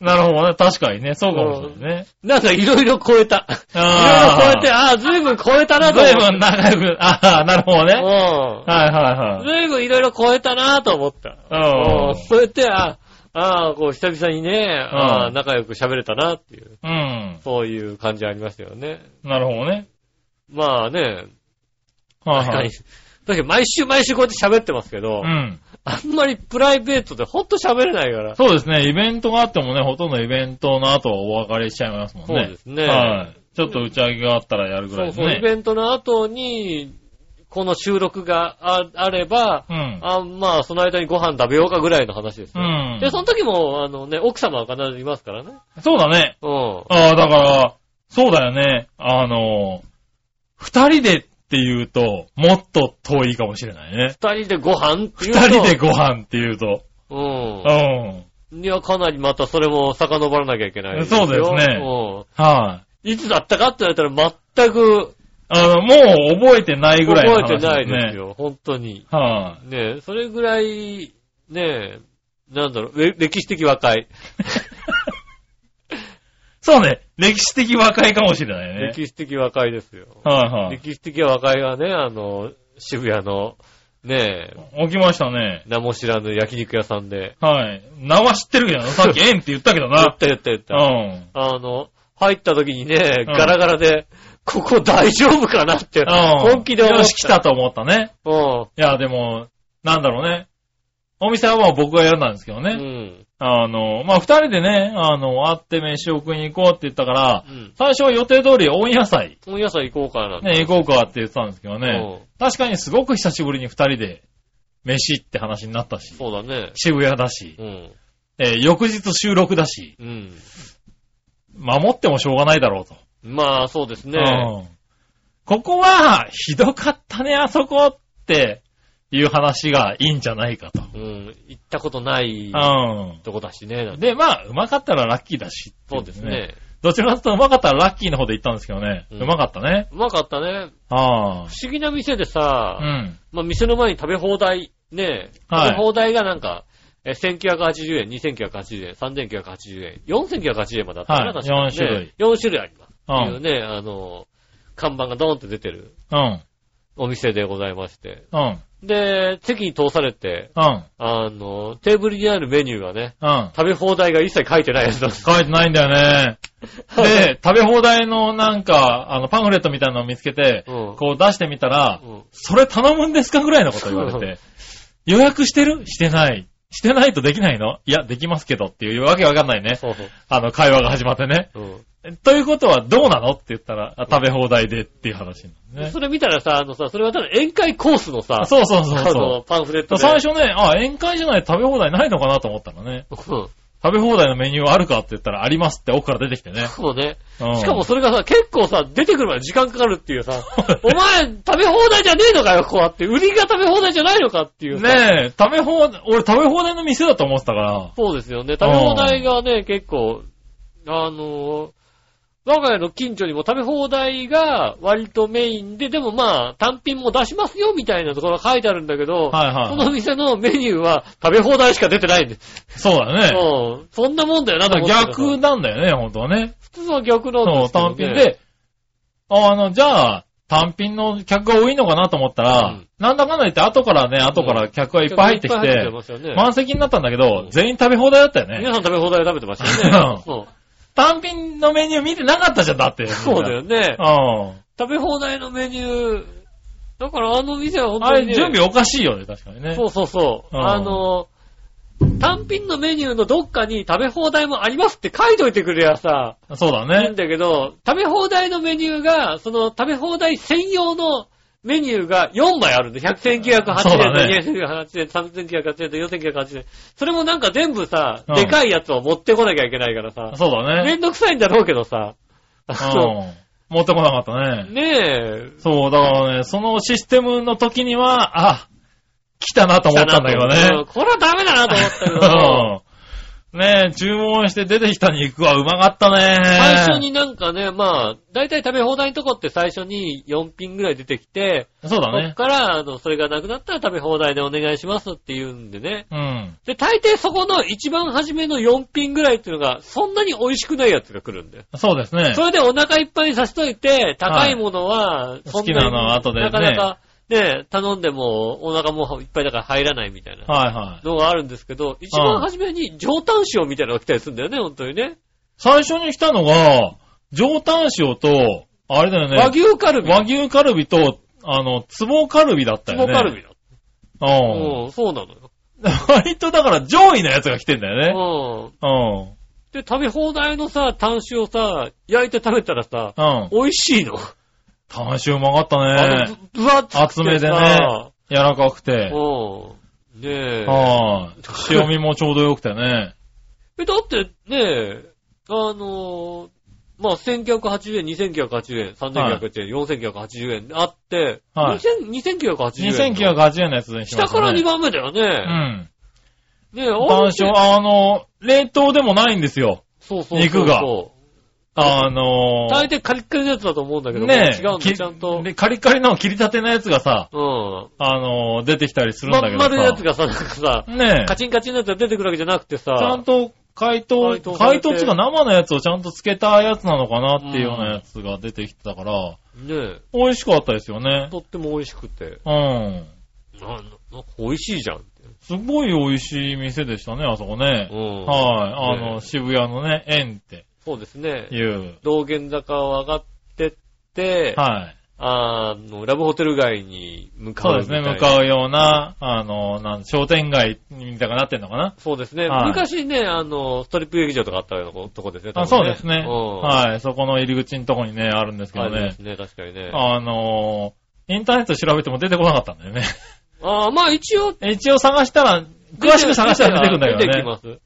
Speaker 3: なるほどね。確かにね。そうかもしれないね。
Speaker 2: なんかいろいろ超えた。いろいろ
Speaker 3: あー
Speaker 2: 超えて、ああ、ずいぶん超えたなと思
Speaker 3: 随
Speaker 2: って。
Speaker 3: 分仲良く、ああ、なるほどね。はいはいはい。
Speaker 2: ずいぶんいろいろ超えたなと思った。
Speaker 3: うん
Speaker 2: うんそうやって、ああー、こう久々にね、ああ、
Speaker 3: うん
Speaker 2: 仲良く喋れたなっていう、
Speaker 3: うん。
Speaker 2: そういう感じありましたよね。
Speaker 3: なるほどね。
Speaker 2: まあね、
Speaker 3: はい
Speaker 2: 確か
Speaker 3: は
Speaker 2: に
Speaker 3: い。。
Speaker 2: だけど毎週毎週こうやって喋ってますけど、
Speaker 3: うん。
Speaker 2: あんまりプライベートでほんと喋れないから。
Speaker 3: そうですね。イベントがあってもね、ほとんどイベントの後はお別れしちゃいますもんね。
Speaker 2: そうですね
Speaker 3: はい。ちょっと打ち上げがあったらやるぐら
Speaker 2: そ
Speaker 3: いう
Speaker 2: そ
Speaker 3: で
Speaker 2: う、イ
Speaker 3: ね。
Speaker 2: ベントの後に、この収録がああれば、
Speaker 3: うん。
Speaker 2: あまあ、その間にご飯食べようかぐらいの話です
Speaker 3: う
Speaker 2: よ。
Speaker 3: ん。
Speaker 2: で、その時も、あのね、奥様は必ずいますからね。
Speaker 3: そうだね。
Speaker 2: うん。
Speaker 3: ああ、だから、そうだよね。あの、二人でって言うと、もっと遠いかもしれないね。
Speaker 2: 二人でご飯っていう
Speaker 3: 二
Speaker 2: と。
Speaker 3: 人でご飯って言うと。
Speaker 2: うん
Speaker 3: う。ん。
Speaker 2: いや、かなりまたそれも遡らなきゃいけないよ。
Speaker 3: そうですね
Speaker 2: う
Speaker 3: はい。
Speaker 2: ん。いつだったかって言われたら全く
Speaker 3: あの、もう覚えてないぐらいの
Speaker 2: 覚
Speaker 3: 話
Speaker 2: えてない
Speaker 3: ね
Speaker 2: ですよ。本当に。
Speaker 3: はい、
Speaker 2: ねえそれぐらい、ねえなんだろう、れ歴史的和解。
Speaker 3: そうね。歴史的和解かもしれないね。
Speaker 2: 歴史的和解ですよ。
Speaker 3: はい
Speaker 2: 歴史的和解はね、あの、渋谷の、ねえ、
Speaker 3: はい。起きましたね。
Speaker 2: 名も知らぬ焼肉屋さんで、
Speaker 3: はい。名は知ってるけどな。さっき縁って言ったけど
Speaker 2: 言っ
Speaker 3: な。
Speaker 2: た言った言っ
Speaker 3: う
Speaker 2: た。
Speaker 3: ん。
Speaker 2: あの、入った時にね、
Speaker 3: うん
Speaker 2: ガラガラで、ここ大丈夫かなって、
Speaker 3: うん。
Speaker 2: 本気で思った
Speaker 3: よし、来たと思ったね。
Speaker 2: うん。
Speaker 3: いや、でも、なんだろうね。お店はもう僕が選んだんですけど
Speaker 2: う
Speaker 3: ね。
Speaker 2: ん。
Speaker 3: あの、まあ、二人でね、あの、会って飯を食いに行こうって言ったから
Speaker 2: う、ん。
Speaker 3: 最初は予定通り温野菜、
Speaker 2: 温野菜行こうかなって。
Speaker 3: ね、行こうかって言ってたんですけどね。
Speaker 2: う
Speaker 3: 確かにすごく久しぶりに二人で、飯って話になったし
Speaker 2: ん。、そうだね。
Speaker 3: 渋谷だし、
Speaker 2: うん。
Speaker 3: えー翌日収録だし、
Speaker 2: うん。
Speaker 3: 守ってもしょうがないだろうと。
Speaker 2: まあ、そうですね。
Speaker 3: うんここは、ひどかったね、あそこっていう話がいいんじゃないかと。
Speaker 2: うん。行ったことない
Speaker 3: うん。
Speaker 2: とこだしね。なんて
Speaker 3: で、まあ、うまかったらラッキーだし、
Speaker 2: そうです。ね。
Speaker 3: どちらかというとうまかったらラッキーの方で行ったんですけどね。
Speaker 2: う
Speaker 3: うんまかったね。
Speaker 2: うまかったね。
Speaker 3: ああ。
Speaker 2: 不思議な店でさ、
Speaker 3: うん。
Speaker 2: まあ、店の前に食べ放題、ね、
Speaker 3: はい
Speaker 2: 食べ放題がなんか、えー、1980円、2980円、3980円、4980円まであったかな、
Speaker 3: はい
Speaker 2: 確か
Speaker 3: 四種類。
Speaker 2: 4種類あります。
Speaker 3: う。
Speaker 2: っていうんね、あの、看板がドーンって出てる
Speaker 3: うん。
Speaker 2: お店でございまして。
Speaker 3: うん。
Speaker 2: で、席に通されて、
Speaker 3: うん。
Speaker 2: あの、テーブルにあるメニューがね、
Speaker 3: うん。
Speaker 2: 食べ放題が一切書いてないやつだった。
Speaker 3: 書いてないんだよ ね。で、食べ放題のなんか、あの、パンフレットみたいなのを見つけて、
Speaker 2: うん
Speaker 3: こう出してみたら、
Speaker 2: うん
Speaker 3: それ頼むんですかぐらいのこと言われて、予約してるしてない。してないとできないのいや、できますけどっていうわけわかんないね。
Speaker 2: そうそう。
Speaker 3: あの、会話が始まってね。
Speaker 2: うん
Speaker 3: ということはどうなのって言ったら、あ食べ放題でっていう話になるね。
Speaker 2: それ見たらさ、あのさ、それはただ宴会コースのさ、
Speaker 3: そうそうそう
Speaker 2: あ
Speaker 3: そう
Speaker 2: の、。パンフレットで。
Speaker 3: 最初ね、あ、宴会じゃないと食べ放題ないのかなと思ったらね、
Speaker 2: 初。
Speaker 3: 食べ放題のメニューあるかって言ったらありますって奥から出てきてね。
Speaker 2: そうね。
Speaker 3: うん
Speaker 2: しかも、それがさ、結構さ、出てくるまで時間かかるっていうさ、お前、食べ放題じゃねえのかよ、こうやって。売りが食べ放題じゃないのかっていうさ。
Speaker 3: ねえ、食べ放題、俺食べ放題の店だと思ってたから、
Speaker 2: そうですよね。食べ放題がね、結構、あのー我が家の近所にも食べ放題が割とメインで、でもまあ、単品も出しますよみたいなところが書いてあるんだけど、
Speaker 3: はいはい
Speaker 2: その店のメニューは食べ放題しか出てないんで、
Speaker 3: そうだね。
Speaker 2: うん。そんなもんだよな、
Speaker 3: だ
Speaker 2: と
Speaker 3: か
Speaker 2: 思
Speaker 3: ら
Speaker 2: ってた
Speaker 3: 逆なんだよね、本当はね。
Speaker 2: 普通は逆なん
Speaker 3: そ
Speaker 2: で
Speaker 3: う、
Speaker 2: すけど、ね
Speaker 3: 単。品。で、ああの、じゃあ、単品の客が多いのかなと思ったら、
Speaker 2: うん
Speaker 3: なんだかんだ言って後からね、後から客がいっぱい入ってき
Speaker 2: いっぱい入って
Speaker 3: て、
Speaker 2: ますよね。
Speaker 3: 満席になったんだけ
Speaker 2: う
Speaker 3: ど
Speaker 2: ん、
Speaker 3: 全員食べ放題だったよね。
Speaker 2: 皆さん食べ放題食べてましたよ
Speaker 3: う
Speaker 2: ね
Speaker 3: ん。
Speaker 2: そう
Speaker 3: 単品のメニュー見てなかったじゃん、だって。
Speaker 2: そうだよね。
Speaker 3: うん。
Speaker 2: 食べ放題のメニュー、だからあの店は本
Speaker 3: あ
Speaker 2: 当に、
Speaker 3: れ、
Speaker 2: ね、
Speaker 3: 準備おかしいよね、確かにね。
Speaker 2: そうそうそう。
Speaker 3: うん
Speaker 2: あの、単品のメニューのどっかに食べ放題もありますって書いといてくれやさ、
Speaker 3: そう
Speaker 2: い
Speaker 3: だ
Speaker 2: いん
Speaker 3: ね。
Speaker 2: だけど、食べ放題のメニューが、その食べ放題専用のメニューが4枚あるんで、100、9 0 8
Speaker 3: そうだね
Speaker 2: 円と2908円、3908円と4908円。それもなんか全部さ、
Speaker 3: うん
Speaker 2: でかいやつを持ってこなきゃいけないからさ、
Speaker 3: そうだ
Speaker 2: め
Speaker 3: ね。
Speaker 2: んどくさいんだろうけどさ、
Speaker 3: う
Speaker 2: あの
Speaker 3: ん。持ってこなかったね。
Speaker 2: ねえ、
Speaker 3: そう、だからね、そのシステムの時には、あ、来たなと思ったんだけど
Speaker 2: うん
Speaker 3: ね。
Speaker 2: これはダメだなと思ったけ ど、
Speaker 3: うん。ねえ、注文して出てきた肉はうまかったね。
Speaker 2: 最初に。なんかね、まあ、大体食べ放題のとこって最初に4品ぐらい出てきて、
Speaker 3: そうだ
Speaker 2: そっ
Speaker 3: ね。
Speaker 2: から、あの、それがなくなったら食べ放題でお願いしますって言うんでね。
Speaker 3: うん。
Speaker 2: で、大抵そこの一番初めの4品ぐらいっていうのが、そんなに美味しくないやつが来るんだよ。
Speaker 3: そうですね
Speaker 2: そ。れでお腹いっぱいにさせといて、高いものは、そんに
Speaker 3: 好きなのは後でね
Speaker 2: なかなか、ね、頼んでもお腹もいっぱいだから入らないみたいな。
Speaker 3: はいはい。
Speaker 2: のがあるんですけど、一番初めに上タン塩みたいなのが来たりするんだよね、本当にね。
Speaker 3: 最初に来たのが、上タン塩と、あれだよね。
Speaker 2: 和牛カルビ。
Speaker 3: 和牛カルビと、あの、ツボカルビだった
Speaker 2: ツ
Speaker 3: よね。
Speaker 2: ボカルビだ。う
Speaker 3: う
Speaker 2: ん、そうなのよ。
Speaker 3: ん。 割とだから上位のやつが来てんだよね。
Speaker 2: うん。
Speaker 3: うん。
Speaker 2: で、食べ放題のさ、タン塩をさ、焼いて食べたらさ、
Speaker 3: うん。
Speaker 2: 美味しいの。
Speaker 3: 炭塩うまかった
Speaker 2: あの
Speaker 3: ね。、
Speaker 2: ぶぶわっつってさ
Speaker 3: 厚めでね。柔らかくて。
Speaker 2: うん。ねえ。
Speaker 3: はい。塩味もちょうどよくてね。
Speaker 2: え、だってねえ、あのーまあ、1980円、2980円、3980円、4980円あって、
Speaker 3: はい
Speaker 2: 2000 2980円。
Speaker 3: 2980円のやつにしま
Speaker 2: 下
Speaker 3: した
Speaker 2: から
Speaker 3: ね。
Speaker 2: 2番目だよ
Speaker 3: う
Speaker 2: ね。
Speaker 3: ん。
Speaker 2: ねえ、あ
Speaker 3: 炭塩、あの、冷凍でもないんですよ。
Speaker 2: そうそうそうそう。
Speaker 3: 肉があの
Speaker 2: 大抵カリッカリのやつだと思うんだけど、
Speaker 3: ね
Speaker 2: 違
Speaker 3: え
Speaker 2: うんだ、
Speaker 3: き
Speaker 2: ちゃんと。
Speaker 3: でカリカリの切り立てのやつがさ、
Speaker 2: うん。
Speaker 3: あの出てきたりするん
Speaker 2: ま
Speaker 3: だけ
Speaker 2: ん
Speaker 3: どさ。
Speaker 2: 丸いやつがさ、なんかさ、
Speaker 3: ねえ。
Speaker 2: カチンカチンのやつが出てくるわけじゃなくてさ、
Speaker 3: ちゃんと解
Speaker 2: 解
Speaker 3: 凍
Speaker 2: 凍、され
Speaker 3: 解
Speaker 2: て
Speaker 3: 凍っていうか生のやつをちゃんと漬けたやつなのかなっていうようなやつが出てきてたから、
Speaker 2: ね
Speaker 3: 美味しかったですよね
Speaker 2: え、。とっても美味しくて、
Speaker 3: うん。
Speaker 2: なななんか美味しいじゃんって。
Speaker 3: すごい美味しい店でしたね、あそこね
Speaker 2: う。ん。
Speaker 3: はい。あ
Speaker 2: ねえ
Speaker 3: の、渋谷のね、園って
Speaker 2: そうですね。
Speaker 3: いう。
Speaker 2: 道玄坂を上がってって、
Speaker 3: はい。
Speaker 2: あの、ラブホテル街に向か
Speaker 3: そ
Speaker 2: う
Speaker 3: うで
Speaker 2: み
Speaker 3: す
Speaker 2: た
Speaker 3: ね、
Speaker 2: いな。
Speaker 3: 向かうような、あの、なん商店街みたいになってんのかな。
Speaker 2: そうですね。
Speaker 3: はい
Speaker 2: 昔ね、あの、ストリップ劇場とかあったようなとこですね。多
Speaker 3: あ、
Speaker 2: 分
Speaker 3: そうですね。
Speaker 2: うん。
Speaker 3: はい。そこの入り口のとこにね、あるんですけ
Speaker 2: あ
Speaker 3: ど
Speaker 2: りま
Speaker 3: ね
Speaker 2: す。ね、確かにね。
Speaker 3: あの、インターネット調べても出てこなかったんだよね。
Speaker 2: ああ、まあ一応、
Speaker 3: 一応探したら、詳しく探したら出てくるんだけ
Speaker 2: 出てき
Speaker 3: どね。
Speaker 2: ます。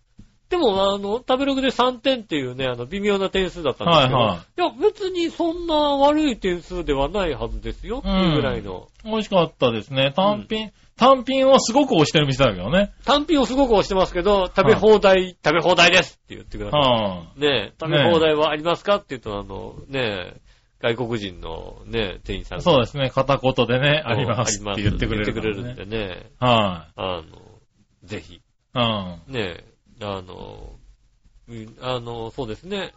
Speaker 2: でも、あの、食べログで3点っていうね、あの、微妙な点数だったんですけど、、
Speaker 3: はい
Speaker 2: や、別にそんな悪い点数ではないはずですよっていうぐらいの、
Speaker 3: 美味しかったですね。単品、単品をすごく推してる店だけどね。
Speaker 2: 単品をすごく押してますけど、食べ放題、食べ放題ですって言ってください。
Speaker 3: はあ、
Speaker 2: ねえ、食べ放題はありますかって言うと、あの、ねえ、外国人のね、店員さんが
Speaker 3: そうですね。片言でね、あります
Speaker 2: あ
Speaker 3: って
Speaker 2: り
Speaker 3: 言ってくれ
Speaker 2: 言って
Speaker 3: る
Speaker 2: く
Speaker 3: か
Speaker 2: れ
Speaker 3: らね、
Speaker 2: るんでね、
Speaker 3: は
Speaker 2: あの、ぜひ、
Speaker 3: い、うん。
Speaker 2: ねえ、あの、うんあの、そうですね、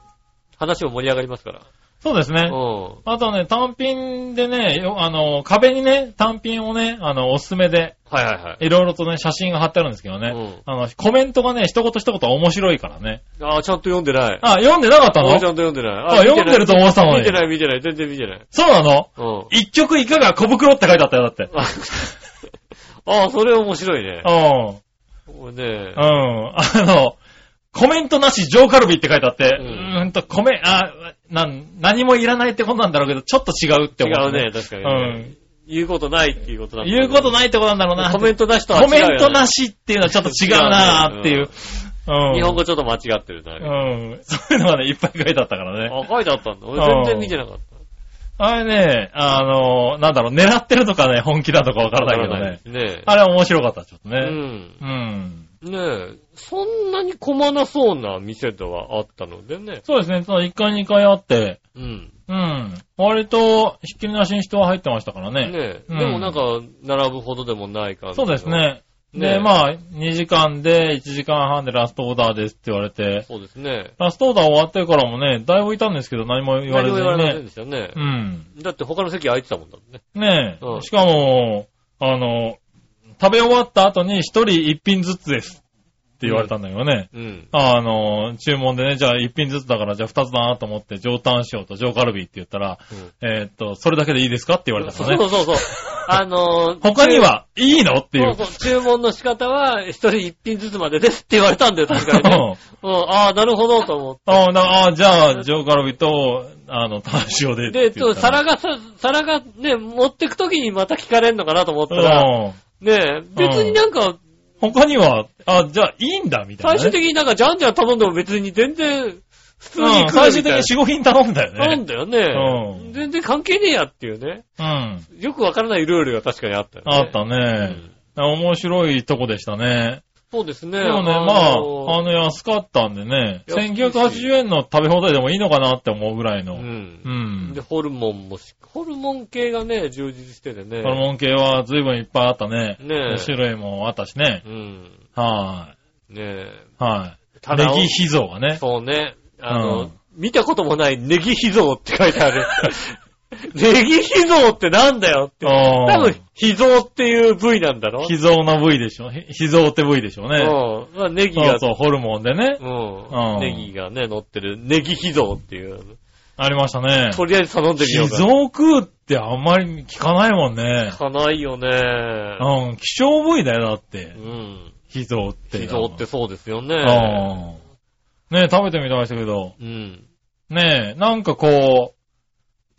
Speaker 2: 話も盛り上がりますから。
Speaker 3: そうですね。
Speaker 2: う
Speaker 3: あとね、単品でね、よあの、壁にね、単品をね、あの、おすすめで、
Speaker 2: ん。はいはいはい。
Speaker 3: いろいろとね、写真が貼ってあるんですけどね。
Speaker 2: うん
Speaker 3: あの、コメントがね、一言一言面白いからね。
Speaker 2: ああ、ちゃんと読んでない。
Speaker 3: あ、読んでなかった
Speaker 2: あ
Speaker 3: の
Speaker 2: ちゃんと読んでない。
Speaker 3: あ読んでると思ってたのに
Speaker 2: 見てない見てない、全然見てない。
Speaker 3: そうなの
Speaker 2: うん。
Speaker 3: 一曲いかが小袋って書いてあったよ、だって。
Speaker 2: あああ、それ面白いね。
Speaker 3: うん。
Speaker 2: これね
Speaker 3: う。ん。あの、コメントなし、上カルビって書いてあって、
Speaker 2: う
Speaker 3: うんん、ーんと、コメ、あ、なん、何もいらないってことなんだろうけど、ちょっと違うって
Speaker 2: 違
Speaker 3: 思
Speaker 2: うね、確かにね。言うことないっていうことだ
Speaker 3: うん。言うこと
Speaker 2: い。
Speaker 3: ないってことなんだろうな。
Speaker 2: コメントなしとは違
Speaker 3: コ
Speaker 2: う
Speaker 3: メ
Speaker 2: よね
Speaker 3: ントなしっていうのはちょっと違うなーっていう。うん。
Speaker 2: 日本語ちょっと間違ってる
Speaker 3: う
Speaker 2: な。
Speaker 3: ん。そういうのがね、いっぱい書いてあったからね。
Speaker 2: あ、書いてあったんだ。俺全然見てなかった。
Speaker 3: あれね、あの、なんだろう、狙ってるとかね、本気だとかわからないけどね。
Speaker 2: どね。ね
Speaker 3: あれ面白かった、ちょっと
Speaker 2: え。う
Speaker 3: ね。
Speaker 2: ん。
Speaker 3: うん。
Speaker 2: ねえ。そんなに困なそうな店ではあったのでね。
Speaker 3: そうですね、その1回2回あって、
Speaker 2: うん。
Speaker 3: うん。割と、ひっきりなしに人は入ってましたからね。
Speaker 2: ねえ。
Speaker 3: うん
Speaker 2: でもなんか、並ぶほどでもない感じ。
Speaker 3: そうです。ね。
Speaker 2: ねえ
Speaker 3: で、まあ、2時間で1時間半でラストオーダーですって言われて、
Speaker 2: そうですね。
Speaker 3: ラストオーダー終わってからもね、だいぶいたんですけど、何も言われ
Speaker 2: 何も
Speaker 3: ず
Speaker 2: 言わ
Speaker 3: に
Speaker 2: れません
Speaker 3: ね。
Speaker 2: でしたね
Speaker 3: う。ん。
Speaker 2: だって他の席空いてたもんだもんね。
Speaker 3: ねえ、
Speaker 2: うん
Speaker 3: しかも、あの、食べ終わった後に1人1品ずつですって言われたんだけどね。
Speaker 2: うん。
Speaker 3: あの、注文でね、じゃあ1品ずつだから、じゃあ2つだなと思って、上タン塩と上カルビって言ったら、
Speaker 2: うん
Speaker 3: えーっと、それだけでいいですかって言われた
Speaker 2: そ
Speaker 3: からね。
Speaker 2: うそう そう。あのー
Speaker 3: 他にはいいのっていう。
Speaker 2: そうそう、注文の仕方は、一人一品ずつまでですって言われたんだよ、確かに ね。うん、ああ、なるほど、と思っ
Speaker 3: ああ、なあじゃあ、ジョーカルビと、あの、タン塩で。
Speaker 2: て。で、
Speaker 3: と、
Speaker 2: 皿がさ、皿がね、持ってくときにまた聞かれんのかなと思ったら、
Speaker 3: うん。
Speaker 2: ねえ、別になんか、
Speaker 3: 他には、あ、じゃあ、いいんだ、みた
Speaker 2: 最
Speaker 3: いな、
Speaker 2: 終
Speaker 3: ね。
Speaker 2: 的になんかじゃんじゃん頼んでも別に全然、普通に
Speaker 3: うん、
Speaker 2: 食う
Speaker 3: 最
Speaker 2: み
Speaker 3: 終
Speaker 2: たい
Speaker 3: 的
Speaker 2: な
Speaker 3: に4、5品頼んだよ
Speaker 2: 頼ん
Speaker 3: ね。
Speaker 2: だよね、
Speaker 3: うん
Speaker 2: 全然関係ねえやっていうね。
Speaker 3: うん。
Speaker 2: よくわからないルールが確かにあったよね。
Speaker 3: あった
Speaker 2: う
Speaker 3: ね。
Speaker 2: ん
Speaker 3: 面白いとこでしたね。
Speaker 2: そうですね。
Speaker 3: でもね、まあ、あ
Speaker 2: の
Speaker 3: の、安かったんでね、
Speaker 2: 安いし
Speaker 3: 1980円の食べ放題でもいいのかなって思うぐらいの。
Speaker 2: う
Speaker 3: うん。
Speaker 2: ん。で、ホルモンもし、ホルモン系がね、充実しててね。
Speaker 3: ホルモン系は随分いっぱいあったね。
Speaker 2: ねえ
Speaker 3: 種類もあったしね。
Speaker 2: うん。
Speaker 3: は
Speaker 2: ね
Speaker 3: い。はい。
Speaker 2: た
Speaker 3: ネ
Speaker 2: だ
Speaker 3: ギ秘蔵がね
Speaker 2: え。。そうね。あの、
Speaker 3: うん
Speaker 2: 見たこともないネギ秘蔵って書いてある。 ネギ秘蔵ってなんだよって。
Speaker 3: 多
Speaker 2: 多分、秘蔵っていう部位なんだろ
Speaker 3: 秘蔵の部位でしょ。ひ秘蔵って部位でしょうね。
Speaker 2: うん。まあ、ネギ
Speaker 3: そ
Speaker 2: が
Speaker 3: うそう、ホルモンでね。
Speaker 2: う。
Speaker 3: うんん
Speaker 2: ネギがね、乗ってる、ネギ秘蔵っていう。
Speaker 3: ありましたね。
Speaker 2: とりあえず頼んでみよ
Speaker 3: 秘
Speaker 2: うか。
Speaker 3: 蔵食うってあんまり聞かないもんね。
Speaker 2: かないよね。
Speaker 3: うん、希少部位だよ、だっ
Speaker 2: う
Speaker 3: て。
Speaker 2: ん。
Speaker 3: 秘蔵って。
Speaker 2: 秘蔵って。そうですよ
Speaker 3: う
Speaker 2: ね。
Speaker 3: ん。ねえ、食べてみたいしたけど。
Speaker 2: うん。
Speaker 3: ねえ、なんかこう、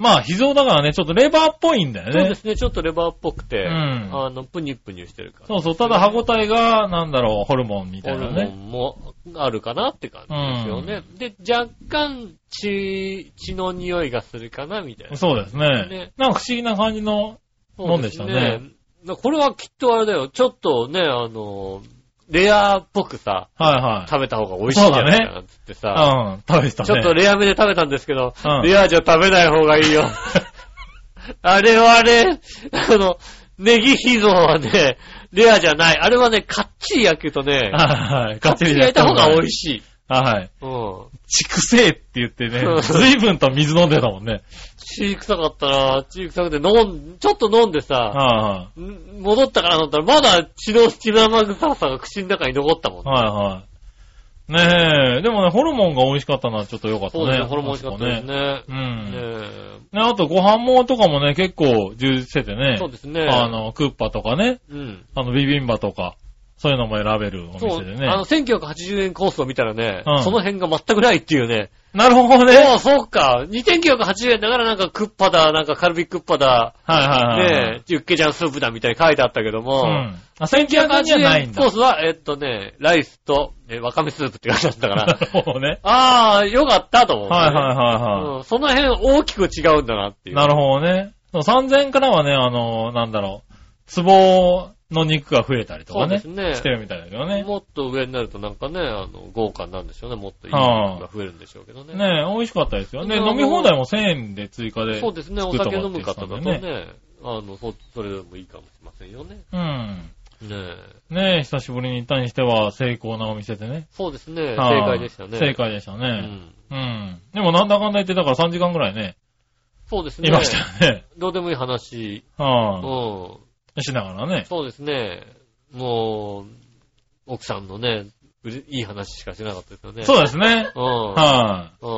Speaker 3: まあ、秘蔵だからね、ちょっとレバーっぽいんだ
Speaker 2: そう
Speaker 3: よ
Speaker 2: で
Speaker 3: ね。
Speaker 2: すね、ちょっとレバーっぽくて、
Speaker 3: うん
Speaker 2: あの、プニュプニュしてるから。
Speaker 3: そうそう、ただ歯応えが、なんだろう、ホルモンみた
Speaker 2: ホ
Speaker 3: い
Speaker 2: ル
Speaker 3: な
Speaker 2: モ
Speaker 3: ね。
Speaker 2: ンもあるかなって感じですよね。で、若干血、血の匂いがするかなみたいな。
Speaker 3: そうです
Speaker 2: ね
Speaker 3: ね。なんか不思議な感じの、もんでしたね
Speaker 2: そうですね。これはきっとあれだよ。ちょっとね、あの、レアっぽくさ、
Speaker 3: はいはい。
Speaker 2: 食べた方が美味しいんじゃないかなっつってさ、
Speaker 3: うん、食べてたね。
Speaker 2: ちょっとレア目で食べたんですけど、
Speaker 3: うん
Speaker 2: レアじゃ食べない方がい いよ。あれはね、あの、ネギ秘蔵はね、レアじゃない。あれはね、かっちり焼くとね、
Speaker 3: はいはい。
Speaker 2: かっちり焼いた方が美味
Speaker 3: しい。
Speaker 2: しい。
Speaker 3: はい。
Speaker 2: うん。
Speaker 3: 畜生って言ってね
Speaker 2: うん、
Speaker 3: 随分と水飲んでたもんね。
Speaker 2: 血臭かったな血臭くて飲ん、ちょっと飲んでさ、
Speaker 3: は
Speaker 2: ん戻ったからと思ったら、まだ血の血生臭さが口の中に残ったもん
Speaker 3: い。はいはい。ねえ、でもね、ホルモンが美味しかったのはちょっと良かったね。
Speaker 2: そうですね、これも美味しかったです
Speaker 3: ね。
Speaker 2: ね。
Speaker 3: う
Speaker 2: ね
Speaker 3: ん。
Speaker 2: え
Speaker 3: ね、あとご飯もとかもね、結構充実しててね。
Speaker 2: そうですね。
Speaker 3: あ、の、クッパとかね、
Speaker 2: うん。
Speaker 3: あの、ビビンバとか、そういうのも選べるお
Speaker 2: そう、
Speaker 3: 店でね
Speaker 2: あ。の、1980円コースを見たらね、
Speaker 3: うん
Speaker 2: その辺が全くないっていうね。
Speaker 3: なるほどね。
Speaker 2: もう、そうか。2980円だからなんかクッパだ、なんかカルビクッパだ、
Speaker 3: はいはいはいはい。
Speaker 2: ねえ、ユッケジャンスープだみたいに書いてあったけど
Speaker 3: う
Speaker 2: も、
Speaker 3: ん。あ、1980じゃないんだ
Speaker 2: コ。ースは、えっとね、ライスと、えわかめスープって書いてあったか
Speaker 3: な
Speaker 2: ら、
Speaker 3: るほどね。
Speaker 2: ああ、よかったと思う、
Speaker 3: はいはいはいは
Speaker 2: うんその辺大きく違うんだなって
Speaker 3: い。
Speaker 2: いう。
Speaker 3: なるほどね。そう3000円からはね、あの、なんだろう、壺の肉が増えたりとかね
Speaker 2: そ、うです
Speaker 3: して
Speaker 2: ね。
Speaker 3: るみたいだけどね。
Speaker 2: もっと上になるとなんかね、あの、豪華になるんでしょうね。もっといい
Speaker 3: はあ
Speaker 2: のが増えるんでしょうけどね。
Speaker 3: ねえ、美味しかったですよ。ね、
Speaker 2: あの
Speaker 3: 飲み放題も1000円で追加で。
Speaker 2: そうですね、お
Speaker 3: 作った
Speaker 2: 酒
Speaker 3: も
Speaker 2: 飲
Speaker 3: の
Speaker 2: む
Speaker 3: って言って
Speaker 2: 方
Speaker 3: た
Speaker 2: だ
Speaker 3: んだ
Speaker 2: と
Speaker 3: よね
Speaker 2: ね、あの、そ、それでもいいかもしれませんよね。
Speaker 3: うん。
Speaker 2: ねえ。
Speaker 3: ねえ、久しぶりに行ったにしては成功なお店でね。
Speaker 2: そうですね、正
Speaker 3: はい
Speaker 2: 解でしたね。
Speaker 3: 正解でした
Speaker 2: う
Speaker 3: ね。
Speaker 2: ん。
Speaker 3: うん。でもなんだかんだ言って、だから3時間ぐらいね、
Speaker 2: そうですね。
Speaker 3: いましたよ ね。
Speaker 2: どうでもいい話。う
Speaker 3: は
Speaker 2: ん。
Speaker 3: い。しながらね。
Speaker 2: そうですね。もう、奥さんのね、うれいい話しかしなかったですよね。。
Speaker 3: そううですね。
Speaker 2: うん。
Speaker 3: は
Speaker 2: うん。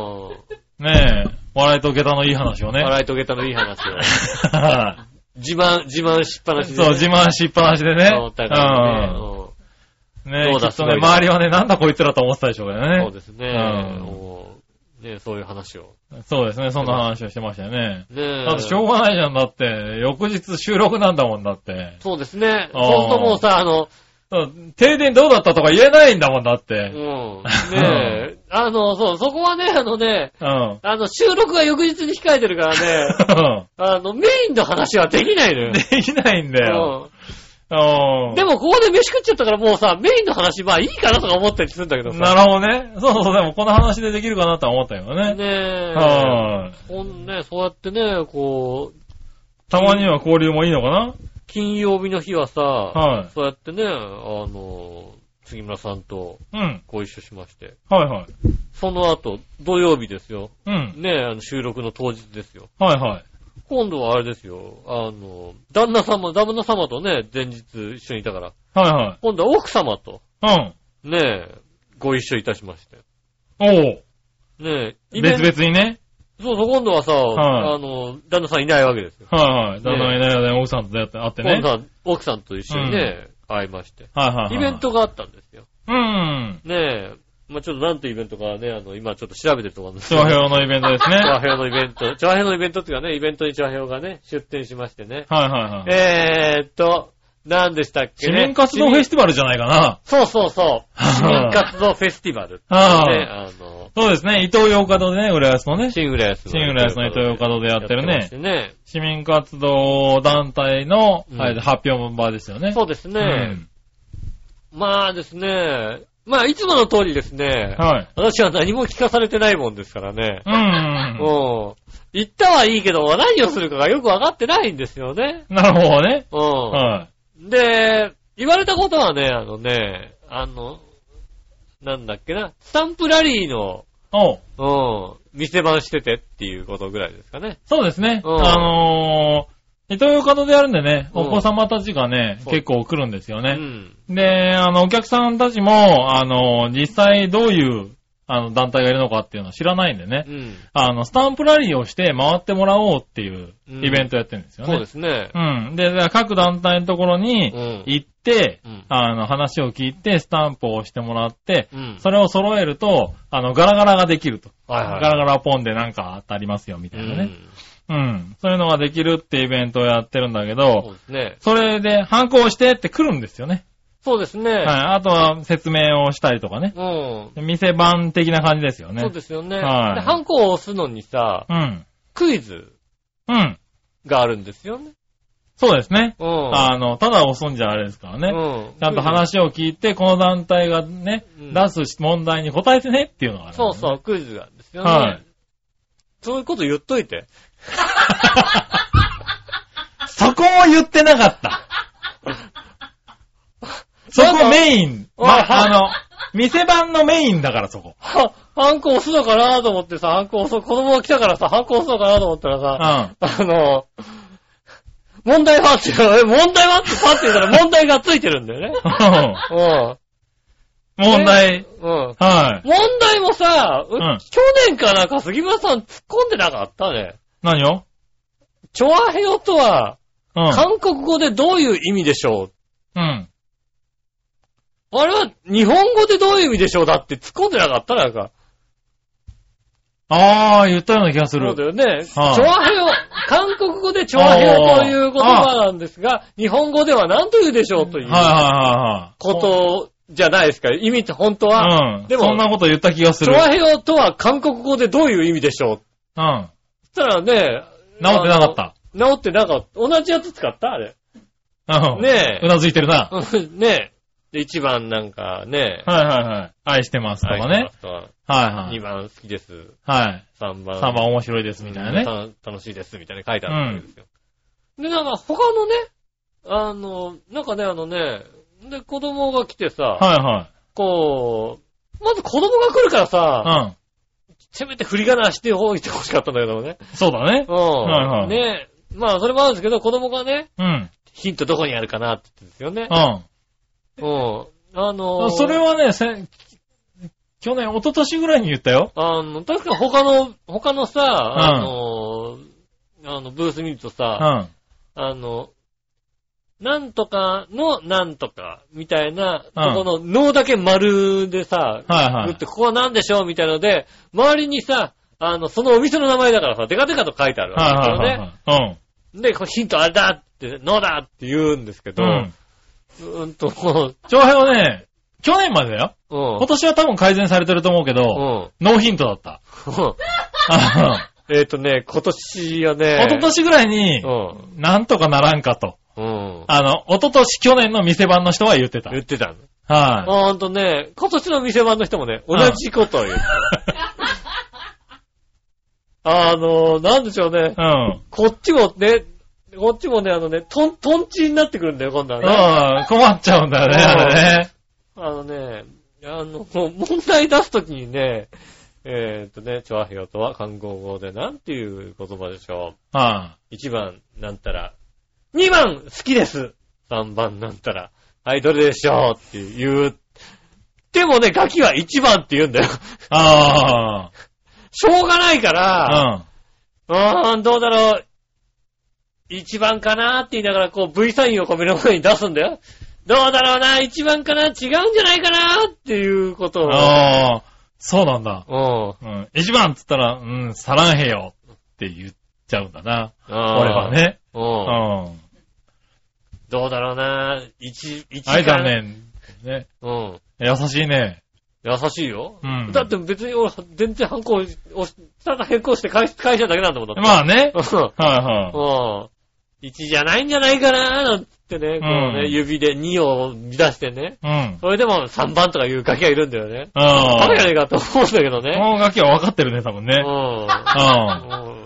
Speaker 3: い。ねえ、笑いと下駄のいい話をね。
Speaker 2: 笑いとげたのいい話を。
Speaker 3: は
Speaker 2: 自慢、自慢しっぱないしで、
Speaker 3: そう、自慢しっぱなしでね。
Speaker 2: お互いにね
Speaker 3: うん
Speaker 2: うんそ
Speaker 3: ね
Speaker 2: う
Speaker 3: え、
Speaker 2: だ
Speaker 3: きっとね、
Speaker 2: すごいね
Speaker 3: 周りはね、なんだこいつらと思ってたでしょうけど
Speaker 2: そう
Speaker 3: ね。
Speaker 2: です
Speaker 3: う
Speaker 2: ね。
Speaker 3: ん
Speaker 2: もうね、そういう話を。
Speaker 3: そうですね、そんな話をしてましたよね。
Speaker 2: ね
Speaker 3: だってしょうがないじゃんだって、翌日収録なんだもんだって。
Speaker 2: そうですね。
Speaker 3: あー
Speaker 2: ほんともうさ、あの、
Speaker 3: そう停電どうだったとか言えないんだもんだっ
Speaker 2: う
Speaker 3: て。
Speaker 2: ん。ねえ。あの、そう、そこはね、あのね、
Speaker 3: うん。
Speaker 2: あの、収録が翌日に控えてるから ね、あの、メインの話はできないのよ。
Speaker 3: できないんだよ。
Speaker 2: う
Speaker 3: うんん。
Speaker 2: でも、ここで飯食っちゃったからもうさ、メインの話、まあいいかなとか思ったりするんだけどさ。
Speaker 3: なるほどね。そうそう、でもこの話でできるかなとは思ったけど
Speaker 2: ね
Speaker 3: ね。
Speaker 2: え。
Speaker 3: はい。
Speaker 2: ほんね、そうやってね、こう、
Speaker 3: たまには交流もいいのか
Speaker 2: 金曜日の日はさ、
Speaker 3: なはい。
Speaker 2: そうやってね、あの、杉村さんと
Speaker 3: うん。
Speaker 2: ご一緒しまして、
Speaker 3: はいはい。
Speaker 2: その後、土曜日ですよ。
Speaker 3: うん。
Speaker 2: ねえ、あの収録の当日ですよ。
Speaker 3: はいはい。
Speaker 2: 今度はあれですよ、あの、旦那様、旦那様とね、前日一緒にいたから、
Speaker 3: は
Speaker 2: 今度は奥様と、
Speaker 3: いはい。
Speaker 2: ねえ、ご一緒いたしまして。
Speaker 3: うん。おう。
Speaker 2: ねえ、イベン
Speaker 3: 別
Speaker 2: ト、
Speaker 3: 々にね。
Speaker 2: そうそう、今度はさ、
Speaker 3: はい
Speaker 2: あの、旦那さんいないわけですよ。
Speaker 3: はいはい。旦那いないよね、奥さんと出会って会ってね
Speaker 2: 今。度は奥さんと一緒にね、会いまして。
Speaker 3: はいはいはい。
Speaker 2: イベントがあったんですよ。
Speaker 3: うん。
Speaker 2: ねえ、まあちょっとなんてイベントかね、あの、今ちょっと調べてるところなんです
Speaker 3: 調和表のイベント ですね。
Speaker 2: チョア
Speaker 3: はい
Speaker 2: ヘヨのイベント、チョアヘヨのイベントっていうかね、イベントにチョアヘヨがね、出展しましてね。
Speaker 3: はいはい。
Speaker 2: えーっと、何でしたっけ
Speaker 3: 市
Speaker 2: ね。
Speaker 3: 民活動フェス
Speaker 2: テ
Speaker 3: ティバルじゃないかな。
Speaker 2: ィバル。そうそうそう。市民活動フェスティバル、ね。
Speaker 3: ああ
Speaker 2: あの、
Speaker 3: そうですね。伊東洋華堂でね、浦安のね、
Speaker 2: シングラヤスの。
Speaker 3: 新浦安の伊東洋華堂でやってるね
Speaker 2: やってまして
Speaker 3: 市民活動団体の、
Speaker 2: うん
Speaker 3: あれで発表場ですよね。
Speaker 2: ねそうですね。
Speaker 3: うん
Speaker 2: まあですね、まあいつもの通りですね、
Speaker 3: はい。
Speaker 2: 私は何も聞かされてないもんですからね。
Speaker 3: うん。
Speaker 2: もうん、言ったはいいけど、何をするかがよくわかってないんですよね。
Speaker 3: なるほどね。
Speaker 2: うん。
Speaker 3: は
Speaker 2: で、言われたことはね、あのね、あの、なんだっけな、スタンプラリーの、
Speaker 3: い。おう
Speaker 2: うん、店番しててっていうことぐらいですかね。
Speaker 3: そうですね。
Speaker 2: うん
Speaker 3: あのー、伊東洋華堂でやるんでね、
Speaker 2: うん
Speaker 3: お子様たちがね、
Speaker 2: そう
Speaker 3: 結構来るんですよ
Speaker 2: う
Speaker 3: ね。
Speaker 2: ん。
Speaker 3: で、あの、お客さんたちも、あの、実際どういう、あの、団体がいるのかっていうのを知らないんでね
Speaker 2: う。ん。
Speaker 3: あの、スタンプラリーをして回ってもらおうっていうイベントやってるんですよね。
Speaker 2: そうですね。
Speaker 3: うん。で、だから各団体のところ
Speaker 2: う
Speaker 3: に
Speaker 2: ん。
Speaker 3: 行って、
Speaker 2: うん
Speaker 3: あの、話を聞いて、スタンプを押してもらって、
Speaker 2: うん。
Speaker 3: それを揃えると、あの、ガラガラができると。
Speaker 2: はいはい
Speaker 3: ガラガラポンでなんか当たりますよ、みたいな
Speaker 2: う
Speaker 3: ね。
Speaker 2: ん
Speaker 3: うん、そういうのができるってイベントをやってるんだけ
Speaker 2: そ
Speaker 3: ど
Speaker 2: う、ですね。
Speaker 3: それで、反抗してって来るんですよね。
Speaker 2: そうですね。
Speaker 3: はい。あとは説明をしたりとかね。
Speaker 2: う
Speaker 3: 店番的な感じですよ
Speaker 2: ん。
Speaker 3: ね。
Speaker 2: そうですよね。
Speaker 3: はい
Speaker 2: で、ハンコを押すのにさ、
Speaker 3: うん。
Speaker 2: クイズ
Speaker 3: うん。
Speaker 2: があるんですよね。
Speaker 3: そうですね。
Speaker 2: うん。
Speaker 3: あの、ただ遅んじゃあれですからね。
Speaker 2: うん。
Speaker 3: ちゃんと話を聞いて、この団体がね、
Speaker 2: うん
Speaker 3: 出す問題に答えてねっていうのがある、
Speaker 2: そうそう、クイズがあるんですよね。
Speaker 3: はい。
Speaker 2: そういうこと言っといて。
Speaker 3: そこを言ってな かった。そこメイン。
Speaker 2: おい
Speaker 3: まあ、あの、店番のメインだからそこ。
Speaker 2: は、ハンコ押すのかなと思ってさ、ハンコ押そう、子供が来たからさ、ハンコ押すのかなと思ったら
Speaker 3: う
Speaker 2: さ
Speaker 3: ん。、あ
Speaker 2: あの、問題はって言うからえ問題はってパッて言ったら問題がついてるんだよね。うん。
Speaker 3: 問題。
Speaker 2: うん。
Speaker 3: はい。
Speaker 2: 問題もさ、う
Speaker 3: うん
Speaker 2: 去年かなんか杉村さん突っ込んでなかったね。
Speaker 3: 何を
Speaker 2: チョアヘヨとは、
Speaker 3: うん。
Speaker 2: 韓国語でどういう意味でしょう
Speaker 3: うん。
Speaker 2: あれは日本語でどういう意味でしょうだって突っ込んでなかったなんか。
Speaker 3: ああ、言ったような気がす
Speaker 2: そう
Speaker 3: る。
Speaker 2: だよね。チョ
Speaker 3: はい
Speaker 2: アヘヨ、韓国語でチョアヘヨという言葉なんですが、日本語では何と言うでしょうとい
Speaker 3: はいうは
Speaker 2: ことじゃないですか。意味って本当
Speaker 3: い
Speaker 2: は。
Speaker 3: はい。うん。
Speaker 2: でも
Speaker 3: そんなこと言った気がす
Speaker 2: チ
Speaker 3: る
Speaker 2: ョ。アヘヨとは韓国語でどういう意味でしょう
Speaker 3: うん。
Speaker 2: そしたらね、
Speaker 3: 治ってなか
Speaker 2: あの。治ってなかった。同じやつ使ったあれ。
Speaker 3: った。うん。
Speaker 2: ねえ
Speaker 3: うなずいてるな。
Speaker 2: うんねえ。で、1番なんかね、
Speaker 3: はいはいはい。愛してますとかね。はいはい
Speaker 2: 2。番好きです。
Speaker 3: はい。
Speaker 2: 3番。
Speaker 3: 3番面白いですみたいなね。
Speaker 2: ね。楽しいです、みたいな書いてあるんですよ。で、なんか他のね、あの、なんかね、あのね、で、子供が来てさ、
Speaker 3: は
Speaker 2: こう、まず子供が来るから
Speaker 3: い
Speaker 2: さ、
Speaker 3: はい。うん。
Speaker 2: せめて振り仮名しておいてほしかったんだけどもね。
Speaker 3: そうだね
Speaker 2: う。ん。
Speaker 3: はいはい
Speaker 2: ねえ。まあ、それもあるんですけど、子供がね、
Speaker 3: うん。
Speaker 2: ヒントどこにあるかなって言ってんですよね。うん。あ
Speaker 3: う
Speaker 2: の
Speaker 3: ん。それはね、せ去年、一昨年ぐらいに言ったよ。
Speaker 2: あの、確か他の、他のさ、あの、あの、ブース見ると
Speaker 3: う
Speaker 2: さ
Speaker 3: ん。、は
Speaker 2: あの、なんとかのなんとか、みたいな、ここの脳だけ丸でさ
Speaker 3: い、は
Speaker 2: 打っ
Speaker 3: い
Speaker 2: て、。ここは何でしょうみたいので、周りにさ、あの、そのお店の名前だからさ、デカデカと書いてある
Speaker 3: はい
Speaker 2: わけ
Speaker 3: は
Speaker 2: です
Speaker 3: い
Speaker 2: よね。
Speaker 3: はい。
Speaker 2: で、こうヒントあれだって、のだって言うんですけ
Speaker 3: う
Speaker 2: ど、
Speaker 3: ん。う。
Speaker 2: うんーんと、こ
Speaker 3: 長編はね、去年までだよ。
Speaker 2: う、うん
Speaker 3: 今年は多分改善されてると思うけど、
Speaker 2: うん。
Speaker 3: ノーヒントだ った。
Speaker 2: えっとね、今年はね、
Speaker 3: 一昨年ぐらいに
Speaker 2: う、ん。
Speaker 3: なんとかならんかと。
Speaker 2: うん。
Speaker 3: あの、一昨年去年の店番の人は言ってた。
Speaker 2: 言ってたの。
Speaker 3: は
Speaker 2: あーほんとね、今年の店番の人もね、同じことを言う。あの、なんでしょうね
Speaker 3: い。。うん。
Speaker 2: こっちもね、こっちもね、あのね、トン、トンチになってくるんだよ、今度はね。
Speaker 3: うん、困っちゃうんだよね、あれね。
Speaker 2: あのね、あの、もう問題出すときにね、えーっとね、チョアヘヨとは韓国語でなんていう言葉でしょ
Speaker 3: は
Speaker 2: う。1番、なんたら。2番、好きです。3番、なんたら。はい、どれでしょうっていう。でもね、ガキは1番って言うんだよ。
Speaker 3: い。あ
Speaker 2: しょうがないから、
Speaker 3: あ、
Speaker 2: うーん、どうだろう。一番かなって言いながら、こう V サインを米の前に出すんだよ。どうだろうな、一番かな、違うんじゃないかなっていうこと
Speaker 3: うん。
Speaker 2: を。
Speaker 3: ああ、そうなんだ。
Speaker 2: うん。
Speaker 3: うん。一番っつったら、うん、サランヘヨって言っちゃうんだな。俺はね。う
Speaker 2: うん。
Speaker 3: ん。
Speaker 2: どうだろうな、一、一
Speaker 3: あれ
Speaker 2: か
Speaker 3: だ
Speaker 2: な。
Speaker 3: ね。ね。
Speaker 2: うん。
Speaker 3: 優しいね。
Speaker 2: 優しいよ。
Speaker 3: うん
Speaker 2: だって別に俺、全然反抗をし、ただ変更して返し、返しただけなんだもんだって。
Speaker 3: まあね。
Speaker 2: あ。
Speaker 3: はいは
Speaker 2: うん。一じゃないんじゃないかななんてね、こう
Speaker 3: う
Speaker 2: ね、
Speaker 3: ん
Speaker 2: 指で2を出してね。
Speaker 3: い。うん。
Speaker 2: それでも3番とかいうガキがいるんだよね。
Speaker 3: あ
Speaker 2: バカじゃねえかと思うんだけど
Speaker 3: こ
Speaker 2: ね。
Speaker 3: のガキは分かってるね、多分ね
Speaker 2: う。ん。
Speaker 3: うん。
Speaker 2: うん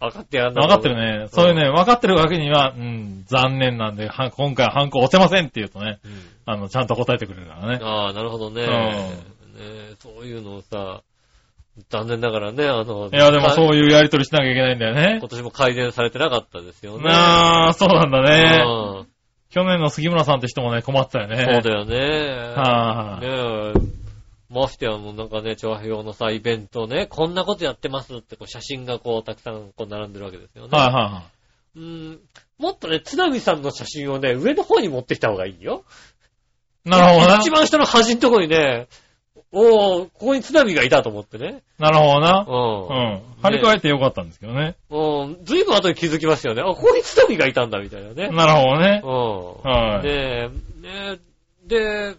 Speaker 2: 分かってやんな。
Speaker 3: 分かってる。ね。そういうね、分かってるガキには、うん、残念なんで、は今回はハンコ押せませんって言うとね、
Speaker 2: うん
Speaker 3: あの、ちゃんと答えてくれるからね。
Speaker 2: ああ、なるほどね。
Speaker 3: うん
Speaker 2: ねえそういうのをさ、残念ながらね、あの、
Speaker 3: いや、でも
Speaker 2: か
Speaker 3: そういうやりとりしなきゃいけないんだよね
Speaker 2: 今。年も改善されてなかったですよね。
Speaker 3: なあ、そうなんだね。
Speaker 2: うん
Speaker 3: 去年の杉村さんって人もね、困ってたよね。
Speaker 2: そうだよね。
Speaker 3: はあ
Speaker 2: ねえ。ましてや、もうなんかね、調和用のさ、イベントね、こんなことやってますって、こう写真がこう、たくさんこう並んでるわけですよね。
Speaker 3: はいはいは
Speaker 2: うーんもっとね、津波さんの写真をね、上の方に持ってきた方がいいよ。
Speaker 3: い。なるほどな
Speaker 2: 一。番下の端のとこにね、おー、ここに津波がいたと思ってね。
Speaker 3: なるほどな。う。
Speaker 2: うん
Speaker 3: 張り替えてよかったんですけどね。
Speaker 2: ん。うん。ずいぶん後に気づきますよね。あ、ここに津波がいたんだ、みたいなね。
Speaker 3: なるほどね。
Speaker 2: うん。
Speaker 3: はい
Speaker 2: で、ねで、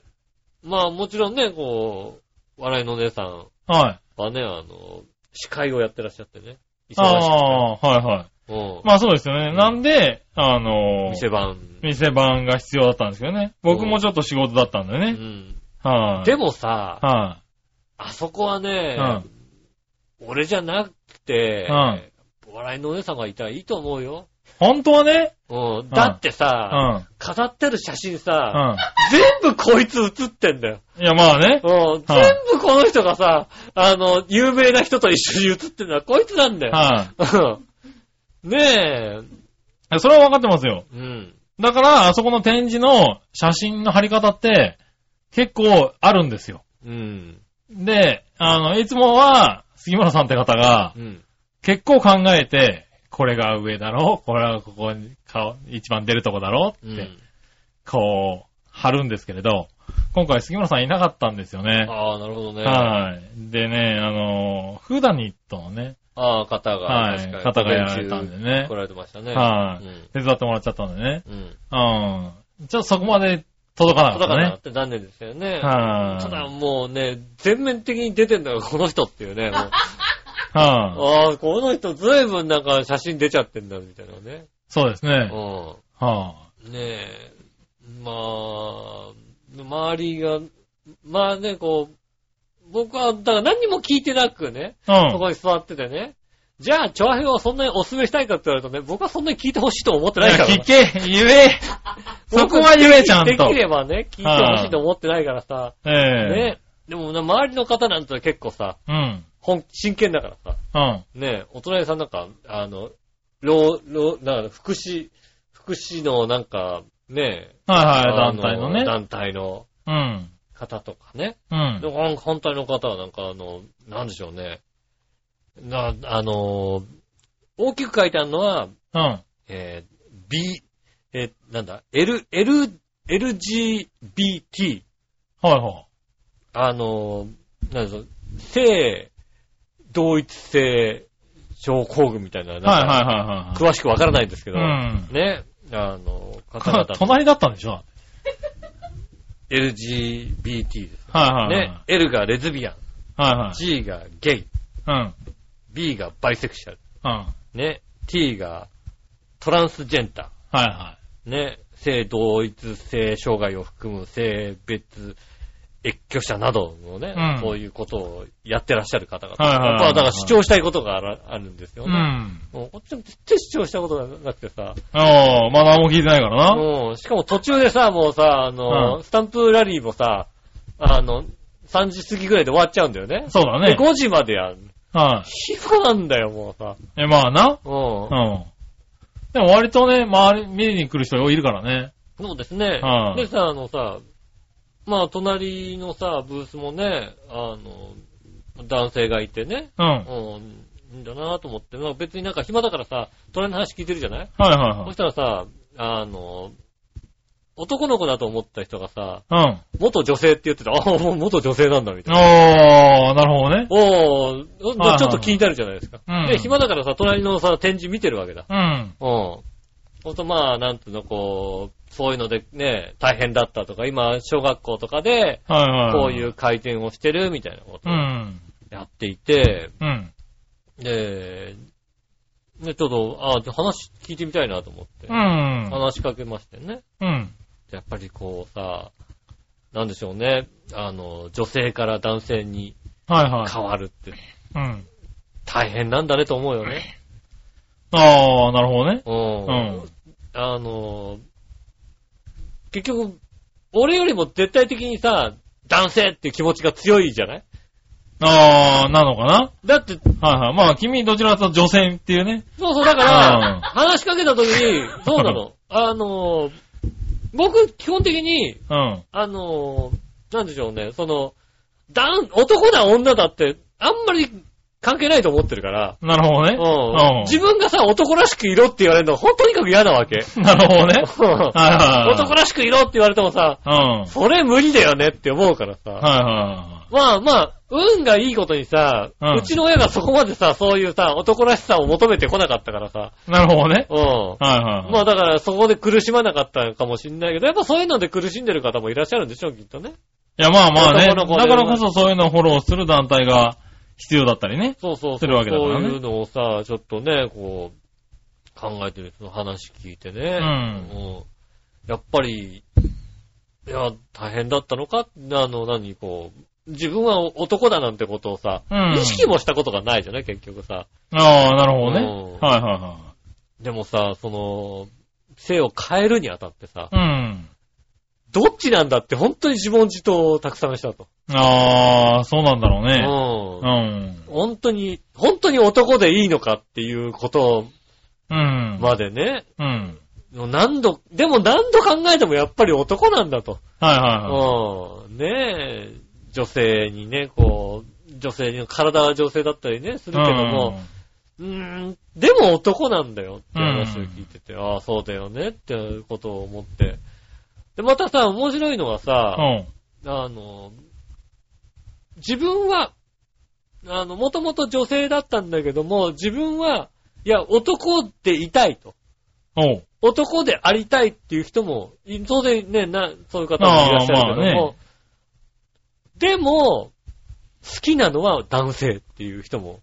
Speaker 2: まあもちろんね、こう、笑いのお姉さん
Speaker 3: はい。
Speaker 2: はね、あの、司会をやってらっしゃってね。忙しく
Speaker 3: あ
Speaker 2: て
Speaker 3: あー、はいはい。
Speaker 2: うん
Speaker 3: まあそうですよね。
Speaker 2: ん
Speaker 3: なんで、あのー、
Speaker 2: 店番。
Speaker 3: 店番が必要だったんですけどね。僕もちょっと仕事だったんだよ
Speaker 2: う
Speaker 3: ね。
Speaker 2: ん。
Speaker 3: はい。
Speaker 2: で
Speaker 3: も、
Speaker 2: もさ、
Speaker 3: は
Speaker 2: あそこはね
Speaker 3: い。う、ん。
Speaker 2: 俺じゃなくて、
Speaker 3: うん
Speaker 2: お笑いのお姉さんがいたらいいと思うよ。
Speaker 3: 本当はね、
Speaker 2: うん。だって
Speaker 3: う
Speaker 2: さ、
Speaker 3: ん。
Speaker 2: 飾ってる写真
Speaker 3: う
Speaker 2: さ、
Speaker 3: ん。
Speaker 2: 全部こいつ写ってんだよ。
Speaker 3: いや、まあね。
Speaker 2: うん。全部この人がさ、あの、有名な人と一緒に写ってるのはこいつなんだよ。
Speaker 3: は
Speaker 2: うんねえ、
Speaker 3: い。それは分かってますよ。
Speaker 2: うん。
Speaker 3: だから、あそこの展示の写真の貼り方って、結構あるんですよ。
Speaker 2: うん。
Speaker 3: で、あの、いつもは、杉村さんって方が
Speaker 2: う、ん。
Speaker 3: 結構考えて、これが上だろこれはここに、顔、一番出るとこだろ
Speaker 2: う
Speaker 3: って、
Speaker 2: ん。
Speaker 3: こう、貼るんですけれど、今回杉村さんいなかったんですよね。
Speaker 2: ああ、なるほどね。
Speaker 3: はい。でね、あの、フーダニットのね、
Speaker 2: ああ、方が、
Speaker 3: はい
Speaker 2: 確かに
Speaker 3: 方がやられたんでね
Speaker 2: 午前中来られてましたね。
Speaker 3: はい
Speaker 2: うん
Speaker 3: 手伝ってもらっちゃったんでね。
Speaker 2: うん。
Speaker 3: うん。ちょっとそこまで届かな
Speaker 2: た
Speaker 3: か
Speaker 2: だ
Speaker 3: っ
Speaker 2: か
Speaker 3: た
Speaker 2: ら
Speaker 3: ね
Speaker 2: っ。て残念ですよね。
Speaker 3: はい
Speaker 2: ただもうね、全面的に出てんだがこの人っていう ね。もう
Speaker 3: はい
Speaker 2: ああ、この人ずいぶんなんか写真出ちゃってんだみたいなね。
Speaker 3: そうです ね。
Speaker 2: う
Speaker 3: は
Speaker 2: ん。ねえ。まあ、周りが、まあね、こう、僕は、だから何にも聞いてなくね、
Speaker 3: い。うん。
Speaker 2: そこに座っててね。じゃあ、調和兵をそんなにお勧めしたいかって言われるとね、僕はそんなに聞いてほしいと思ってないから。
Speaker 3: 聞け、言 え。そこは言え、ちゃん
Speaker 2: で
Speaker 3: と
Speaker 2: き。ればね、聞いてほしいと思ってないからさ、
Speaker 3: ええ
Speaker 2: ね。でもな、周りの方なんて結構さ、
Speaker 3: うん。
Speaker 2: 本、真剣だからさ、
Speaker 3: うん。
Speaker 2: ね、お隣さんなんか、あの、老、老、なんか、福祉、福祉のなんか、ね、
Speaker 3: はいは
Speaker 2: あ
Speaker 3: い、団体のね。
Speaker 2: 団体の
Speaker 3: うん。
Speaker 2: 方とかね。
Speaker 3: う
Speaker 2: で
Speaker 3: ん。
Speaker 2: 反反対の方はなんか、あの、なんでしょうね。な、あの、大きく書いてあるのは、
Speaker 3: うん。
Speaker 2: えー B、えーなんだ、L、L、LGBT、
Speaker 3: はいは
Speaker 2: あのー、なんだろう、性同一性症候群みたいな、なん
Speaker 3: い。
Speaker 2: か
Speaker 3: はいはいはいはい。
Speaker 2: 詳しくわからないんですけど、
Speaker 3: うん
Speaker 2: ね、あの、方
Speaker 3: か
Speaker 2: 々の
Speaker 3: 隣だったんでしょ
Speaker 2: LGBT です
Speaker 3: はいはいはい。
Speaker 2: ね。L がレズビアン、
Speaker 3: はいはい。
Speaker 2: G がゲイ、
Speaker 3: うん。
Speaker 2: B がバイセクシャル、
Speaker 3: うん。はい
Speaker 2: ね、T がトランスジェンダー、
Speaker 3: は
Speaker 2: ね、性同一性障害を含む性別越居者などのね、
Speaker 3: うん
Speaker 2: そういうことをやってらっしゃる方々。
Speaker 3: はいはいはいはい
Speaker 2: やっぱだから主張したいことがあらあるんですよ
Speaker 3: い。う
Speaker 2: ね。
Speaker 3: ん。
Speaker 2: もうこっちも絶対主張したことがなくてさ、
Speaker 3: ああ、まだ何も聞いてないからな。
Speaker 2: もうしかも途中でさ、もうさ、あの、
Speaker 3: うん
Speaker 2: スタンプラリーもさ、あの、3時過ぎぐらいで終わっちゃうんだよね。
Speaker 3: そうだ
Speaker 2: で、
Speaker 3: ね。
Speaker 2: 5時までやん。
Speaker 3: はい。
Speaker 2: ひどなんだよ、もうさ。
Speaker 3: え、まあな。
Speaker 2: うん。
Speaker 3: うん。でも割とね、周り、見に来る人いるからね。
Speaker 2: そうですね。
Speaker 3: はい
Speaker 2: でさ、あのさ、まあ、隣のさ、ブースもね、あの、男性がいてね、
Speaker 3: うん。は
Speaker 2: う
Speaker 3: い
Speaker 2: ん、いいんだなと思って、まあ、別になんか暇だからさ、隣の話聞いてるじゃない
Speaker 3: はい
Speaker 2: そ
Speaker 3: は
Speaker 2: したらさ、あの、男の子だと思った人がさ、
Speaker 3: い。うん。
Speaker 2: 元女性って言ってた、ああ、もう元女性なんだ、みたいな。
Speaker 3: ああ、なるほどね。
Speaker 2: おー、お
Speaker 3: はいはい
Speaker 2: ちょっと気になるじゃないですか。
Speaker 3: うん
Speaker 2: で、暇だからさ、隣のさ、展示見てるわけだ。
Speaker 3: うん。
Speaker 2: うん。ほんとまあ、なんていうの、こう、そういうのでね、大変だったとか、今、小学校とかで、
Speaker 3: はいはい。
Speaker 2: こういう。回転をしてるみたいなこと
Speaker 3: う
Speaker 2: を
Speaker 3: ん。
Speaker 2: やっていて、
Speaker 3: うん。
Speaker 2: で、ね、ちょっと、あで話聞いてみたいなと思って、
Speaker 3: うん。
Speaker 2: 話しかけましてね。
Speaker 3: うん。
Speaker 2: やっぱりこうさ、なんでしょうね、あの、女性から男性に
Speaker 3: はいはい。
Speaker 2: 変わるって
Speaker 3: うん。
Speaker 2: 大変なんだねと思うよね。
Speaker 3: ああ、なるほどね。
Speaker 2: う。
Speaker 3: うんん。
Speaker 2: あの、結局、俺よりも絶対的にさ、男性っていう気持ちが強いじゃない
Speaker 3: ああ、なのかな
Speaker 2: だって、
Speaker 3: はいはい。まあ、君どちらかというと女性っていうね。
Speaker 2: そうそう、だか
Speaker 3: うん
Speaker 2: ら、話しかけた時に、そうな の。あの、僕、基本的に、
Speaker 3: うん。
Speaker 2: あの、なんでしょうね、その、男、男だ女だって、あんまり関係ないと思ってるから、
Speaker 3: なるほどね。
Speaker 2: うん。自分がさ、男らしくいろって言われるのが、ほんとにかく嫌なわけ。
Speaker 3: なる ほどね。
Speaker 2: 男
Speaker 3: はいはい。ら。
Speaker 2: らしくいろって言われてもさ、
Speaker 3: うん。はい
Speaker 2: それ無理だよねって思うからさ。
Speaker 3: は
Speaker 2: まあまあ、運がいいことにさ、う
Speaker 3: うん
Speaker 2: ちの親がそこまでさ、そういうさ、男らしさを求めてこなかったからさ、
Speaker 3: い。なるほどね。
Speaker 2: うん。
Speaker 3: はいはい。
Speaker 2: まあだからそこで苦しまなかったかもしんないけど、やっぱそういうので苦しんでる方もいらっしゃるんでしょう、きっとね。
Speaker 3: いや、まあまあね。
Speaker 2: 男の子で
Speaker 3: だからこそそういうのをフォローする団体が必要だったりね。
Speaker 2: そうそう
Speaker 3: す
Speaker 2: そう。
Speaker 3: るわけだから
Speaker 2: そ
Speaker 3: ね
Speaker 2: ういうのをさ、ちょっとね、こう、考えてる人の話聞いてね。
Speaker 3: うん
Speaker 2: うんやっぱり、いや、大変だったのかあの、何、こう、自分は男だなんてことをさ、
Speaker 3: うん
Speaker 2: 意識もしたことがないじゃない、結局さ。
Speaker 3: ああ、なるほどね。
Speaker 2: うん
Speaker 3: はいはいは
Speaker 2: でもさ、その、性を変えるにあたってさ、
Speaker 3: い。うん。
Speaker 2: どっちなんだって本当に自問自答をたくさんしたと。
Speaker 3: ああ、そうなんだろうね。
Speaker 2: う。
Speaker 3: うんん。
Speaker 2: 本当に、本当に男でいいのかっていうこと
Speaker 3: うん。
Speaker 2: までね、
Speaker 3: うん。
Speaker 2: 何度、でも何度考えてもやっぱり男なんだと。
Speaker 3: はいはいはい。
Speaker 2: うん。ねえ、女性にね、こう、女性に、体は女性だったりね、するけども、うーん、でも男なんだよって話を聞いてて、ああ、そうだよねっていうことを思って。で、またさ、面白いのは
Speaker 3: う
Speaker 2: さ、
Speaker 3: ん。うん。
Speaker 2: あの、自分は、あの、もともと女性だったんだけども、自分は、いや、男でいたいと。
Speaker 3: おう。
Speaker 2: 男でありたいっていう人も、い当然ね、な、そういう方もいらっしゃるけども、
Speaker 3: ああまあね
Speaker 2: でも、好きなのは男性っていう人も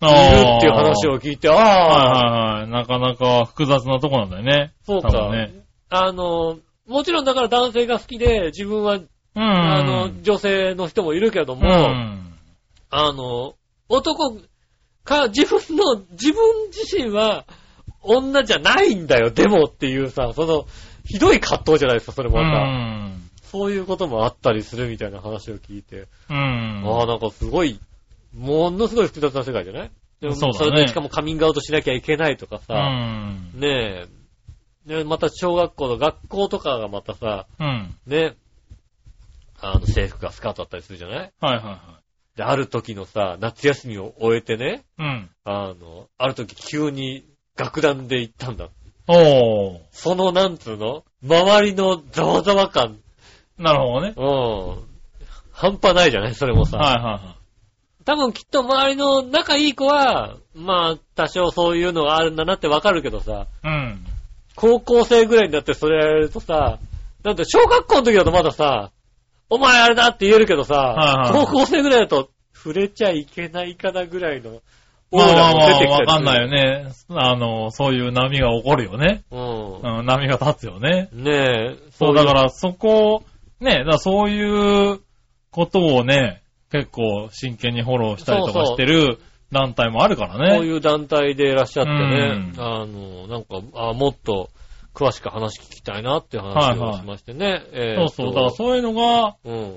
Speaker 2: いる
Speaker 3: ああ。
Speaker 2: っていう話を聞いて、
Speaker 3: は
Speaker 2: ああ、
Speaker 3: いはいはい。なかなか複雑なとこなんだよね。
Speaker 2: そう
Speaker 3: 多
Speaker 2: か、
Speaker 3: 分ね。
Speaker 2: あの、もちろんだから男性が好きで、自分は、
Speaker 3: うん。
Speaker 2: あの、女性の人もいるけども、
Speaker 3: うん。
Speaker 2: あの、男か、自分の、自分自身は女じゃないんだよ、でもっていうさ、その、ひどい葛藤じゃないですか、それも
Speaker 3: う
Speaker 2: また。
Speaker 3: ん。
Speaker 2: そういうこともあったりするみたいな話を聞いて、
Speaker 3: うん。
Speaker 2: ああ、なんかすごい、ものすごい複雑な世界じゃないでも
Speaker 3: そうだね
Speaker 2: れでしかもカミングアウトしなきゃいけないとか
Speaker 3: う
Speaker 2: さ、
Speaker 3: ん。
Speaker 2: ねえ、ねまた小学校の学校とかがまたさ、
Speaker 3: うん。
Speaker 2: ね、あの制服がスカートだったりするじゃない
Speaker 3: はいはいは
Speaker 2: で、ある時のさ、夏休みを終えてね、
Speaker 3: い。うん。
Speaker 2: あの、ある時急に楽団で行ったんだ。
Speaker 3: おー。
Speaker 2: その、なんつうの周りのざわざわ感、
Speaker 3: なるほどね。
Speaker 2: うん。半端ないじゃないそれもさ。
Speaker 3: はいは
Speaker 2: 多分きっと周りの仲いい子は、まあ、多少そういうのがあるんだなってわかるけどさ、
Speaker 3: いはい。うん。
Speaker 2: 高校生ぐらいになってそれやられるとさ、だって小学校の時だとまださ、お前あれだって言えるけどさ、
Speaker 3: はいはい
Speaker 2: 高校生ぐらいだと触れちゃいけないかなぐらいのオー
Speaker 3: まあま
Speaker 2: ラ
Speaker 3: あ
Speaker 2: も
Speaker 3: ま
Speaker 2: 出てき
Speaker 3: あ、
Speaker 2: た
Speaker 3: わ
Speaker 2: り
Speaker 3: か
Speaker 2: する
Speaker 3: んないよね。あの、そういう波が起こるよね。うん、波が立つよね。
Speaker 2: うん。ねえ、、
Speaker 3: そう、だかららそこを、ね、だからそういうことをね、結構真剣にフォローしたりと
Speaker 2: そう
Speaker 3: か
Speaker 2: そう
Speaker 3: してる団体もあるからね。
Speaker 2: こういう団体でいらっしゃってね、
Speaker 3: うん
Speaker 2: あの、なんか、あもっと詳しく話聞きたいなっていう話
Speaker 3: はい
Speaker 2: を
Speaker 3: はい
Speaker 2: しましてね。えー
Speaker 3: そう
Speaker 2: と
Speaker 3: そう。だからそういうのが、
Speaker 2: うん。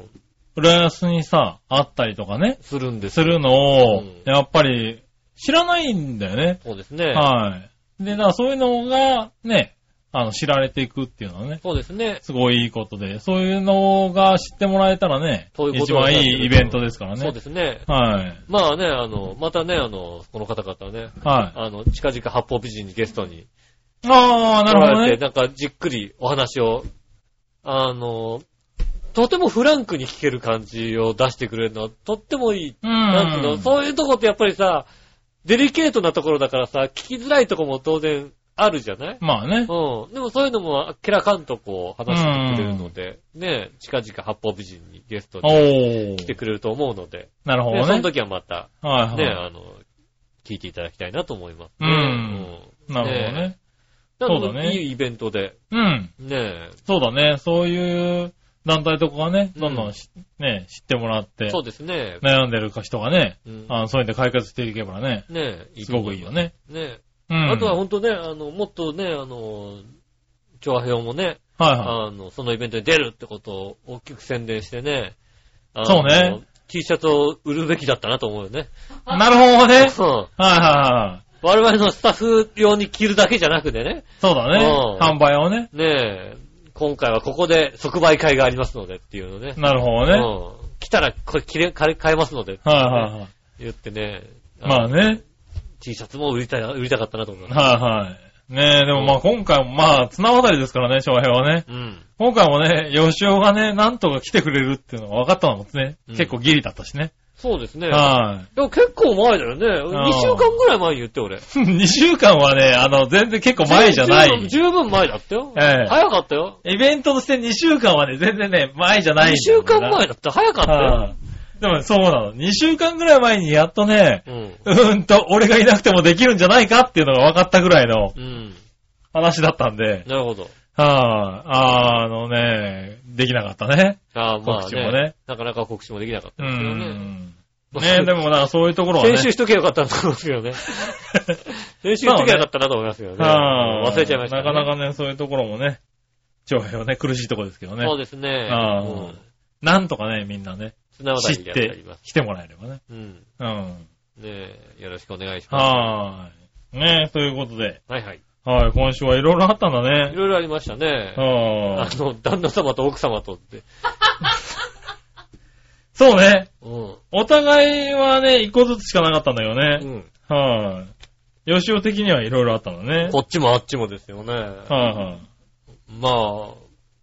Speaker 3: 浦安にさ、あったりとかね、
Speaker 2: するんです
Speaker 3: するのを
Speaker 2: うん、
Speaker 3: やっぱり知らないんだよね。
Speaker 2: そうですね。
Speaker 3: はい。で、だからそういうのが、ね、あの、知られていくっていうのはね、
Speaker 2: そうですね。
Speaker 3: すごいいいことで、そういうのが知ってもらえたらね、
Speaker 2: そういうこ
Speaker 3: 一
Speaker 2: とを
Speaker 3: 番
Speaker 2: ね
Speaker 3: いいイベントですからね。
Speaker 2: そうですね。
Speaker 3: はい。
Speaker 2: まあね、あの、またね、あの、この方々ね、
Speaker 3: はい。
Speaker 2: あの、近々八方美人にゲストに
Speaker 3: ああ、な
Speaker 2: 来
Speaker 3: るほ
Speaker 2: ら
Speaker 3: ど
Speaker 2: れ
Speaker 3: ね
Speaker 2: て、。なんかじっくりお話を、あの、とてもフランクに聞ける感じを出してくれるのはとってもいい。
Speaker 3: う
Speaker 2: なんていうの、
Speaker 3: ん。
Speaker 2: そういうとこってやっぱりさ、デリケートなところだからさ、聞きづらいとこも当然あるじゃない
Speaker 3: まあね。
Speaker 2: うん。でもそういうのもあっけらかんとこう話してくれるので、ね、近々八方美人にゲストに
Speaker 3: お
Speaker 2: 来て
Speaker 3: ー。
Speaker 2: くれると思うので、
Speaker 3: なるほ
Speaker 2: ね、
Speaker 3: ど
Speaker 2: その
Speaker 3: ね。
Speaker 2: 時はまた、
Speaker 3: はい
Speaker 2: ね、
Speaker 3: は
Speaker 2: あの、聞いていただきたいなと思います、
Speaker 3: うんい。なるほどね。
Speaker 2: うん。
Speaker 3: そうだね
Speaker 2: なのでいいイベントで、
Speaker 3: うん。
Speaker 2: ね
Speaker 3: そうだね。そういう団体とかがね、
Speaker 2: うん
Speaker 3: どんどんし、ね、知ってもらって、
Speaker 2: そうですね。
Speaker 3: 悩んでる人がね、
Speaker 2: うん
Speaker 3: あのそういうので解決していけばね、
Speaker 2: ね
Speaker 3: すごくいいよ。ね。
Speaker 2: ね
Speaker 3: うん。
Speaker 2: あとはほんとね、あの、もっとね、あの、調和表もね、
Speaker 3: はいは
Speaker 2: あの、そのイベントに出るってことを大きく宣伝してね。あの
Speaker 3: そうね。
Speaker 2: T シャツを売るべきだったなと思うよね。
Speaker 3: い。なるほどね。は い
Speaker 2: うん。
Speaker 3: はいはい。
Speaker 2: 我々のスタッフ用に着るだけじゃなくてね。
Speaker 3: そうだね。
Speaker 2: うん
Speaker 3: 販売をね。
Speaker 2: ねえ、今回はここで即売会がありますのでっていうのね。
Speaker 3: なるほどね。は
Speaker 2: うん。来たらこれ着れ、買い買えますのでって
Speaker 3: いはいはい。
Speaker 2: 言ってね。
Speaker 3: まあ
Speaker 2: の。
Speaker 3: ね。
Speaker 2: T シャツも売りたい、売りたかったなと思う。
Speaker 3: はいはい。ねえ、でもまあ今回もまあ綱渡りですからね、翔平はね。
Speaker 2: うん。
Speaker 3: 今回もね、吉尾がね、なんとか来てくれるっていうのが分かったのもね、
Speaker 2: うん
Speaker 3: 結構ギリだったしね。
Speaker 2: そうですね。
Speaker 3: は
Speaker 2: でも結構前だよね。
Speaker 3: ん
Speaker 2: 2週間ぐらい前に言って俺。
Speaker 3: い。2週 間はね、あの、全然結構前じゃな
Speaker 2: 十分
Speaker 3: い。
Speaker 2: 十分前だったよ。
Speaker 3: ええ
Speaker 2: 早かったよ。
Speaker 3: イベントとして2週間はね、全然ね、前じゃないん
Speaker 2: 2
Speaker 3: だよ
Speaker 2: 週
Speaker 3: な。
Speaker 2: 間前だった。早かったよ。
Speaker 3: はいでもそうなの。2週間ぐらい前にやっとね、
Speaker 2: うん。
Speaker 3: うーんと、俺がいなくてもできるんじゃないかっていうのが分かったぐらいの
Speaker 2: うん。
Speaker 3: 話だったんで、
Speaker 2: なるほど。
Speaker 3: はい、あ、のね、できなかったね。
Speaker 2: ああ、まあ
Speaker 3: 告知もね
Speaker 2: ね。なかなか告知もできなかっ
Speaker 3: う
Speaker 2: た
Speaker 3: ー
Speaker 2: んですけどね。
Speaker 3: ん。ねでもなんかそういうところはね。
Speaker 2: 先週しとけばよかったなと思いますけど ね。先週しとけばよかったなと思いますけどね。
Speaker 3: はい
Speaker 2: 忘れちゃいましたね。
Speaker 3: なかなかね、そういうところもね、長編はね、苦しいところですけどね。
Speaker 2: そうですね。
Speaker 3: ああ
Speaker 2: うん
Speaker 3: なんとかね、みんなね、
Speaker 2: 綱渡
Speaker 3: 知
Speaker 2: りでや
Speaker 3: っ
Speaker 2: ってあり
Speaker 3: て
Speaker 2: ます。
Speaker 3: 来てもらえればね。
Speaker 2: うん。ね
Speaker 3: うん。
Speaker 2: え、よろしくお願いしま
Speaker 3: はーい。ねということで、
Speaker 2: す。はいはい。
Speaker 3: はい、今週はいろいろあったんだ
Speaker 2: い
Speaker 3: ね。
Speaker 2: ろいろありましたね。
Speaker 3: は
Speaker 2: あ
Speaker 3: ーい
Speaker 2: の、旦那様と奥様とって。
Speaker 3: そうね。
Speaker 2: うん。
Speaker 3: お互いはね、一個ずつしかなかったんだよ
Speaker 2: う
Speaker 3: ね。
Speaker 2: ん。
Speaker 3: はい。吉尾的にはいろいろあったのね。
Speaker 2: こっちもあっちもですよね。
Speaker 3: はいはい。
Speaker 2: まあ、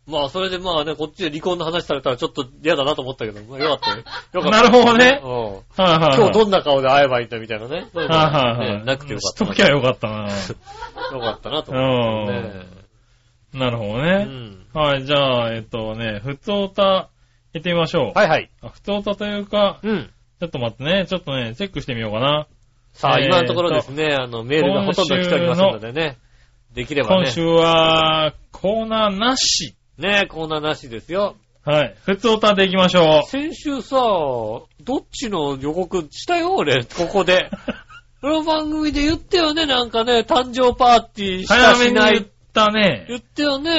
Speaker 2: まあ、それでまあね、こっちで離婚の話されたらちょっと嫌だなと思ったけど、まあ、よかったね。よかった。
Speaker 3: なるほどね
Speaker 2: うん。
Speaker 3: はいはいはい。
Speaker 2: 今日どんな顔で会えばいいんだみたいなね。そういうの
Speaker 3: はい
Speaker 2: が
Speaker 3: はいは
Speaker 2: ね
Speaker 3: い。
Speaker 2: なくてよかっ
Speaker 3: したと
Speaker 2: な。
Speaker 3: きゃよかった な。
Speaker 2: よかったなと思ってね。
Speaker 3: なるほど
Speaker 2: う
Speaker 3: ね。
Speaker 2: ん。
Speaker 3: はい、じゃあ、えっとね、ふつおた、行ってみましょう。
Speaker 2: はいはい。
Speaker 3: あふつおたというか、
Speaker 2: うん。
Speaker 3: ちょっと待ってね、ちょっとね、チェックしてみようかな。
Speaker 2: さあ、
Speaker 3: えーと
Speaker 2: 今のところですね、あの、メールがほとんど来ておりますのでね。できれば
Speaker 3: 今
Speaker 2: ね。
Speaker 3: 週は、コーナーなし。
Speaker 2: ねえ、コーナーなしですよ。
Speaker 3: はい、ふつおたで行きましょ
Speaker 2: 先週さ、どっちの予告したよ、俺、ここ で。この番組で言ったよね、なんかね、誕生パーティー
Speaker 3: う。
Speaker 2: した
Speaker 3: 早め
Speaker 2: し
Speaker 3: に
Speaker 2: な
Speaker 3: 言っ
Speaker 2: い。
Speaker 3: たね。
Speaker 2: 言ったよね、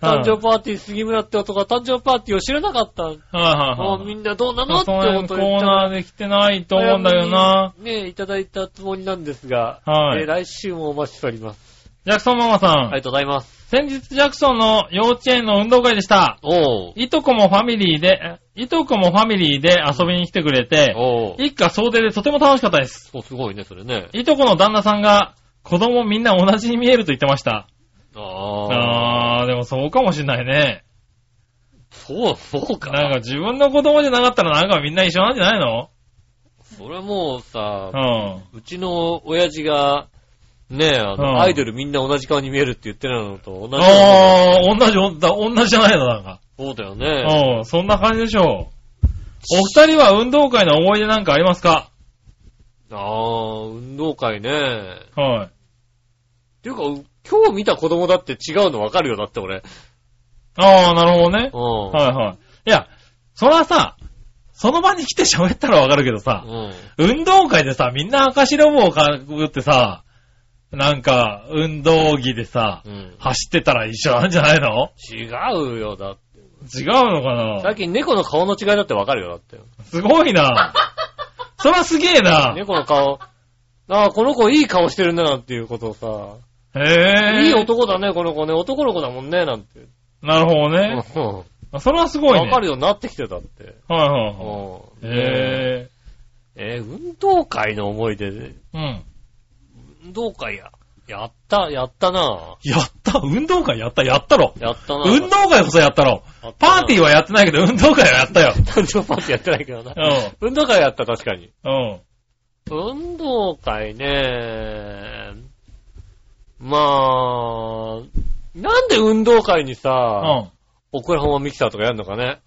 Speaker 2: 誕生パーティー杉村って男が誕生パーティーを知らなかった。
Speaker 3: はい
Speaker 2: あ
Speaker 3: はい
Speaker 2: ー
Speaker 3: は
Speaker 2: み
Speaker 3: い。
Speaker 2: んなどうなのって
Speaker 3: その
Speaker 2: こ
Speaker 3: 辺
Speaker 2: と
Speaker 3: コ
Speaker 2: を言っ
Speaker 3: ー
Speaker 2: たら
Speaker 3: ナーで来てないと思うんだけどな。。
Speaker 2: 早めにねいただいたつもりなんですが、
Speaker 3: はい
Speaker 2: えー来週もお待ちしております。
Speaker 3: ジャクソンママさん、
Speaker 2: ありがとうございます。
Speaker 3: 先日ジャクソンの幼稚園の運動会でした。
Speaker 2: おう。
Speaker 3: いとこもファミリーで、えいとこもファミリーで遊びに来てくれて、
Speaker 2: おう。
Speaker 3: 一家総出でとても楽しかったです。
Speaker 2: そう、すごいね、それね。
Speaker 3: いとこの旦那さんが、子供みんな同じに見えると言ってました。
Speaker 2: ああ。
Speaker 3: あー、でもそうかもしんないね。
Speaker 2: そう、そうか。
Speaker 3: なんか自分の子供じゃなかったらなんかみんな一緒なんじゃないの
Speaker 2: それもうさ、
Speaker 3: うん。
Speaker 2: うちの親父が、ねえ、あの、
Speaker 3: うん
Speaker 2: アイドルみんな同じ顔に見えるって言ってないのと同じような
Speaker 3: あー、同じ、おんだ同じじゃないのなんか。
Speaker 2: そうだよね。
Speaker 3: うん、そんな感じでしょう。お二人は運動会の思い出なんかありますか
Speaker 2: ああ、運動会ね。
Speaker 3: はい。
Speaker 2: っていうか、う今日見た子供だって違うの分かるよ、だって俺。
Speaker 3: あー、なるほどね
Speaker 2: う。ん。
Speaker 3: はいはい。いや、そらさ、その場に来て喋ったらわかるけどさ、
Speaker 2: うん。
Speaker 3: 運動会でさ、みんな赤白帽をかぶってさ、なんか、運動着でさ
Speaker 2: う、ん。
Speaker 3: 走ってたら一緒なんじゃないの
Speaker 2: 違うよ、だって。
Speaker 3: 違うのか
Speaker 2: 最
Speaker 3: な
Speaker 2: 近猫の顔の違いだって分かるよ、だって。
Speaker 3: すご いな。そらすげえな。
Speaker 2: 猫の顔。ああ、この子いい顔してるね、なんていうことをさ。
Speaker 3: へえ。
Speaker 2: いい。男だね、この子ね。男の子だもんね、なんて。
Speaker 3: なるほど
Speaker 2: う
Speaker 3: ね。
Speaker 2: ん。
Speaker 3: あそらすごいね。
Speaker 2: 分かるようになってきてたって。
Speaker 3: はいはいは
Speaker 2: う
Speaker 3: い。
Speaker 2: ん。
Speaker 3: へえ。
Speaker 2: えー運動会の思い出で、
Speaker 3: うん。
Speaker 2: 運動会や、やった、やったな
Speaker 3: やった運動会やったやったろ
Speaker 2: やったな
Speaker 3: 運動会こそやったろパーティー
Speaker 2: は
Speaker 3: はやってないけど、運動会はやったよ。
Speaker 2: 誕生パーティーやってないけどな。
Speaker 3: う
Speaker 2: 運動会やった、確かに。
Speaker 3: ん。うん。
Speaker 2: 運動会ねまあ、なんで運動会にさ、
Speaker 3: うん。
Speaker 2: オクラホマミキサーとかやるのかね。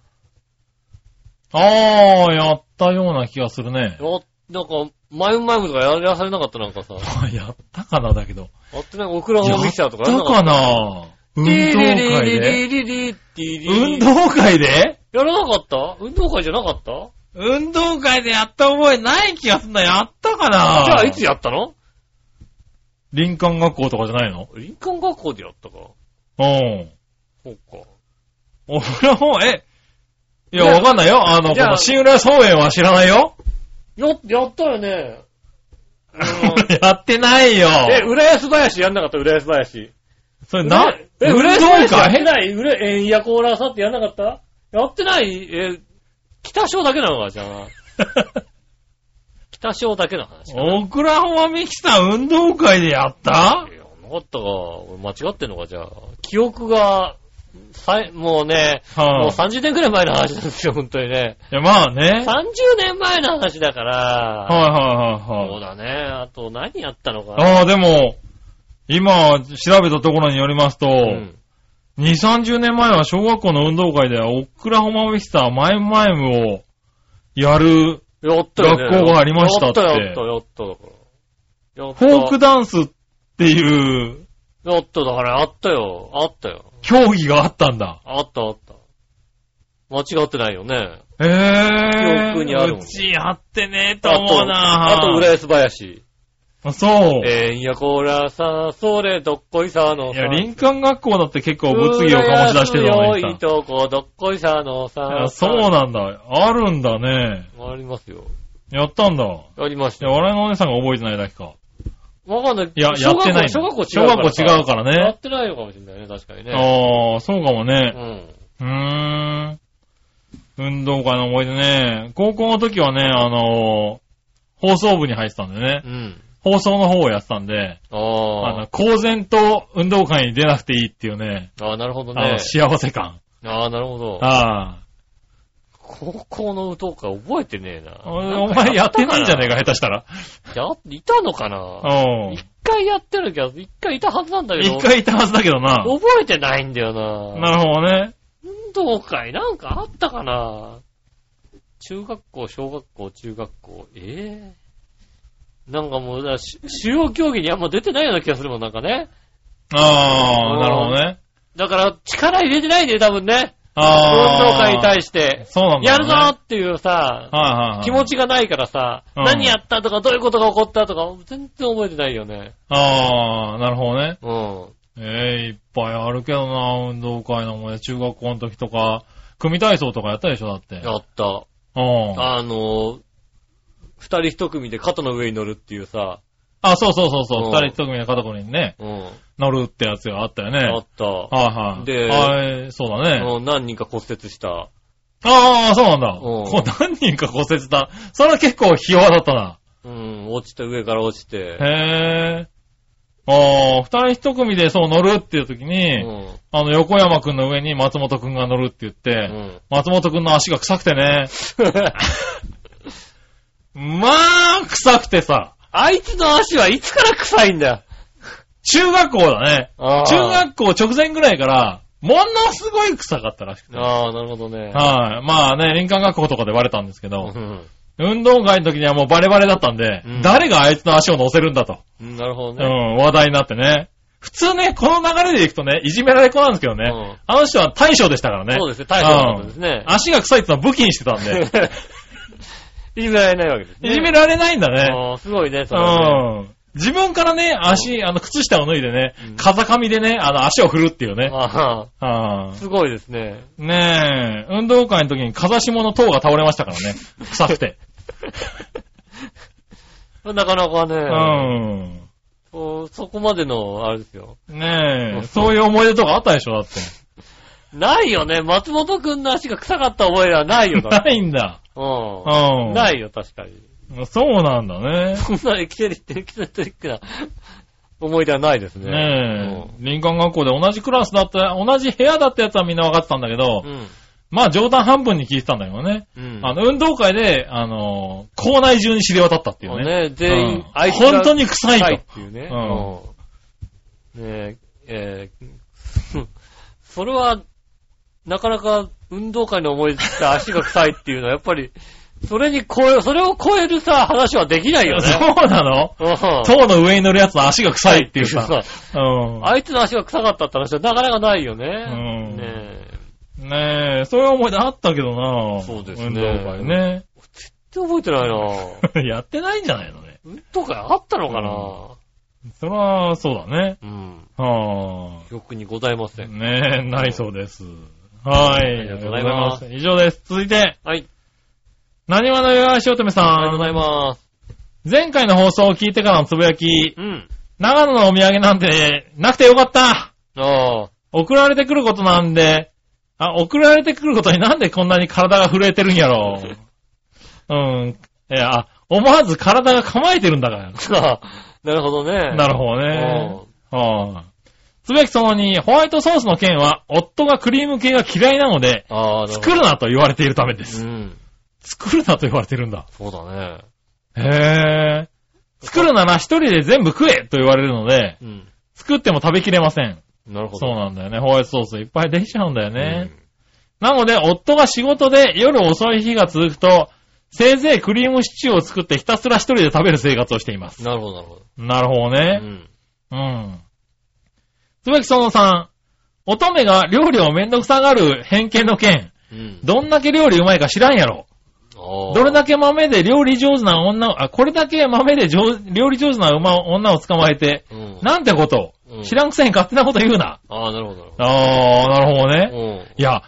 Speaker 3: ああ、やったような気がするね。
Speaker 2: やなんか、マイムマイムとかやらされなかったなんかさ。や
Speaker 3: やったかなだけど。
Speaker 2: ってないオクラホマミキサーとかやら
Speaker 3: やっ
Speaker 2: な
Speaker 3: た
Speaker 2: か
Speaker 3: か
Speaker 2: った。
Speaker 3: な運動会で
Speaker 2: リリリリリリリリリ
Speaker 3: 運動会で
Speaker 2: やらなかった運動会じゃなかった
Speaker 3: 運動会でやった覚えない気がすんな。やったかな
Speaker 2: じゃあ、いつやったの
Speaker 3: 林間学校とかじゃないの
Speaker 2: 林間学校でやったか。
Speaker 3: うん。
Speaker 2: そうか。
Speaker 3: 俺はもう、え、い
Speaker 2: じゃ
Speaker 3: や、
Speaker 2: あ
Speaker 3: わかんないよ。あの、こ
Speaker 2: じゃあ
Speaker 3: の新浦総園は知らないよ。
Speaker 2: や、やったよね。うん
Speaker 3: やってないよ。
Speaker 2: え、浦安林やんなかった浦安林。
Speaker 3: それな、
Speaker 2: え、
Speaker 3: 運
Speaker 2: 浦安
Speaker 3: 動
Speaker 2: 林やって
Speaker 3: 会
Speaker 2: ない浦、えんやコーラーさってやんなかったやってないえ、北省だけなのか、じゃあ。北省だけの話かな。
Speaker 3: オクラホマミキさん運動会でやった
Speaker 2: いやなかったか。俺間違ってんのか、じゃあ。記憶が、さい、もうね、もう
Speaker 3: はあ、
Speaker 2: 30年くらい前の話なんですよ、本当にね。
Speaker 3: いや、まあね。
Speaker 2: 30年前の話だから、
Speaker 3: はいはいはいはい。
Speaker 2: そうだね。あと何やったのかな。
Speaker 3: ああ、でも、今、調べたところによりますと、
Speaker 2: うん。
Speaker 3: 2、30年前は小学校の運動会では、オクラホマウィスターマイムマイムをやる、
Speaker 2: やったよね。
Speaker 3: 学校がありましたって
Speaker 2: やったやったやっただから。やっ
Speaker 3: フ
Speaker 2: た。
Speaker 3: ォークダンスっていう
Speaker 2: やっただから、あったよ。あったよ。
Speaker 3: 競技があったんだ。
Speaker 2: あったあった。間違ってないよね。
Speaker 3: へぇー。
Speaker 2: 記憶にあるもん
Speaker 3: うちやってねえと思うな
Speaker 2: あと、あと浦安林。
Speaker 3: あそう。
Speaker 2: えー、いやこらさ、それどっこいさの
Speaker 3: い
Speaker 2: さ。
Speaker 3: や、林間学校だって結構物議を醸し出してたの
Speaker 2: 浦安よ
Speaker 3: に
Speaker 2: いとこ、どっこいさの
Speaker 3: さ。い
Speaker 2: さ
Speaker 3: や。そうなんだ。あるんだね。
Speaker 2: ありますよ。
Speaker 3: やったんだ。い
Speaker 2: ありました
Speaker 3: や、
Speaker 2: よ。
Speaker 3: 俺のお姉さんが覚えてないだけか。
Speaker 2: わかんない。
Speaker 3: いや、やってないんだ。
Speaker 2: 小学校
Speaker 3: 小
Speaker 2: 小学校
Speaker 3: 学校
Speaker 2: 違
Speaker 3: 違
Speaker 2: う
Speaker 3: う
Speaker 2: か。
Speaker 3: からら
Speaker 2: や
Speaker 3: ね
Speaker 2: っ。てないのかもしれないね、確かにね。
Speaker 3: ああ、そうかも
Speaker 2: う
Speaker 3: ね。
Speaker 2: ん。
Speaker 3: うーん。運動会の思い出ね。高校の時はね、あのー放送部に入ってたんでね
Speaker 2: う。ん。
Speaker 3: 放送の方をやってたんで、あ
Speaker 2: あ
Speaker 3: の、公然と運動会に出なくていいっていうね、
Speaker 2: あ。ああ、なるほど
Speaker 3: あ
Speaker 2: ね
Speaker 3: の、。幸せ感。
Speaker 2: ああ、なるほど。
Speaker 3: あ
Speaker 2: 高校の歌か覚えてねえな。
Speaker 3: あ。お前やってないんじゃねえ
Speaker 2: か。
Speaker 3: か、下手したら。
Speaker 2: や、いたのかな
Speaker 3: うん。
Speaker 2: 一回やってる気がする。一回いたはずなんだけど。
Speaker 3: 一回いたはずだけどな。
Speaker 2: 覚えてないんだよな。
Speaker 3: なるほどね。
Speaker 2: 運動会なんかあったかな中学校、小学校、中学校。ええなんかもうだし、主要競技にあんま出てないような気がするもん、なんかね。
Speaker 3: あ
Speaker 2: うん
Speaker 3: あ、なるほどね。
Speaker 2: だから、力入れてないね、多分ね。運
Speaker 3: ああ。
Speaker 2: 動会に対して。
Speaker 3: そうなんだ、ね。
Speaker 2: やるぞ
Speaker 3: は
Speaker 2: ー
Speaker 3: い
Speaker 2: っていうさ、
Speaker 3: はいはい。
Speaker 2: 気持。ちがないからさ、
Speaker 3: うん
Speaker 2: 何やったとか、どういうことが起こったとか、全然覚えてないよね。
Speaker 3: ああ、なるほどね。
Speaker 2: うん。
Speaker 3: ええいっぱいあるけどな、運動会の思い出。中学校の時とか、組体操とかやったでしょ、だって。
Speaker 2: やった。
Speaker 3: うん。あ
Speaker 2: あのー、二人一組で肩の上に乗るっていうさ、
Speaker 3: そうそうそうそうう。
Speaker 2: ん
Speaker 3: 二人一組の片方にね、
Speaker 2: うん。
Speaker 3: 乗るってやつがあったよね。
Speaker 2: あった。
Speaker 3: はいはい。
Speaker 2: で
Speaker 3: はい、そうだね。
Speaker 2: うん何人か骨折した。
Speaker 3: ああ、そうなんだ。
Speaker 2: ん
Speaker 3: こう何人か骨折だ。それは結構ひ弱だったな。
Speaker 2: うん、落ちて上から落ちて。
Speaker 3: へえ。ああ、二人一組でそう乗るっていう時
Speaker 2: う
Speaker 3: に、
Speaker 2: ん。
Speaker 3: あの、横山くんの上に松本くんが乗るって言って、
Speaker 2: うん。
Speaker 3: 松本くんの足が臭くてね、まあ、臭くてさ、
Speaker 2: あいつの足はいつから臭いんだよ。
Speaker 3: 中学校だね。
Speaker 2: あー
Speaker 3: 中学校直前ぐらいから、ものすごい臭かったらしくて。はい、
Speaker 2: ああ、なるほどね。
Speaker 3: まあね、林間学校とかで割れたんですけど、
Speaker 2: うん
Speaker 3: 運動会の時にはもうバレバレだったんで、
Speaker 2: うん
Speaker 3: 誰があいつの足を乗せるんだと、
Speaker 2: うん。なるほど
Speaker 3: う
Speaker 2: ね。
Speaker 3: ん、話題になってね。普通ね、この流れでいくとね、いじめられっ子なんですけどね、
Speaker 2: うん
Speaker 3: あの人は大将でしたからね。
Speaker 2: そうですね、大将だったんですね。
Speaker 3: 足が臭いってのは武器にしてたんで、
Speaker 2: いじめられないわけですね。
Speaker 3: いじめられないんだね。
Speaker 2: あーすごいね、それはね。
Speaker 3: うん。自分からね、足、あの、靴下を脱いでね
Speaker 2: うん、
Speaker 3: 風上でね、あの、足を振るっていうね。
Speaker 2: あ
Speaker 3: あ
Speaker 2: ーすごいですね。
Speaker 3: ーねえ、運動会の時に風下の塔が倒れましたからね。臭 くて。
Speaker 2: なかなか
Speaker 3: う
Speaker 2: ね、
Speaker 3: ん。
Speaker 2: こうそこまでの、あれですよ。
Speaker 3: ね
Speaker 2: そう
Speaker 3: え、そういう思い出とかあったでしょ、だって。
Speaker 2: ないよね。松本くんの足が臭かった覚えはないよ、 だっ
Speaker 3: な
Speaker 2: て
Speaker 3: いんだ。
Speaker 2: うん。
Speaker 3: うん
Speaker 2: ないよ、確かに。
Speaker 3: そうなんだね。
Speaker 2: そんなエキセリエキセリックな思い出はないですね。
Speaker 3: ねえ、林間学校で同じクラスだった、同じ部屋だったやつはみんな分かってたんだけど
Speaker 2: う、ん。
Speaker 3: まあ冗談半分に聞いてたんだけどね。
Speaker 2: うん。
Speaker 3: あの、運動会で、あの、校内中に知れ渡ったっていう
Speaker 2: もう
Speaker 3: ね。
Speaker 2: ね、全
Speaker 3: うん
Speaker 2: 員、あいつが
Speaker 3: 本当に臭い
Speaker 2: 臭い
Speaker 3: と
Speaker 2: っ。ていうね。うん。ねえ、えー それは、なかなか運動会の思い出って足が臭いっていうのは、やっぱり、 それに超え、それを超えるさ、話はできないよ
Speaker 3: そ
Speaker 2: ね。
Speaker 3: うなの
Speaker 2: うん
Speaker 3: 塔の上に乗るやつの足が臭いっ ていうさ。うん。
Speaker 2: あいつの足が臭かったって話はなかなかないよね。
Speaker 3: うん
Speaker 2: ねえ。
Speaker 3: ねえ、そういう思い出あったけどな
Speaker 2: そうですね
Speaker 3: 運動会ね。
Speaker 2: 全然覚えてないな
Speaker 3: やってないんじゃないのね。
Speaker 2: 運動会あったのかな
Speaker 3: そら、そうだね。
Speaker 2: うん。
Speaker 3: は
Speaker 2: 記憶にございませ
Speaker 3: あ。
Speaker 2: ん。
Speaker 3: ねえ、ないそうです。は
Speaker 2: あ
Speaker 3: い。
Speaker 2: りがとうございます
Speaker 3: ありがとうございま以上です。続いて、
Speaker 2: はい。
Speaker 3: 何話の岩橋乙女さん。
Speaker 2: ありがとうございます。
Speaker 3: 前回の放送を聞いてからのつぶやき、
Speaker 2: うん。
Speaker 3: 長野のお土産なんて、なくてよかった
Speaker 2: ああ。
Speaker 3: 送られてくることなんで、あ、送られてくることになんでこんなに体が震えてるんやろ う。うん。え、あ、思わず体が構えてるんだから。
Speaker 2: あ なるほどね。
Speaker 3: なるほど
Speaker 2: うん
Speaker 3: ね。はあ。つぶやきその2、ホワイトソースの件は、夫がクリーム系が嫌いなので、
Speaker 2: ああ、なるほど。
Speaker 3: 作るなと言われているためです。
Speaker 2: うん。
Speaker 3: 作るなと言われてるんだ。
Speaker 2: そうだね。
Speaker 3: へえ。作るなら一人で全部食えと言われるので、
Speaker 2: うん。
Speaker 3: 作っても食べきれません。
Speaker 2: なるほ
Speaker 3: そう
Speaker 2: ど。
Speaker 3: なんだよね。ホワイトソースいっぱいできちゃうんだよね。なので、夫が仕事で夜遅い日が続くと、せいぜいクリームシチューを作ってひたすら一人で食べる生活をしています。
Speaker 2: なるほど、なるほど。
Speaker 3: なるほど
Speaker 2: う
Speaker 3: ね。
Speaker 2: ん。
Speaker 3: うん。つばきそのさん。乙女が料理をめんどくさがる偏見の件。
Speaker 2: うん。
Speaker 3: どんだけ料理うまいか知らんやろ。
Speaker 2: ああ
Speaker 3: どれだけ豆で料理上手な女を、あ、これだけ豆で上料理上手な馬を女を捕まえて、
Speaker 2: うん。
Speaker 3: なんてこと
Speaker 2: うん
Speaker 3: 知らんくせに勝手なこと言うな。
Speaker 2: ああ、なるほど、なるほ
Speaker 3: あー、なるほどね。
Speaker 2: ど。
Speaker 3: いや、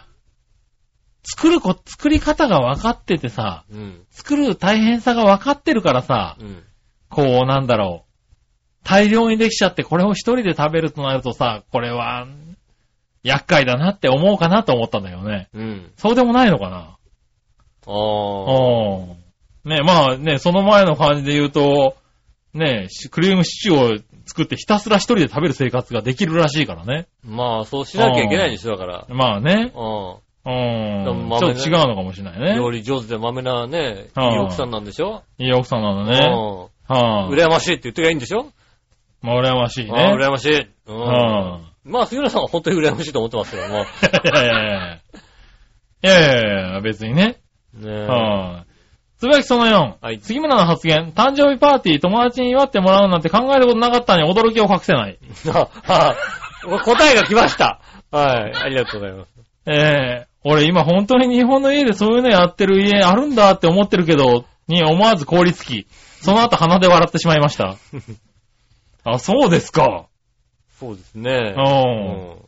Speaker 3: 作るこ、作り方が分かっててさ、
Speaker 2: うん。うん。
Speaker 3: 作る大変さが分かってるからさ、
Speaker 2: うん。
Speaker 3: こうなんだろう。大量にできちゃってこれを一人で食べるとなるとさ、これは、厄介だなって思うかなと思ったんだよね。
Speaker 2: うん。
Speaker 3: そうでもないのかな
Speaker 2: ああ。
Speaker 3: うん。ねまあね、その前の感じで言うと、ねしクリームシチューを作ってひたすら一人で食べる生活ができるらしいからね。
Speaker 2: まあ、そうしなきゃいけないでしょ、だから。
Speaker 3: まあね。
Speaker 2: うで
Speaker 3: うん。
Speaker 2: も
Speaker 3: ち
Speaker 2: 豆
Speaker 3: ょっ
Speaker 2: ね
Speaker 3: と違うのかもしれない
Speaker 2: ん。料
Speaker 3: ね。
Speaker 2: 理上手でまめなね、
Speaker 3: うん
Speaker 2: いい奥さんなんでしょ
Speaker 3: いい奥さんなんだ
Speaker 2: う
Speaker 3: ね。は
Speaker 2: ん。
Speaker 3: ぁ、
Speaker 2: 羨ましいって言ってがいいんでしょ
Speaker 3: まあ、羨ましい
Speaker 2: ああ、
Speaker 3: ね。
Speaker 2: 羨ましい。う。
Speaker 3: うんん。
Speaker 2: まあ、杉浦さんは本当に羨ましいと思ってますけども。
Speaker 3: いやいやいやいや。いやいやいや、別にね。
Speaker 2: ねえ。
Speaker 3: はい、つぶやきその4。
Speaker 2: はい
Speaker 3: 杉村の発言。誕生日パーティー、友達に祝ってもらうなんて考えたことなかったのに驚きを隠せない。
Speaker 2: ああ 答えが来ました。はい。ありがとうございます。
Speaker 3: ええ俺今本当に日本の家でそういうのやってる家あるんだって思ってるけど、に思わず凍りつき、その後鼻で笑ってしまい ました。あ、そうですか。
Speaker 2: そうですね。う
Speaker 3: うん。
Speaker 2: ん。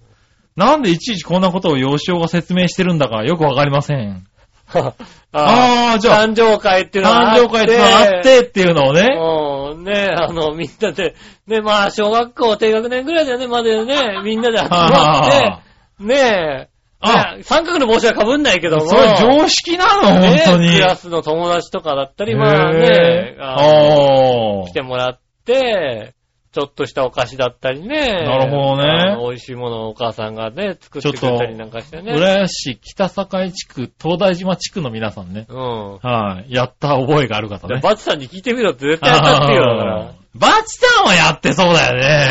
Speaker 3: なんでいちいちこんなことを幼少が説明してるんだかよくわかりません。
Speaker 2: ああ、
Speaker 3: ああー、じゃあ、
Speaker 2: 誕生会っていうのがあ
Speaker 3: 誕
Speaker 2: って。
Speaker 3: 生会ってのがあってっていうのをね。
Speaker 2: うん、ねあの、みんなで、ねまあ、小学校低学年ぐらいだよね、までね、みんなで集まって
Speaker 3: あ、
Speaker 2: ね
Speaker 3: あ
Speaker 2: ね三角の帽子は被んないけども、
Speaker 3: それ常識なの本当に。
Speaker 2: ね、クラスの友達とかだったり、まあ
Speaker 3: へ
Speaker 2: ね
Speaker 3: え、
Speaker 2: あの
Speaker 3: あ
Speaker 2: 来てもらって、ちょっとしたお菓子だったりね。
Speaker 3: なるほどね
Speaker 2: あの美味しいものをお母さんがね、作ってくれたりなんかして
Speaker 3: ー。
Speaker 2: ね。
Speaker 3: 浦安市北境地区、東大島地区の皆さんね。
Speaker 2: うん。
Speaker 3: はい、やった覚えがある方ね。
Speaker 2: バチさんに聞いてみろって絶対当たってるよ、だか
Speaker 3: あ
Speaker 2: ら
Speaker 3: ー。バチさんはやってそうだ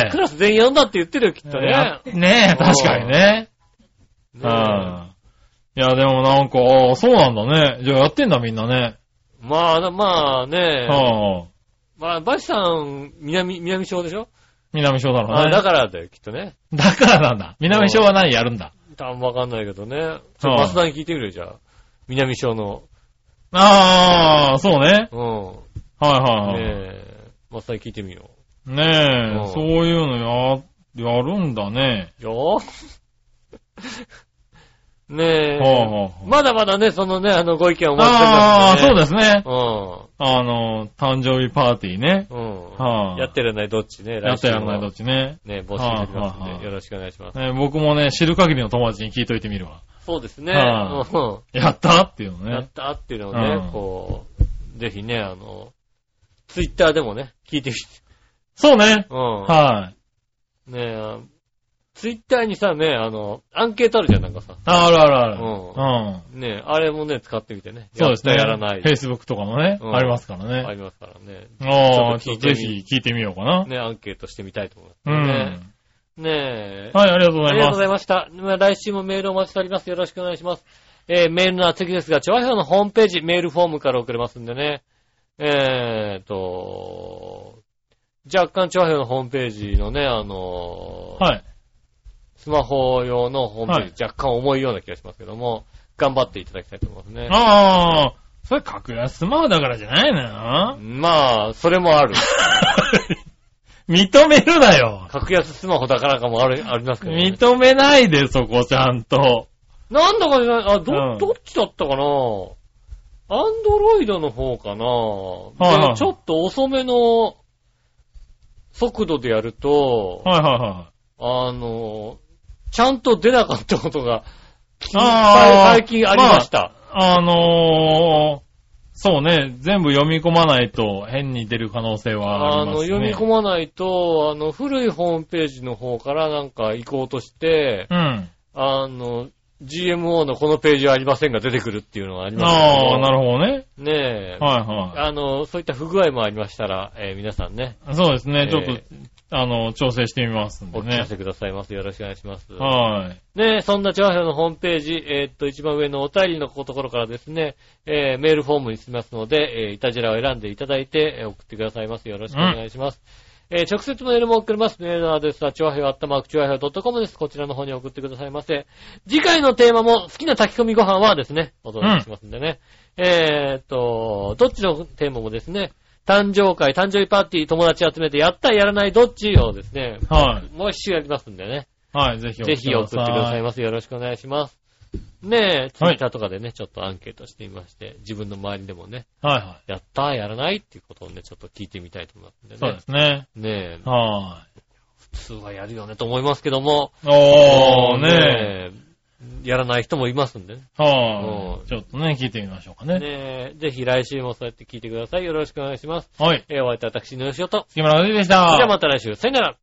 Speaker 3: よ
Speaker 2: ク
Speaker 3: ね。
Speaker 2: ラス全員呼んだって言ってるよ、きっとね。
Speaker 3: ねえ、
Speaker 2: うん
Speaker 3: 確かにね。う
Speaker 2: ね
Speaker 3: ん。いや、でもなんか、あーそうなんだね。じゃあやってんだみんなね。
Speaker 2: まあ、まあね、
Speaker 3: はあ。
Speaker 2: まあ、バチさん、南、南小でしょ、
Speaker 3: 南小だろう
Speaker 2: あ
Speaker 3: ね。
Speaker 2: だからだよ、きっとね。
Speaker 3: だからなんだ。南小は何やるんだ。
Speaker 2: あんまわかんないけどね。ち
Speaker 3: う
Speaker 2: ょ
Speaker 3: ん
Speaker 2: マスダに聞いてみるよ、じゃあ。南小の。
Speaker 3: ああ、そうね。
Speaker 2: うん。
Speaker 3: はいはいは
Speaker 2: ね
Speaker 3: い。
Speaker 2: え、まさに聞いてみよ
Speaker 3: ねえ、
Speaker 2: うん
Speaker 3: そういうのや、やるんだね。
Speaker 2: う。よ ーねえ、
Speaker 3: はあはあ
Speaker 2: まだまだね、そのね、あの、ご意見をお待ちして
Speaker 3: ああ、そう
Speaker 2: だ。
Speaker 3: ですね。
Speaker 2: う
Speaker 3: あの、誕生日パーティー
Speaker 2: ん。
Speaker 3: ね。
Speaker 2: うん。
Speaker 3: はあ
Speaker 2: やってられないどっちね、
Speaker 3: や
Speaker 2: 来
Speaker 3: った
Speaker 2: 週も
Speaker 3: やらないどっちね。
Speaker 2: ね、募集しておきますんで、
Speaker 3: はあはあ
Speaker 2: よろしくお願いします。
Speaker 3: ね僕もね、知る限りの友達に聞いといてみるわ。
Speaker 2: そうですね、
Speaker 3: は
Speaker 2: うん
Speaker 3: やったっていうの
Speaker 2: やっ
Speaker 3: ね。
Speaker 2: たっていうのをね、
Speaker 3: うん
Speaker 2: こう、ぜひね、あの、ツイッターでもね、聞いてみて、
Speaker 3: そうね。
Speaker 2: うん。
Speaker 3: はい。
Speaker 2: ねえ、ツイッターにさ、ね、あの、アンケートあるじゃん、なんかさ。
Speaker 3: ああるある
Speaker 2: う
Speaker 3: ある。
Speaker 2: ん。
Speaker 3: うん。
Speaker 2: ねえ、あれもね、使ってみてね。
Speaker 3: そうですね。
Speaker 2: やったやらない。
Speaker 3: Facebook とかもね、
Speaker 2: うん
Speaker 3: ありますから
Speaker 2: あ
Speaker 3: ね。
Speaker 2: りますからね。
Speaker 3: ああ、
Speaker 2: ち
Speaker 3: ち
Speaker 2: ょ
Speaker 3: ょ
Speaker 2: っ
Speaker 3: っ
Speaker 2: と
Speaker 3: と
Speaker 2: 聞い
Speaker 3: ぜ
Speaker 2: てみ
Speaker 3: ひ聞いてみようかな。
Speaker 2: ね、アンケートしてみたいと思いますね。
Speaker 3: うん。
Speaker 2: ねえ。
Speaker 3: はい、ありがとうご
Speaker 2: あ
Speaker 3: ざい
Speaker 2: りがとうご
Speaker 3: ます
Speaker 2: ざ。いました。まあ来週もメールお待ちしております。よろしくお願いします。えーメールの宛先ですが、調和表のホームページ、メールフォームから送れますんでね。えーっと、若干調和表のホームページのね、あのー
Speaker 3: はい。
Speaker 2: スマホ用のホームページ、若干重いような気がしますけども、頑張っていただきたいと思いますね。
Speaker 3: ああ、それ格安マホだからじゃないのよ。
Speaker 2: まあ、それもある。
Speaker 3: 認めるなよ。
Speaker 2: 格安スマホだからかもある、ありますけど、ね。
Speaker 3: 認めないで、そこちゃんと。
Speaker 2: なんだかね、あ、ど、
Speaker 3: うん
Speaker 2: どっちだったかなアンドロイドの方かな、
Speaker 3: いはい
Speaker 2: でちょっと遅めの速度でやると、
Speaker 3: はいはいは
Speaker 2: あの、ちゃんと出なかったことが、
Speaker 3: い。ああ、
Speaker 2: 最近ありました。
Speaker 3: あのー、そうね、全部読み込まないと変に出る可能性は
Speaker 2: あ
Speaker 3: ありま
Speaker 2: の、
Speaker 3: すね。
Speaker 2: 読み込まないと、あの、古いホームページの方からなんか行こうとして、
Speaker 3: うん。
Speaker 2: あの、GMO のこのページはありませんが出てくるっていうのがありましたけど
Speaker 3: ああ、なるほどね。
Speaker 2: ねえ。
Speaker 3: はいは
Speaker 2: あの、そういった不具合もありましたら、えー皆さんね、
Speaker 3: い。そうです
Speaker 2: え
Speaker 3: ね
Speaker 2: ー、
Speaker 3: ちょっとあの、調整してみますん
Speaker 2: お
Speaker 3: で
Speaker 2: 聞か
Speaker 3: ね。
Speaker 2: せくださいます。よろしくお願いします。
Speaker 3: はい。
Speaker 2: ねえ、そんなチョアヘヨのホームページ、えーっと、一番上のお便りのところからですね、えーメールフォームに進みますので、えー、いたじらを選んでいただいて、えー送ってくださいます。よろしくお願いします。えー直接メールも送れます。メールのアドレスは、チョアヘヨアットマークチョアヘヨ .com です。こちらの方に送ってくださいませ。次回のテーマも、好きな炊き込みご飯はですね、お届けしますんでね。えーっと、どっちのテーマもですね、誕生会、誕生日パーティー、友達集めて、やった、やらない、どっちをですね、
Speaker 3: は
Speaker 2: もう一周やりますんでね。
Speaker 3: い。はい、ぜひ
Speaker 2: ぜひ送ってください
Speaker 3: い。
Speaker 2: ます。よろしくお願いします。ねえ、ツイ
Speaker 3: はい
Speaker 2: ッターとかでね、ちょっとアンケートしてみまして、自分の周りでもね、
Speaker 3: はいは
Speaker 2: やったーやらないっていうことをね、ちょっと聞いてみたいと思いますんで
Speaker 3: い。そうで
Speaker 2: ね。
Speaker 3: すね。
Speaker 2: ねえ、
Speaker 3: は
Speaker 2: 普通はやるよねと思いますけども、
Speaker 3: い。おー、ね
Speaker 2: えやらない人もいますんでね。
Speaker 3: え。は
Speaker 2: うん
Speaker 3: い。ちょっとね、聞いてみましょうかね。
Speaker 2: ねえ、ぜひ来週もそうやって聞いてください。よろしくお願いします。
Speaker 3: はい。
Speaker 2: えー、お会いいたい私、のよしおと。
Speaker 3: 月村和之でし
Speaker 2: じ
Speaker 3: た。
Speaker 2: ゃあまた来週、さよなら。